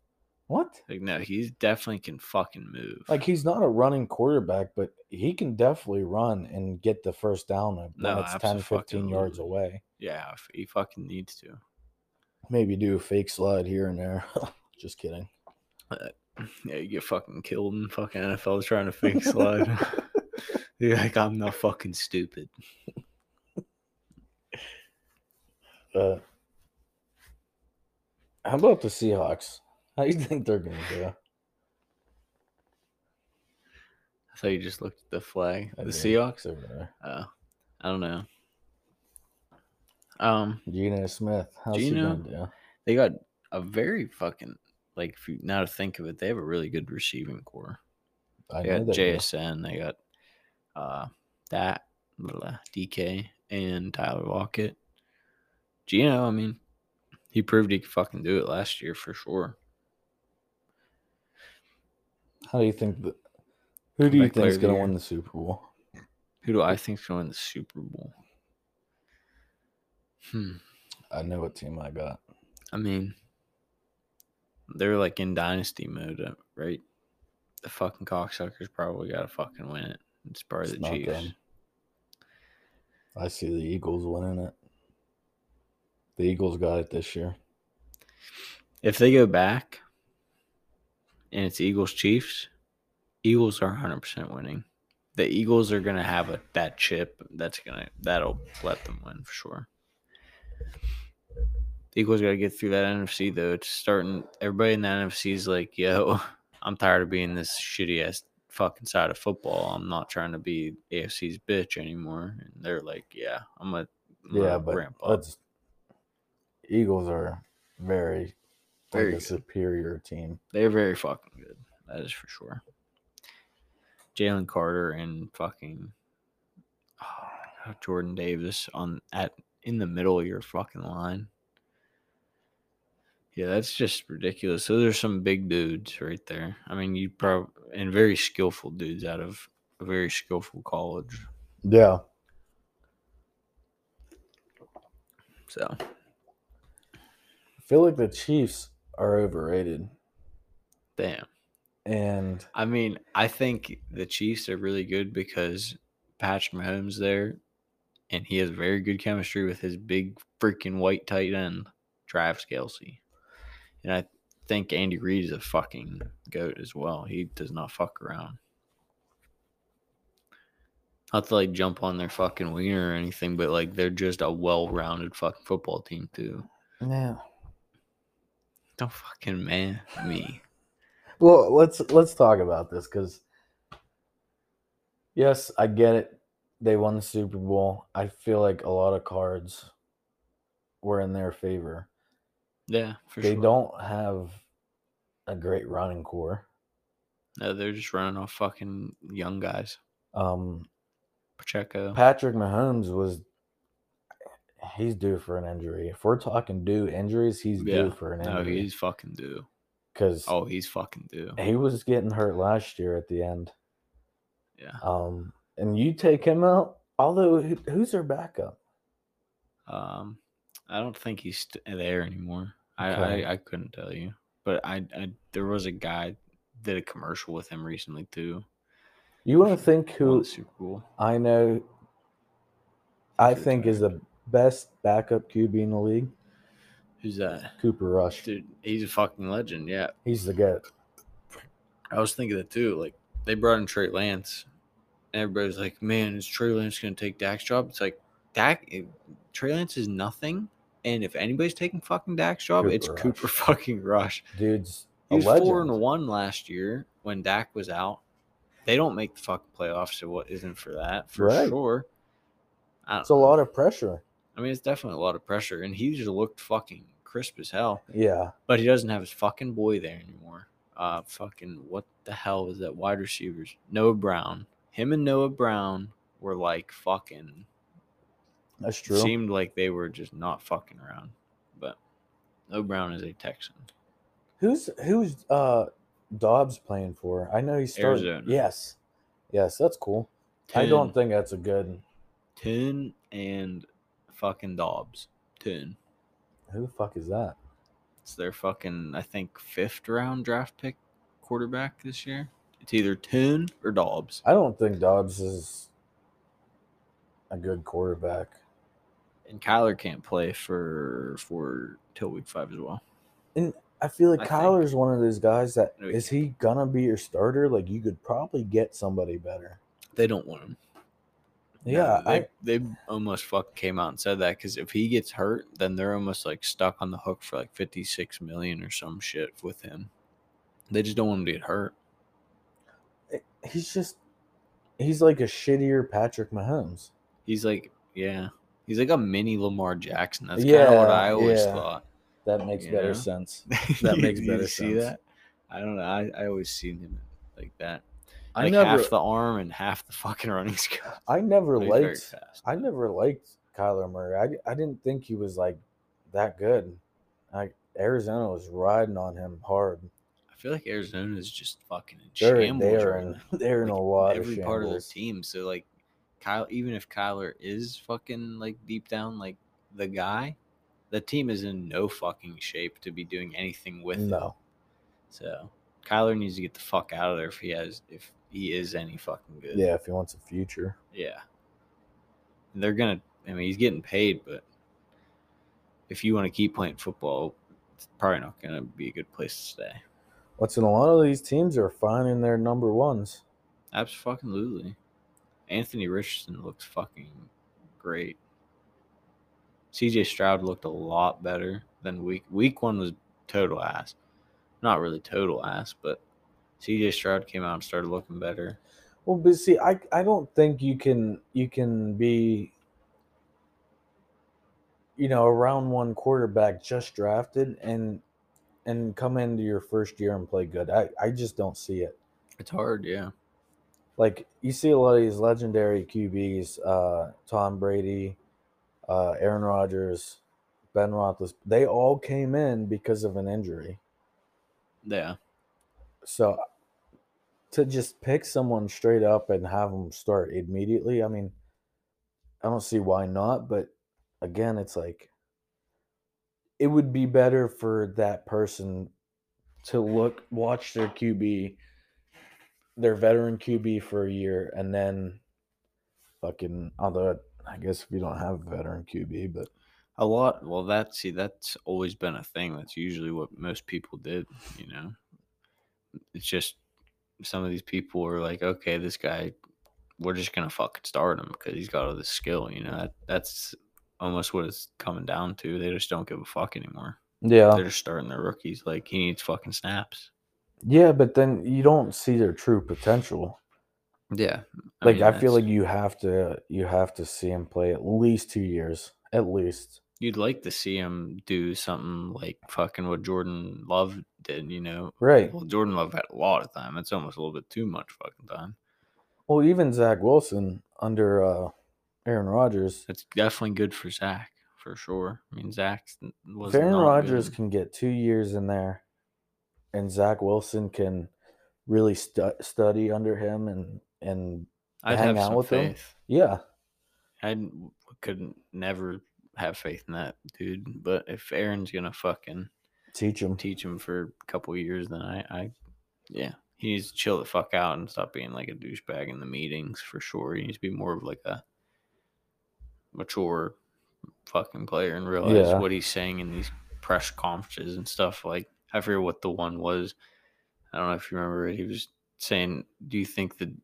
Speaker 1: what?
Speaker 2: like no, he's definitely can fucking move.
Speaker 1: Like he's not a running quarterback, but he can definitely run and get the first down when
Speaker 2: No,
Speaker 1: it's 10, 15 yards
Speaker 2: abso-fucking-lutely.
Speaker 1: away.
Speaker 2: yeah, if he fucking needs to.
Speaker 1: Maybe do a fake slide here and there. Just kidding.
Speaker 2: Yeah, you get fucking killed in fucking NFL trying to fake slide. You're like I'm not fucking stupid.
Speaker 1: Uh, how about the Seahawks? How do you think they're gonna do?
Speaker 2: I thought you just looked at the flag.
Speaker 1: I
Speaker 2: the
Speaker 1: do.
Speaker 2: Seahawks.
Speaker 1: over there.
Speaker 2: Oh, I don't know. Um,
Speaker 1: Geno Smith. How's he
Speaker 2: Geno?
Speaker 1: gonna do?
Speaker 2: they got a very fucking like if you now to think of it, they have a really good receiving core.
Speaker 1: I
Speaker 2: They got
Speaker 1: know they do.
Speaker 2: JSN, they got uh that blah, blah, DK and Tyler Lockett. Gino, I mean, he proved he could fucking do it last year for sure.
Speaker 1: How do you think the, who do you
Speaker 2: Comeback
Speaker 1: think is
Speaker 2: player of the
Speaker 1: going to
Speaker 2: year.
Speaker 1: win the Super Bowl?
Speaker 2: Who do I think's going to win the Super Bowl? Hmm.
Speaker 1: I know what team I got.
Speaker 2: I mean, they're like in dynasty mode, uh, right? The fucking cocksuckers probably got to fucking win it. It's probably
Speaker 1: It's
Speaker 2: the
Speaker 1: not
Speaker 2: Chiefs.
Speaker 1: them. I see the Eagles winning it. The Eagles got it this year.
Speaker 2: If they go back and it's Eagles Chiefs, Eagles are 100% winning. The Eagles are going to have a, that chip that's going to that'll let them win for sure. The Eagles got to get through that NFC though. It's starting everybody in the NFC is like, "Yo, I'm tired of being this shitty ass fucking side of football. I'm not trying to be AFC's bitch anymore." And they're like, "Yeah, I'm gonna I'm
Speaker 1: Yeah,
Speaker 2: gonna
Speaker 1: but
Speaker 2: ramp up."
Speaker 1: let's Eagles are very
Speaker 2: Very
Speaker 1: like a
Speaker 2: good.
Speaker 1: superior team.
Speaker 2: They're very fucking good. That is for sure. Jalen Carter and fucking oh, Jordan Davis on at in the middle of your fucking line. Yeah, that's just ridiculous. Those are some big dudes right there. I mean, you probably and very skillful dudes out of a very skillful college.
Speaker 1: Yeah.
Speaker 2: So
Speaker 1: I feel like the Chiefs are overrated
Speaker 2: damn.
Speaker 1: and
Speaker 2: I mean, I think the Chiefs are really good because Patrick Mahomes there, and he has very good chemistry with his big freaking white tight end, Travis Kelsey. And I think Andy Reid is a fucking goat as well. He does not fuck around. Not to like jump on their fucking wiener or anything, but like they're just a well rounded fucking football team too.
Speaker 1: yeah.
Speaker 2: Don't fucking man me.
Speaker 1: Well, let's let's talk about this because yes, I get it. They won the Super Bowl. I feel like a lot of cards were in their favor.
Speaker 2: Yeah, for
Speaker 1: they
Speaker 2: sure.
Speaker 1: don't have a great running core.
Speaker 2: No, they're just running off fucking young guys.
Speaker 1: Um,
Speaker 2: Pacheco.
Speaker 1: Patrick Mahomes was he's due for an injury. If we're talking due injuries, he's
Speaker 2: Yeah.
Speaker 1: due for an
Speaker 2: No,
Speaker 1: injury
Speaker 2: he's fucking due.
Speaker 1: because
Speaker 2: Oh, he's fucking due.
Speaker 1: he was getting hurt last year at the end.
Speaker 2: Yeah.
Speaker 1: Um, and you take him out. Although, who- who's their backup?
Speaker 2: Um, I don't think he's st- there anymore. I,
Speaker 1: Okay.
Speaker 2: I I couldn't tell you, but I, I there was a guy did a commercial with him recently too.
Speaker 1: You want to think
Speaker 2: Won
Speaker 1: who
Speaker 2: the Super Bowl.
Speaker 1: I know? I
Speaker 2: Who's your
Speaker 1: think is the best backup QB in the league.
Speaker 2: Who's that?
Speaker 1: Cooper Rush.
Speaker 2: Dude, he's a fucking legend. Yeah,
Speaker 1: He's the goat.
Speaker 2: I was thinking that too. Like they brought in Trey Lance, and everybody's like, "Man, is Trey Lance going to take Dak's job?" It's like Dak, if- Trey Lance is nothing, and if anybody's taking fucking Dak's job, it's
Speaker 1: Cooper Rush.
Speaker 2: Cooper fucking Rush.
Speaker 1: Dude's a
Speaker 2: He was
Speaker 1: legend.
Speaker 2: four and one last year when Dak was out. They don't make the fucking playoffs, so what isn't for that for
Speaker 1: Right.
Speaker 2: sure. I don't
Speaker 1: It's a
Speaker 2: know.
Speaker 1: lot of pressure.
Speaker 2: I mean, it's definitely a lot of pressure, and he just looked fucking crisp as hell.
Speaker 1: Yeah.
Speaker 2: But he doesn't have his fucking boy there anymore. Uh, fucking what the hell was that? Wide receivers, Noah Brown. Him and Noah Brown were like fucking.
Speaker 1: That's true.
Speaker 2: Seemed like they were just not fucking around. But Noah Brown is a Texan.
Speaker 1: Who's who's uh Dobbs playing for? I know he's started.
Speaker 2: Arizona.
Speaker 1: Yes, yes, that's cool. I
Speaker 2: Ten-
Speaker 1: don't think that's a good.
Speaker 2: Ten and fucking Dobbs. Ten.
Speaker 1: Who the fuck is that?
Speaker 2: It's their fucking, I think, fifth round draft pick quarterback this year. It's either Ten or Dobbs.
Speaker 1: I don't think Dobbs is a good quarterback.
Speaker 2: And Kyler can't play for for till week five as well.
Speaker 1: I feel like
Speaker 2: I think-
Speaker 1: Kyler's one of those guys that
Speaker 2: No,
Speaker 1: is
Speaker 2: he
Speaker 1: he gonna be your starter? Like you could probably get somebody better.
Speaker 2: They don't want him.
Speaker 1: Yeah,
Speaker 2: No, they, they almost fucking came out and said that because if he gets hurt, then they're almost like stuck on the hook for like fifty six million or some shit with him. They just don't want him to get hurt.
Speaker 1: I, eh, he's just he's like a shittier Patrick Mahomes.
Speaker 2: He's like, yeah, he's like a mini Lamar Jackson. That's kind of what
Speaker 1: Yeah,
Speaker 2: I always
Speaker 1: yeah.
Speaker 2: thought.
Speaker 1: That makes better
Speaker 2: Yeah.
Speaker 1: sense.
Speaker 2: You-
Speaker 1: makes
Speaker 2: you
Speaker 1: better
Speaker 2: see
Speaker 1: sense.
Speaker 2: that? I don't know. I, I always seen him like that.
Speaker 1: I
Speaker 2: like
Speaker 1: never,
Speaker 2: half the arm and half the fucking running skill.
Speaker 1: I never
Speaker 2: But he's very
Speaker 1: liked
Speaker 2: fast.
Speaker 1: I never liked Kyler Murray. I, di- I didn't think he was like that good. I, Arizona was riding on him hard.
Speaker 2: I feel like Arizona is just fucking in
Speaker 1: They're
Speaker 2: shambles.
Speaker 1: they're
Speaker 2: right
Speaker 1: in
Speaker 2: now.
Speaker 1: they're in
Speaker 2: Like,
Speaker 1: a lot
Speaker 2: Every
Speaker 1: of
Speaker 2: part of their
Speaker 1: shambles.
Speaker 2: team. So like, Kyle, even if Kyler is fucking like deep down like the guy, the team is in no fucking shape to be doing anything with it.
Speaker 1: No,
Speaker 2: So Kyler needs to get the fuck out of there if he has if he is any fucking good.
Speaker 1: yeah, if he wants a future,
Speaker 2: Yeah. They're gonna I mean he's getting paid, but if you want to keep playing football, it's probably not gonna be a good place to stay.
Speaker 1: what's in a lot of these teams are finding their number ones.
Speaker 2: Absolutely. Anthony Richardson looks fucking great. CJ Stroud looked a lot better than week week one was total ass. Not really total ass, but CJ Stroud came out and started looking better.
Speaker 1: Well, but see, I I don't think you can you can be you know a round one quarterback just drafted and and come into your first year and play good. I I just don't see it.
Speaker 2: It's hard, yeah.
Speaker 1: like you see a lot of these legendary QBs, uh, Tom Brady, uh, Aaron Rodgers, Ben Roethlis. They all came in because of an injury.
Speaker 2: Yeah.
Speaker 1: So to just pick someone straight up and have them start immediately, I mean, I don't see why not. But again, it's like it would be better for that person to look, watch their QB, their veteran QB for a year, and then fucking, although I guess if you don't have a veteran QB, but
Speaker 2: A lot. Well, that see, that's always been a thing. That's usually what most people did. You know, it's just some of these people were like, okay, this guy, we're just gonna fucking start him because he's got all this skill. You know, that, that's almost what it's coming down to. They just don't give a fuck anymore.
Speaker 1: Yeah.
Speaker 2: They're just starting their rookies. Like he needs fucking snaps.
Speaker 1: Yeah, but then you don't see their true potential.
Speaker 2: Yeah.
Speaker 1: Like
Speaker 2: mean,
Speaker 1: I feel like
Speaker 2: that's-
Speaker 1: you have to you have to see him play at least two years. At least.
Speaker 2: you'd like to see him do something like fucking what Jordan Love did, you know.
Speaker 1: Right.
Speaker 2: Well, Jordan Love had a lot of time. It's almost a little bit too much fucking time.
Speaker 1: Well, even Zach Wilson under uh Aaron Rodgers.
Speaker 2: It's definitely good for Zach for sure. I mean, Zach was
Speaker 1: If Aaron
Speaker 2: not
Speaker 1: Rodgers
Speaker 2: good.
Speaker 1: can get two years in there and Zach Wilson can really stu- study under him and and
Speaker 2: I'd
Speaker 1: hang
Speaker 2: have
Speaker 1: out
Speaker 2: some
Speaker 1: with him.
Speaker 2: faith.
Speaker 1: yeah.
Speaker 2: I couldn't never have faith in that dude. But if Aaron's gonna fucking
Speaker 1: Teach him.
Speaker 2: teach him for a couple years, then I, I, yeah, he needs to chill the fuck out and stop being like a douchebag in the meetings for sure. He needs to be more of like a mature fucking player and realize
Speaker 1: Yeah.
Speaker 2: what he's saying in these press conferences and stuff. Like I forget what the one was. I don't know if you remember it. He was saying, "Do you think the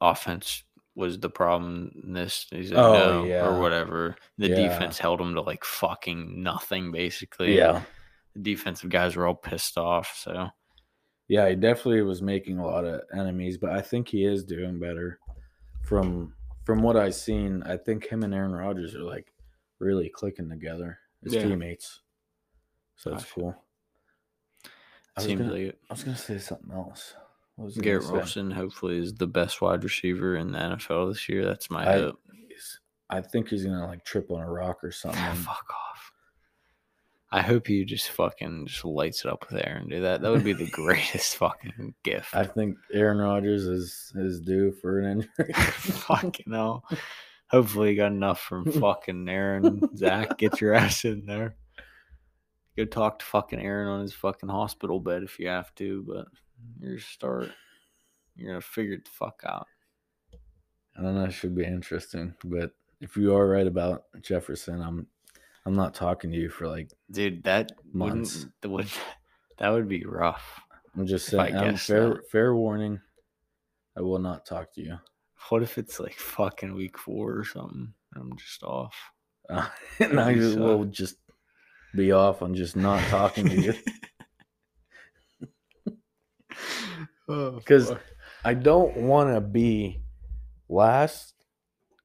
Speaker 2: offense?" Was the problem in this? He's like,
Speaker 1: Oh,
Speaker 2: no,
Speaker 1: yeah.
Speaker 2: or whatever. The
Speaker 1: Yeah.
Speaker 2: defense held him to like fucking nothing, basically
Speaker 1: Yeah.
Speaker 2: the defensive guys were all pissed off. So
Speaker 1: Yeah, he definitely was making a lot of enemies, but I think he is doing better. From from what I've seen, I think him and Aaron Rodgers are like really clicking together as
Speaker 2: Yeah.
Speaker 1: teammates. So that's
Speaker 2: Gosh.
Speaker 1: cool. I was,
Speaker 2: seems
Speaker 1: gonna,
Speaker 2: like it.
Speaker 1: I was gonna say something else. What was I gonna
Speaker 2: Garrett
Speaker 1: say?
Speaker 2: Wilson hopefully is the best wide receiver in the NFL this year. That's my
Speaker 1: I-
Speaker 2: hope.
Speaker 1: He's- I think he's gonna like trip on a rock or something. and-
Speaker 2: Fuck off. I hope you just fucking just lights it up with Aaron. Do that. That would be the greatest fucking gift.
Speaker 1: I think Aaron Rodgers is is due for an injury.
Speaker 2: fucking hell. Hopefully you got enough from fucking Aaron. Zach, get your ass in there. Go talk to fucking Aaron on his fucking hospital bed if you have to, but you're a start. You're gonna figure it the fuck out.
Speaker 1: I don't know. It should be interesting. But if you are right about Jefferson, I'm I'm not talking to you for like.
Speaker 2: Dude, that
Speaker 1: Months.
Speaker 2: wouldn't that would that would be rough.
Speaker 1: I'm just
Speaker 2: If I
Speaker 1: saying. I'm
Speaker 2: guess
Speaker 1: fair
Speaker 2: not.
Speaker 1: fair warning. I will not talk to you.
Speaker 2: What if it's like fucking week four or something? and I'm just off.
Speaker 1: Uh, and I
Speaker 2: You suck.
Speaker 1: will just be off on just not talking to you because I don't want to be last,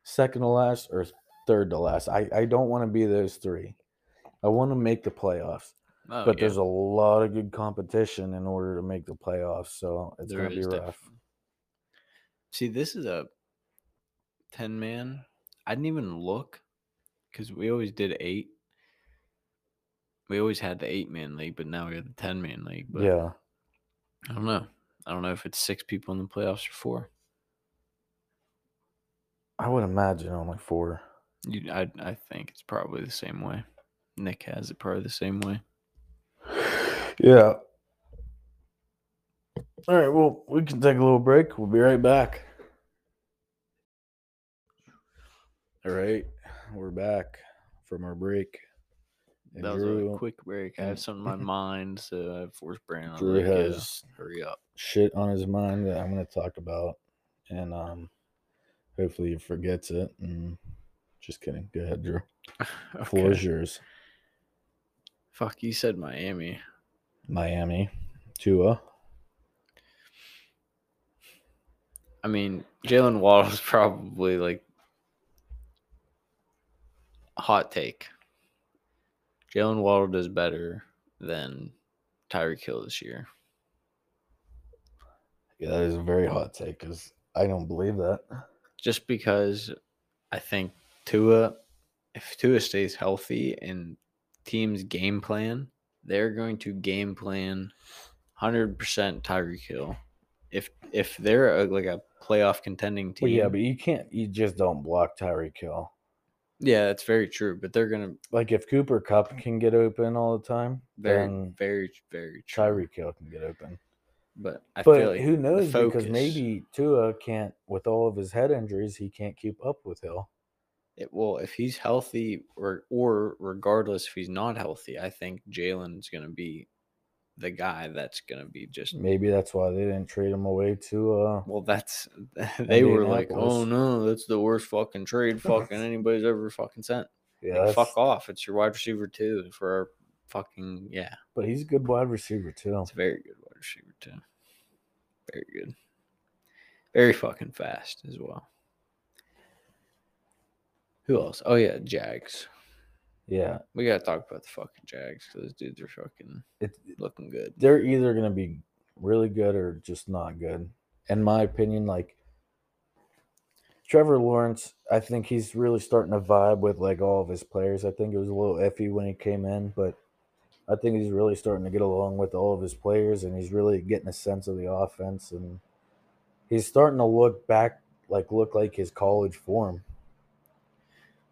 Speaker 1: second to last, or third to last. I I don't want to be those three. I want to make the playoffs.
Speaker 2: Oh,
Speaker 1: but
Speaker 2: yeah,
Speaker 1: there's a lot of good competition in order to make the playoffs, so it's
Speaker 2: there
Speaker 1: gonna be
Speaker 2: is
Speaker 1: rough.
Speaker 2: definitely. See, this is a ten man. I didn't even look because we always did eight. We always had the eight man league, but now we have the ten man league. But
Speaker 1: Yeah,
Speaker 2: I don't know. I don't know if it's six people in the playoffs or four.
Speaker 1: I would imagine only four.
Speaker 2: You, I, I think it's probably the same way. Nick has it probably the same way.
Speaker 1: Yeah. All right. Well, we can take a little break. We'll be right back. All right, we're back from our break. And
Speaker 2: that was
Speaker 1: Drew,
Speaker 2: a quick break. I have something in my mind, so I forced Brandon. I'm
Speaker 1: Drew
Speaker 2: like, "Yeah,
Speaker 1: has
Speaker 2: hurry up.
Speaker 1: shit on his mind that I'm going to talk about, and um, hopefully he forgets it. And just kidding. Go ahead, Drew. Floor is
Speaker 2: Okay.
Speaker 1: yours.
Speaker 2: Fuck, you said Miami.
Speaker 1: Miami, Tua.
Speaker 2: I mean, Jalen Waddle's probably like a hot take. Jalen Waddle does better than Tyreek Hill this year.
Speaker 1: Yeah, that is a very hot take because I don't believe that.
Speaker 2: just because I think Tua, if Tua stays healthy and teams game plan, they're going to game plan 100% Tyreek Hill. If if they're a, like a playoff contending team,
Speaker 1: Well, yeah, but you can't. You just don't block Tyreek Hill.
Speaker 2: yeah, that's very true. But they're gonna
Speaker 1: Like if Cooper Cup
Speaker 2: Mm.
Speaker 1: can get open all the time,
Speaker 2: very
Speaker 1: then
Speaker 2: very very true.
Speaker 1: Tyreek Hill can get open.
Speaker 2: But I
Speaker 1: but
Speaker 2: feel like
Speaker 1: who knows? Because
Speaker 2: focus-
Speaker 1: maybe Tua can't, with all of his head injuries, he can't keep up with Hill.
Speaker 2: it, well, if he's healthy or or regardless if he's not healthy, I think Jalen's gonna be the guy that's gonna be just
Speaker 1: Maybe that's why they didn't trade him away to. uh
Speaker 2: Well, that's they were like, oh
Speaker 1: Indianapolis.
Speaker 2: no, that's the worst fucking trade fucking anybody's ever fucking sent.
Speaker 1: Yeah,
Speaker 2: Like,
Speaker 1: that's-
Speaker 2: fuck off! It's your wide receiver too for our fucking yeah.
Speaker 1: But he's a good wide receiver too.
Speaker 2: It's a very good wide receiver too. Very good. Very fucking fast as well. Who else? Oh yeah, Jags.
Speaker 1: Yeah,
Speaker 2: We gotta talk about the fucking Jags because those dudes are fucking
Speaker 1: it,
Speaker 2: looking good.
Speaker 1: they're either gonna be really good or just not good. In my opinion, like Trevor Lawrence, I think he's really starting to vibe with like all of his players. I think it was a little iffy when he came in, but I think he's really starting to get along with all of his players and he's really getting a sense of the offense and he's starting to look back like look like his college form.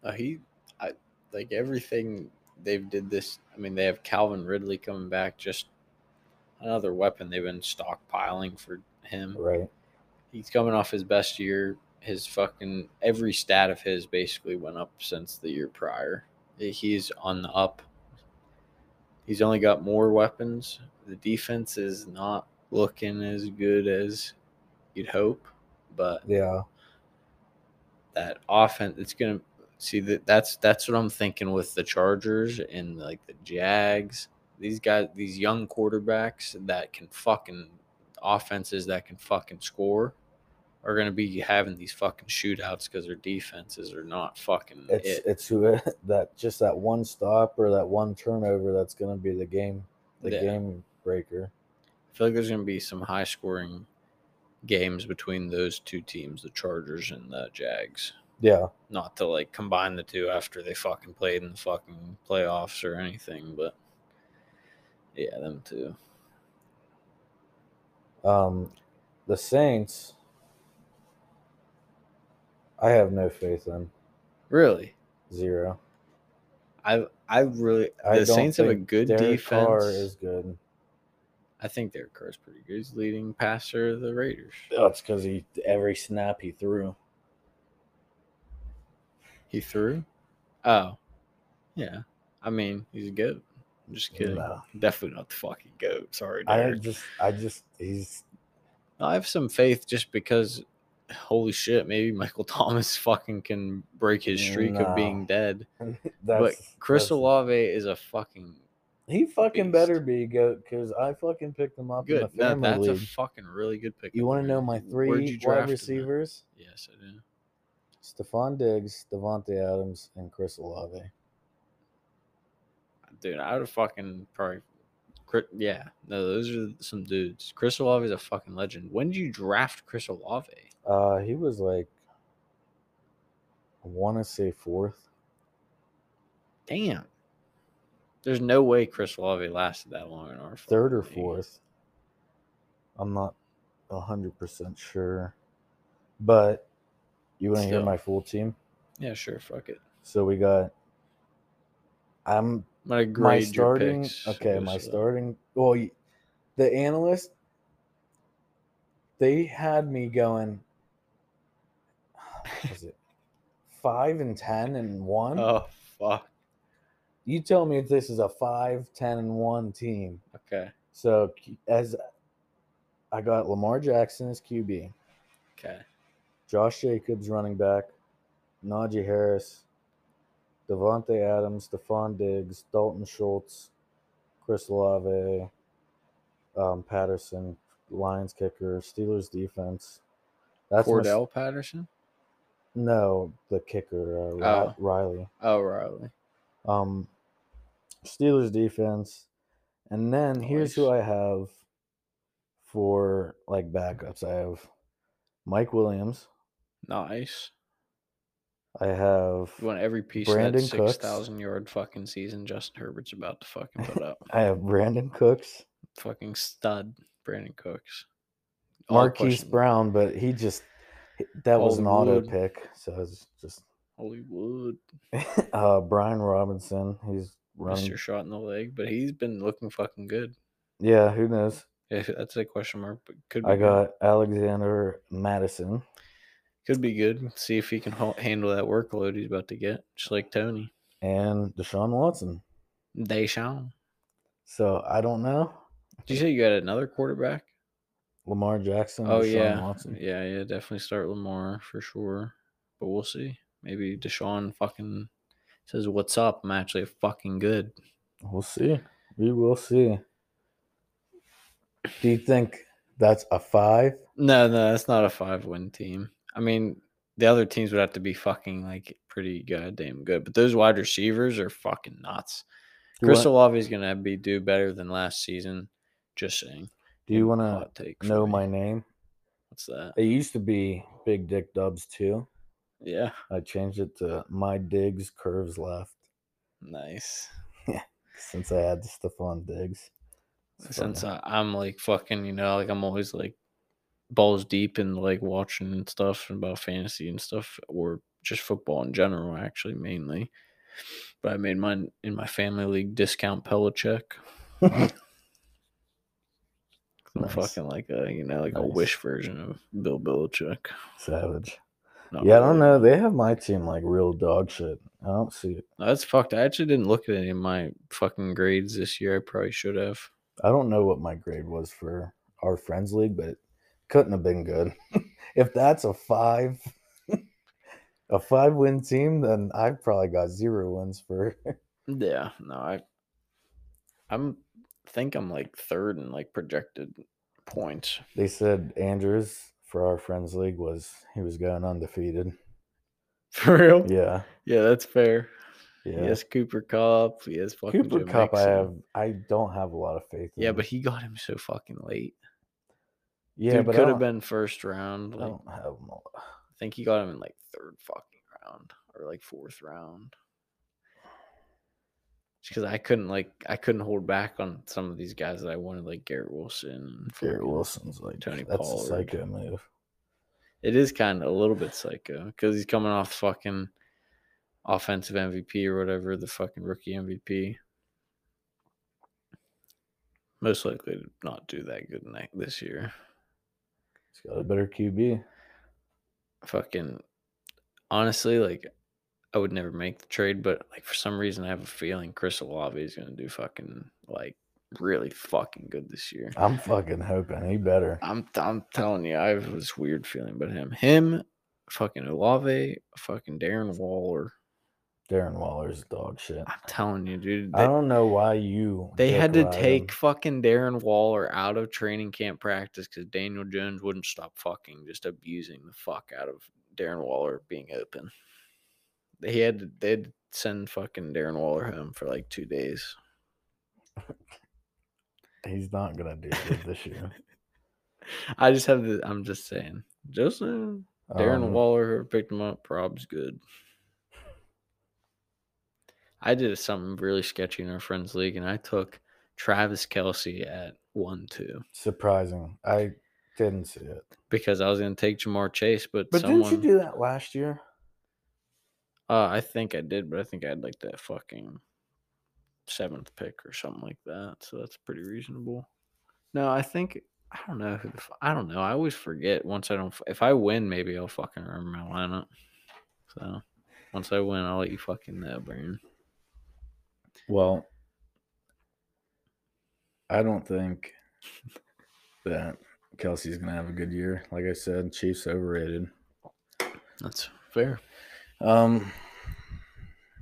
Speaker 2: Uh, he, I like everything they've did this. I mean, they have Calvin Ridley coming back, just another weapon they've been stockpiling for him.
Speaker 1: Right.
Speaker 2: He's coming off his best year. His fucking every stat of his basically went up since the year prior. He's on the up. He's only got more weapons. The defense is not looking as good as you'd hope, but
Speaker 1: Yeah.
Speaker 2: that offense it's gonna see that that's that's what i'm thinking with the chargers and like the jags these guys these young quarterbacks that can fucking offenses that can fucking score are gonna be having these fucking shootouts because their defenses are not fucking
Speaker 1: It's
Speaker 2: it.
Speaker 1: it's who that just that one stop or that one turnover that's gonna be the game the
Speaker 2: Yeah.
Speaker 1: game breaker.
Speaker 2: i feel like there's gonna be some high scoring games between those two teams the chargers and the jags
Speaker 1: Yeah.
Speaker 2: not to like combine the two after they fucking played in the fucking playoffs or anything, but yeah, them two.
Speaker 1: Um the Saints I have no faith in.
Speaker 2: Really,
Speaker 1: Zero.
Speaker 2: I I really the
Speaker 1: I don't
Speaker 2: Saints have a
Speaker 1: think
Speaker 2: good
Speaker 1: Derek
Speaker 2: defense.
Speaker 1: Carr is good.
Speaker 2: I think their car's pretty good. He's leading passer of the Raiders.
Speaker 1: That's because he every snap he threw.
Speaker 2: He threw. Oh, yeah. I mean, he's a goat. I'm just kidding.
Speaker 1: No.
Speaker 2: Definitely not the fucking goat. Sorry,
Speaker 1: I
Speaker 2: Derek.
Speaker 1: just I just he's
Speaker 2: I have some faith just because, holy shit, maybe Michael Thomas fucking can break his streak
Speaker 1: No.
Speaker 2: of being dead.
Speaker 1: that's
Speaker 2: but Chris
Speaker 1: that's-
Speaker 2: Olave is a fucking
Speaker 1: He fucking
Speaker 2: beast.
Speaker 1: better be good because I fucking picked him up in the
Speaker 2: good. That,
Speaker 1: family
Speaker 2: that's a
Speaker 1: league.
Speaker 2: fucking really good pick.
Speaker 1: you want to know my three wide receivers?
Speaker 2: Yes, I do.
Speaker 1: Stephon Diggs, Devontae Adams, and Chris Olave.
Speaker 2: Dude, I would have fucking probably. Cri- Yeah, no, those are some dudes. Chris Olave is a fucking legend. When did you draft Chris Olave?
Speaker 1: Uh, he was like, I want to say fourth.
Speaker 2: Damn. There's no way Chris Olave lasted that long in our fucking
Speaker 1: third or
Speaker 2: league.
Speaker 1: fourth. I'm not a hundred percent sure, but you want to hear
Speaker 2: Still.
Speaker 1: my full team?
Speaker 2: Yeah, sure. Fuck it.
Speaker 1: So we got. I'm
Speaker 2: I'm gonna grade
Speaker 1: my
Speaker 2: your
Speaker 1: starting.
Speaker 2: picks.
Speaker 1: Okay, my
Speaker 2: Just, uh,
Speaker 1: starting. Well, y- the analyst. They had me going. what Was it five and ten and one?
Speaker 2: Oh fuck.
Speaker 1: you tell me if this is a five, ten, and one team.
Speaker 2: Okay.
Speaker 1: So Q- as I got Lamar Jackson as QB,
Speaker 2: Okay.
Speaker 1: Josh Jacobs running back, Najee Harris, Devontae Adams, Stephon Diggs, Dalton Schultz, Chris Olave, um, Patterson, Lions kicker, Steelers defense. That's my s-
Speaker 2: Cordell Patterson.
Speaker 1: no, the kicker, uh, Ri-
Speaker 2: Oh.
Speaker 1: Riley.
Speaker 2: Oh, Riley.
Speaker 1: um, Steelers defense, and then here's who I have for like backups. I have Mike Williams.
Speaker 2: Nice.
Speaker 1: I have
Speaker 2: You want every piece
Speaker 1: Brandon
Speaker 2: of that
Speaker 1: Cooks.
Speaker 2: six thousand yard fucking season Justin Herbert's about to fucking put up.
Speaker 1: I have Brandon Cooks,
Speaker 2: fucking stud Brandon Cooks. All
Speaker 1: Marquise
Speaker 2: questionable.
Speaker 1: Brown, but he just he-
Speaker 2: Oh,
Speaker 1: that was an auto
Speaker 2: Hollywood.
Speaker 1: pick, so it's just
Speaker 2: Hollywood
Speaker 1: uh, Brian Robinson. He's running.
Speaker 2: missed your shot in the leg, but he's been looking fucking good.
Speaker 1: Yeah, who knows?
Speaker 2: Yeah, that's a question mark, but could be
Speaker 1: I
Speaker 2: good.
Speaker 1: got Alexander Madison.
Speaker 2: could be good. See if he can ho- handle that workload he's about to get, just like Tony.
Speaker 1: and Deshaun Watson.
Speaker 2: Deshaun.
Speaker 1: So I don't know.
Speaker 2: Did you say you had another quarterback?
Speaker 1: Lamar Jackson.
Speaker 2: Oh
Speaker 1: Deshaun
Speaker 2: yeah,
Speaker 1: Watson.
Speaker 2: yeah, yeah. Definitely start Lamar for sure, but we'll see. Maybe Deshaun fucking says, "What's up?" I'm actually fucking good.
Speaker 1: We'll see. We will see. Do you think that's a five?
Speaker 2: No, no, that's not a five win team. I mean, the other teams would have to be fucking like pretty goddamn good. But those wide receivers are fucking nuts.
Speaker 1: Do you
Speaker 2: Chris
Speaker 1: wa-
Speaker 2: Olave is gonna be do better than last season. Just saying.
Speaker 1: do you want
Speaker 2: Hot
Speaker 1: to
Speaker 2: take for
Speaker 1: know
Speaker 2: me.
Speaker 1: my name?
Speaker 2: What's that?
Speaker 1: It used to be Big Dick Dubs too.
Speaker 2: Yeah,
Speaker 1: I changed it to My Diggs Curves Left
Speaker 2: nice.
Speaker 1: since I had Stephon Diggs. It's
Speaker 2: Since
Speaker 1: funny.
Speaker 2: I, I'm like fucking, you know, like I'm always like balls deep and like watching and stuff about fantasy and stuff, or just football in general, actually mainly. But I made mine in my family league discount Pelichick. I'm
Speaker 1: Nice.
Speaker 2: fucking like a you know like a
Speaker 1: Nice.
Speaker 2: wish version of Bill Belichick.
Speaker 1: savage.
Speaker 2: Not
Speaker 1: Yeah, I don't know.
Speaker 2: really.
Speaker 1: They have my team like real dog shit. I don't see it.
Speaker 2: No, That's fucked. I actually didn't look at any of my fucking grades this year. I probably should have.
Speaker 1: I don't know what my grade was for our friends league, but it couldn't have been good. if that's a five, a five win team, then I've probably got zero wins for.
Speaker 2: Yeah, no, I, I'm think I'm like third in like projected points.
Speaker 1: They said Andrews for our friends league was he was going undefeated.
Speaker 2: For real? Yeah,
Speaker 1: Yeah,
Speaker 2: that's fair.
Speaker 1: yeah.
Speaker 2: Yes, Cooper Cup. Yes, fucking
Speaker 1: Cooper
Speaker 2: Joe
Speaker 1: Cup, I
Speaker 2: Mixon.
Speaker 1: have. I don't have a lot of faith. In
Speaker 2: Yeah, but he got him so fucking late.
Speaker 1: yeah,
Speaker 2: Dude
Speaker 1: but I Oh.
Speaker 2: could have
Speaker 1: don't-
Speaker 2: been first round.
Speaker 1: I
Speaker 2: Like,
Speaker 1: don't have him. a-
Speaker 2: I think he got him in like third fucking round or like fourth round. Just because I couldn't like I couldn't hold back on some of these guys that I wanted, like Garrett Wilson. and
Speaker 1: Garrett
Speaker 2: fucking-
Speaker 1: Wilson's like
Speaker 2: Tony
Speaker 1: that's a
Speaker 2: Pollard.
Speaker 1: psycho move.
Speaker 2: It is kind of a little bit psycho because he's coming off fucking offensive MVP or whatever, the fucking rookie MVP. Most likely to not do that good night this year.
Speaker 1: He's got a better QB.
Speaker 2: Fucking honestly, like I would never make the trade, but like for some reason I have a feeling Chris Olave is gonna do fucking like really fucking good this year.
Speaker 1: I'm fucking hoping he better.
Speaker 2: I'm I'm telling you, I have this weird feeling about him. Him, fucking Olave, fucking Darren Waller.
Speaker 1: Darren Waller's dog shit.
Speaker 2: I'm telling you, dude.
Speaker 1: I
Speaker 2: They,
Speaker 1: don't know why you.
Speaker 2: they
Speaker 1: dick
Speaker 2: had to
Speaker 1: ride
Speaker 2: take
Speaker 1: him.
Speaker 2: fucking Darren Waller out of training camp practice because Daniel Jones wouldn't stop fucking just abusing the fuck out of Darren Waller being open. They had to, they had to send fucking Darren Waller home for like two days.
Speaker 1: He's not gonna do good this year.
Speaker 2: I just have the. I'm just saying. Just saying. Darren
Speaker 1: Um,
Speaker 2: Waller picked him up. Rob's good. I did something really sketchy in our friends league, and I took Travis Kelsey at one two
Speaker 1: Surprising. I didn't see it.
Speaker 2: because I was going to take Jamar Chase, but,
Speaker 1: But
Speaker 2: someone.
Speaker 1: didn't you do that last year?
Speaker 2: uh, I think I did, but I think I had like that fucking seventh pick or something like that. So that's pretty reasonable. No, I think I don't know who the fu- I don't know. I always forget once I don't. f- If I win, maybe I'll fucking remember my lineup. So once I win, I'll let you fucking know, Brian.
Speaker 1: Well, I don't think that Kelsey's gonna have a good year. Like I said, Chiefs overrated.
Speaker 2: That's fair.
Speaker 1: Um,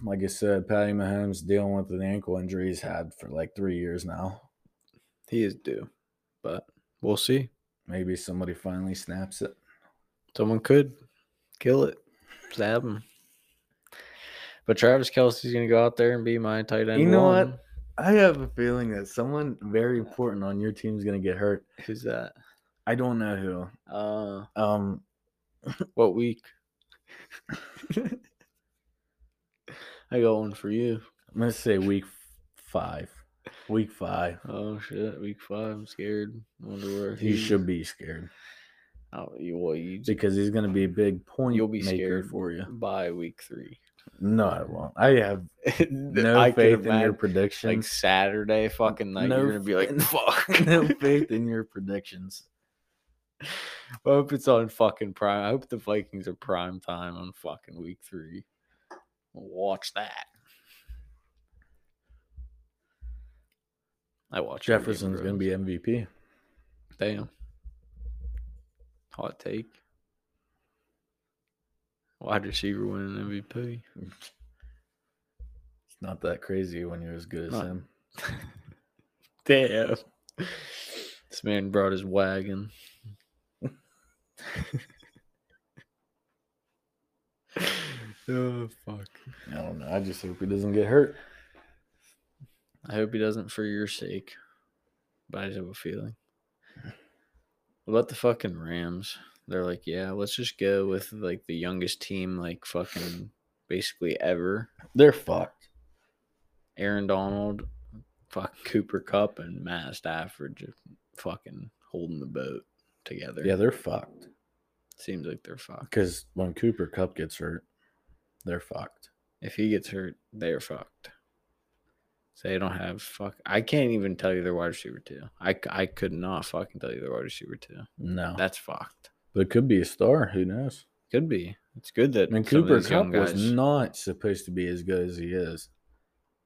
Speaker 1: like I said, Patty Mahomes dealing with an ankle injury he's had for like three years now.
Speaker 2: He is due, but we'll see.
Speaker 1: Maybe somebody finally snaps it.
Speaker 2: Someone could kill it, stab him. But Travis Kelsey's gonna go out there and be my tight end.
Speaker 1: You know what?
Speaker 2: one.
Speaker 1: I have a feeling that someone very important on your team is going to get hurt.
Speaker 2: Who's that?
Speaker 1: I don't know who.
Speaker 2: Uh,
Speaker 1: Um,
Speaker 2: what week? I got one for you.
Speaker 1: I'm going to say week f- five. Week five.
Speaker 2: Oh shit! Week five. I'm scared. I wonder where
Speaker 1: He should be scared
Speaker 2: Oh, you, well, you
Speaker 1: because he's going to be a big point
Speaker 2: You'll be
Speaker 1: maker
Speaker 2: scared.
Speaker 1: for you.
Speaker 2: by week three.
Speaker 1: No, I won't. I have no
Speaker 2: I could
Speaker 1: faith in your
Speaker 2: imagine, Like
Speaker 1: predictions.
Speaker 2: Saturday fucking night,
Speaker 1: No
Speaker 2: you're gonna be like, "Fuck!"
Speaker 1: no faith in your predictions.
Speaker 2: I hope it's on fucking prime. I hope the Vikings are prime time on fucking week three. Watch that. I watch every game,
Speaker 1: Jefferson's
Speaker 2: bro.
Speaker 1: going to be MVP.
Speaker 2: damn hot take. Wide receiver winning MVP.
Speaker 1: It's not that crazy when you're as good as
Speaker 2: Not-
Speaker 1: him.
Speaker 2: Damn. This man brought his wagon. oh fuck.
Speaker 1: I don't know. I just hope he doesn't get hurt.
Speaker 2: I hope he doesn't for your sake. But I just have a feeling. What about the fucking Rams? They're like, yeah, let's just go with like the youngest team like fucking basically ever.
Speaker 1: They're fucked.
Speaker 2: Aaron Donald, fucking Cooper Cup, and Matt Stafford just fucking holding the boat together.
Speaker 1: Yeah, they're fucked.
Speaker 2: Seems like they're fucked.
Speaker 1: Because when Cooper Cup gets hurt, they're fucked.
Speaker 2: If he gets hurt, they're fucked. So they don't have fuck. I can't even tell you their wide receiver two. I, c- I could not fucking tell you their wide receiver two.
Speaker 1: No,
Speaker 2: That's fucked.
Speaker 1: but it could be a star. Who knows?
Speaker 2: Could be. It's good that
Speaker 1: I mean,
Speaker 2: some of
Speaker 1: Cooper
Speaker 2: these young
Speaker 1: Cup was
Speaker 2: guys-
Speaker 1: not supposed to be as good as he is.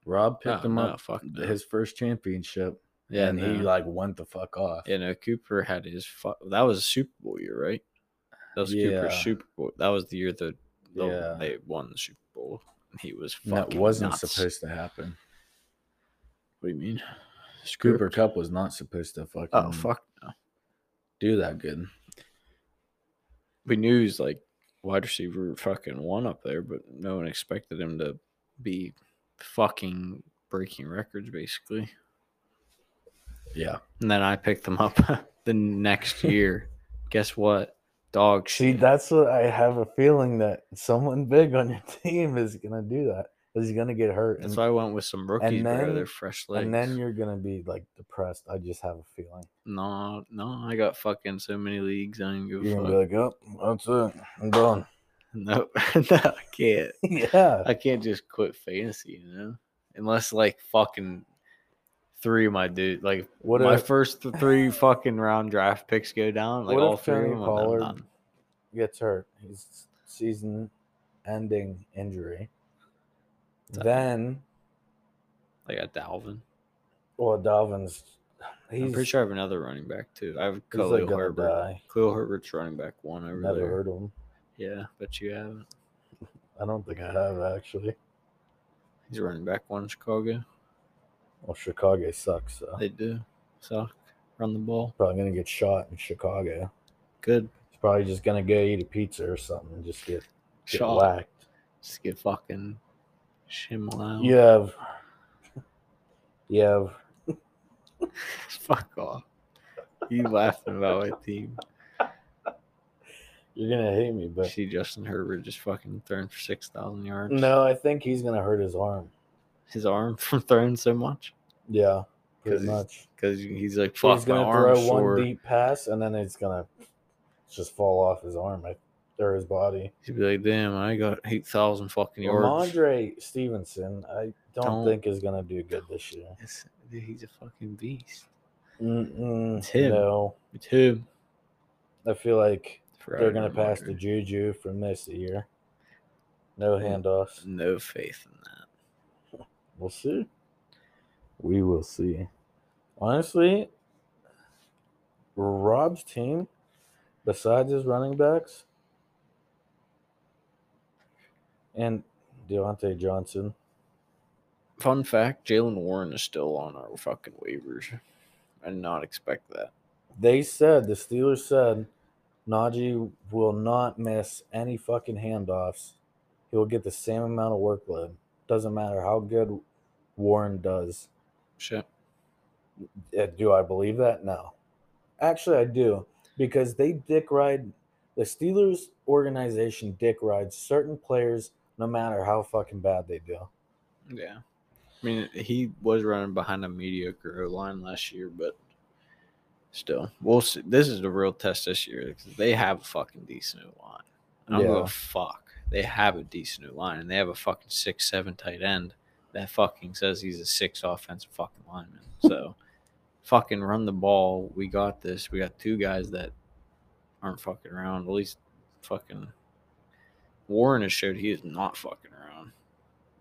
Speaker 1: Rob picked
Speaker 2: Oh,
Speaker 1: him
Speaker 2: no,
Speaker 1: up
Speaker 2: fuck no.
Speaker 1: his first championship,
Speaker 2: yeah,
Speaker 1: and
Speaker 2: no.
Speaker 1: he like went the fuck off.
Speaker 2: you know, Cooper had his fu- that was a Super Bowl year, right? That was Cooper's
Speaker 1: Yeah.
Speaker 2: Super Bowl. That was the year that the,
Speaker 1: Yeah.
Speaker 2: they won the Super Bowl. And He was
Speaker 1: And that
Speaker 2: fucking
Speaker 1: wasn't
Speaker 2: nuts.
Speaker 1: supposed to happen.
Speaker 2: What do you mean?
Speaker 1: Cooper um, Cup was not supposed to fucking
Speaker 2: Oh fuck no.
Speaker 1: do that good.
Speaker 2: We knew he was like wide receiver fucking one up there, but no one expected him to be fucking breaking records basically.
Speaker 1: Yeah.
Speaker 2: And then I picked them up the next year. Guess what? Dog
Speaker 1: See,
Speaker 2: shit.
Speaker 1: that's what I have a feeling that someone big on your team is gonna do that. Is gonna get hurt.
Speaker 2: That's
Speaker 1: and-
Speaker 2: why I went with some rookies, bro.
Speaker 1: then-
Speaker 2: They're fresh legs.
Speaker 1: and then you're gonna be like depressed. I just have a feeling.
Speaker 2: no, no, I got fucking so many leagues. I don't give a
Speaker 1: You're
Speaker 2: fuck.
Speaker 1: gonna be like, oh, that's it. I'm done.
Speaker 2: no, no, I can't.
Speaker 1: yeah.
Speaker 2: I can't just quit fantasy, you know, unless like fucking three of my dude, like
Speaker 1: What
Speaker 2: my
Speaker 1: if
Speaker 2: first th- three fucking round draft picks go down, like
Speaker 1: What
Speaker 2: all
Speaker 1: if
Speaker 2: three
Speaker 1: Tony
Speaker 2: of them.
Speaker 1: Pollard-
Speaker 2: I'm done.
Speaker 1: gets hurt? His season ending injury.
Speaker 2: That-
Speaker 1: Then
Speaker 2: Like a Dalvin.
Speaker 1: well Dalvin's
Speaker 2: I'm
Speaker 1: he's
Speaker 2: pretty sure I have another running back too. I have Khalil
Speaker 1: like, gonna
Speaker 2: Herbert.
Speaker 1: die.
Speaker 2: Khalil Herbert's running back one over
Speaker 1: never
Speaker 2: there.
Speaker 1: heard of him.
Speaker 2: Yeah, but you haven't.
Speaker 1: I don't think I have actually.
Speaker 2: He's a running back one in Chicago.
Speaker 1: Well Chicago sucks, so
Speaker 2: They do suck. Run the ball.
Speaker 1: probably gonna get shot in Chicago.
Speaker 2: Good.
Speaker 1: He's probably just gonna go eat a pizza or something and just get, get
Speaker 2: Shot.
Speaker 1: whacked.
Speaker 2: Just get fucking shimmel out.
Speaker 1: You have you have
Speaker 2: Fuck off. You laughing about my team.
Speaker 1: you're gonna hate me, but
Speaker 2: See Justin Herbert just fucking throwing for 6,000 yards.
Speaker 1: no, I think he's gonna hurt his arm.
Speaker 2: His arm from throwing so much.
Speaker 1: Yeah, pretty
Speaker 2: 'Cause he's-
Speaker 1: much.
Speaker 2: Because he's like, fuck,
Speaker 1: he's
Speaker 2: my
Speaker 1: gonna
Speaker 2: arm's
Speaker 1: throw
Speaker 2: sore.
Speaker 1: one deep pass and then it's gonna just fall off his arm I- or his body.
Speaker 2: He'd be like, damn, I got 8,000 fucking yards.
Speaker 1: Ramondre Stevenson, I don't,
Speaker 2: Don't-
Speaker 1: think is gonna do good this year.
Speaker 2: It's- dude, he's a fucking beast.
Speaker 1: Mm-mm,
Speaker 2: It's him.
Speaker 1: No,
Speaker 2: It's him.
Speaker 1: I feel like
Speaker 2: Forever
Speaker 1: they're gonna pass the
Speaker 2: Ramondre.
Speaker 1: Juju from this year. No
Speaker 2: Mm.
Speaker 1: handoffs.
Speaker 2: No faith in that.
Speaker 1: We'll see. We will see. Honestly, Rob's team, besides his running backs, and Deontay Johnson,
Speaker 2: Fun fact Jalen Warren is still on our fucking waivers. I did not expect that.
Speaker 1: they said, the Steelers said, Najee will not miss any fucking handoffs. He will get the same amount of workload. Doesn't matter how good Warren does.
Speaker 2: Shit.
Speaker 1: Uh, do I believe that? No. Actually, I do because they dick ride the Steelers organization dick rides certain players no matter how fucking bad they do.
Speaker 2: Yeah. I mean, he was running behind a mediocre O line last year, but still, we'll see. This is the real test this year. 'cause They have a fucking decent O line. I don't give
Speaker 1: Yeah.
Speaker 2: a fuck. They have a decent O line, and they have a fucking six seven tight end that fucking says he's a six offensive fucking lineman. So, fucking run the ball. We got this. We got two guys that aren't fucking around. At least fucking Warren has showed he is not fucking around.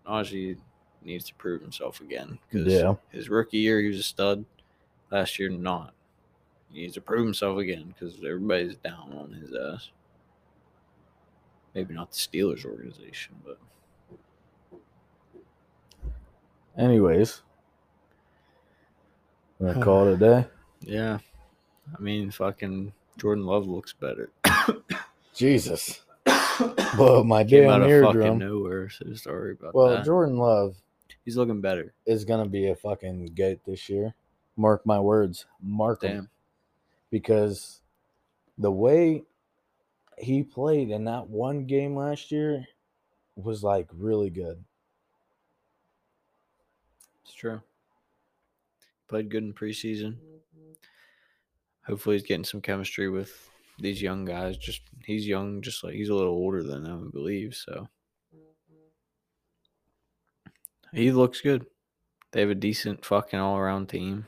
Speaker 2: Najee needs to prove himself again because his rookie year he was a stud. Last year not. He needs to prove himself again because everybody's down on his ass. Maybe not the Steelers organization, but
Speaker 1: Anyways, want to call it a day?
Speaker 2: Yeah. I mean, fucking Jordan Love looks better.
Speaker 1: Jesus. Blow my
Speaker 2: Came out
Speaker 1: damn
Speaker 2: of fucking
Speaker 1: eardrum.
Speaker 2: nowhere, so sorry about
Speaker 1: Well,
Speaker 2: that.
Speaker 1: Jordan Love
Speaker 2: He's looking better.
Speaker 1: is going to be a fucking goat this year. Mark my words. Mark 'em.
Speaker 2: Damn.
Speaker 1: Because the way he played in that one game last year was like really good.
Speaker 2: It's true. Played good in preseason. Hopefully, he's getting some chemistry with these young guys. Just he's young, just like he's a little older than them, I believe. So he looks good. They have a decent fucking all around team.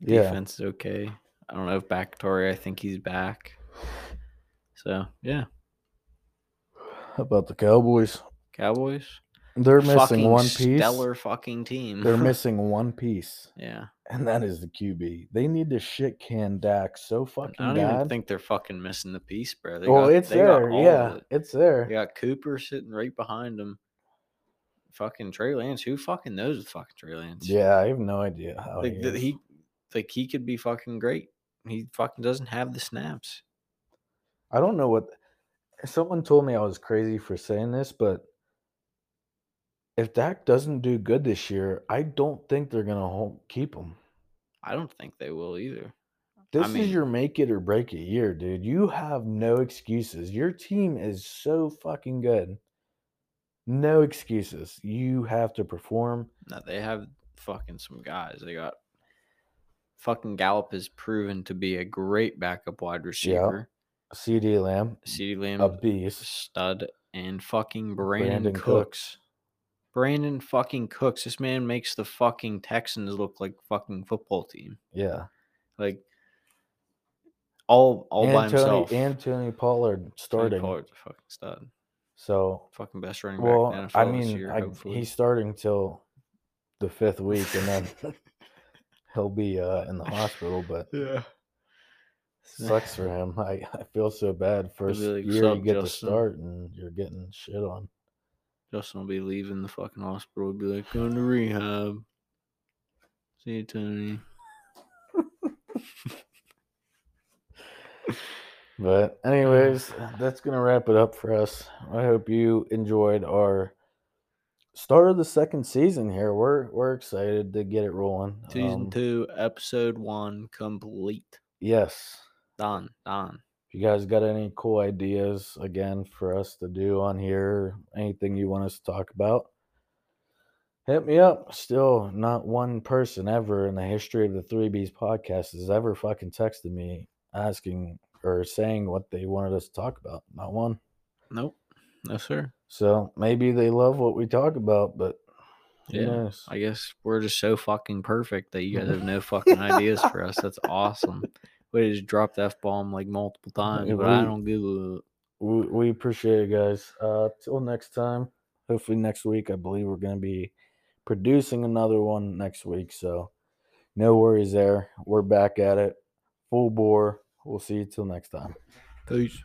Speaker 1: Yeah.
Speaker 2: Defense is okay. I don't know if Backatory. I think he's back. So yeah,
Speaker 1: How about the Cowboys?
Speaker 2: Cowboys.
Speaker 1: They're missing
Speaker 2: Fucking
Speaker 1: one piece.
Speaker 2: Stellar fucking team.
Speaker 1: They're missing one piece,
Speaker 2: yeah.
Speaker 1: and that is the QB. They need to shit can Dak so fucking
Speaker 2: I don't
Speaker 1: bad.
Speaker 2: even think they're fucking missing the piece, bro. They
Speaker 1: well,
Speaker 2: got-
Speaker 1: it's
Speaker 2: they got
Speaker 1: there.
Speaker 2: all of
Speaker 1: Yeah,
Speaker 2: it.
Speaker 1: it's there.
Speaker 2: They got Cooper sitting right behind him. Fucking Trey Lance. Who fucking knows with fucking Trey Lance?
Speaker 1: Yeah, oh, I have no idea how
Speaker 2: Like
Speaker 1: he,
Speaker 2: that
Speaker 1: is.
Speaker 2: he like he could be fucking great. He fucking doesn't have the snaps.
Speaker 1: I don't know what. Someone told me I was crazy for saying this, but if Dak doesn't do good this year, I don't think they're gonna hold, keep him.
Speaker 2: I don't think they will either.
Speaker 1: This
Speaker 2: mean-
Speaker 1: is your make it or break it year, dude. You have no excuses. Your team is so fucking good. No excuses. You have to perform.
Speaker 2: No, they have fucking some guys. They got fucking Gallup is proven to be a great backup wide receiver.
Speaker 1: CD Lamb,
Speaker 2: CeeDee Lamb
Speaker 1: a beast.
Speaker 2: stud and fucking Brandon,
Speaker 1: Brandon
Speaker 2: Cooks.
Speaker 1: Cooks.
Speaker 2: Brandon fucking Cooks. This man makes the fucking Texans look like fucking football team.
Speaker 1: Yeah.
Speaker 2: Like all all by
Speaker 1: Anthony,
Speaker 2: himself. Tony
Speaker 1: Anthony Pollard starting.
Speaker 2: Pollard's a fucking stud.
Speaker 1: So
Speaker 2: Fucking best running back in
Speaker 1: Well,
Speaker 2: the NFL
Speaker 1: I
Speaker 2: this
Speaker 1: mean,
Speaker 2: year,
Speaker 1: I,
Speaker 2: hopefully.
Speaker 1: he's starting till the fifth week, and then he'll be uh, in the hospital. But
Speaker 2: yeah.
Speaker 1: sucks for him. I, I feel so bad. First
Speaker 2: like,
Speaker 1: year
Speaker 2: "Sup,
Speaker 1: you get to
Speaker 2: Justin?"
Speaker 1: start, and you're getting shit on.
Speaker 2: Justin will be leaving the fucking hospital. Be like, going to rehab. See you, Tony.
Speaker 1: But anyways, that's gonna wrap it up for us. I hope you enjoyed our start of the second season here. We're we're excited to get it rolling.
Speaker 2: Season
Speaker 1: Um,
Speaker 2: two, episode one, complete.
Speaker 1: Yes.
Speaker 2: Done. Done.
Speaker 1: If you guys got any cool ideas again for us to do on here, anything you want us to talk about, hit me up. Still, not one person ever in the history of the Three Bs podcast has ever fucking texted me asking or saying what they wanted us to talk about. Not one.
Speaker 2: Nope. No, sir.
Speaker 1: So maybe they love what we talk about, but who
Speaker 2: Yeah.
Speaker 1: knows?
Speaker 2: I guess we're just so fucking perfect that you guys have no fucking ideas for us. That's awesome. We just dropped the F bomb like multiple times,
Speaker 1: Yeah,
Speaker 2: but I
Speaker 1: we-
Speaker 2: don't give a
Speaker 1: we, we appreciate it, guys. Uh, till next time. Hopefully next week. I believe we're gonna be producing another one next week. So no worries there. We're back at it, full bore. We'll see you till next time.
Speaker 2: peace.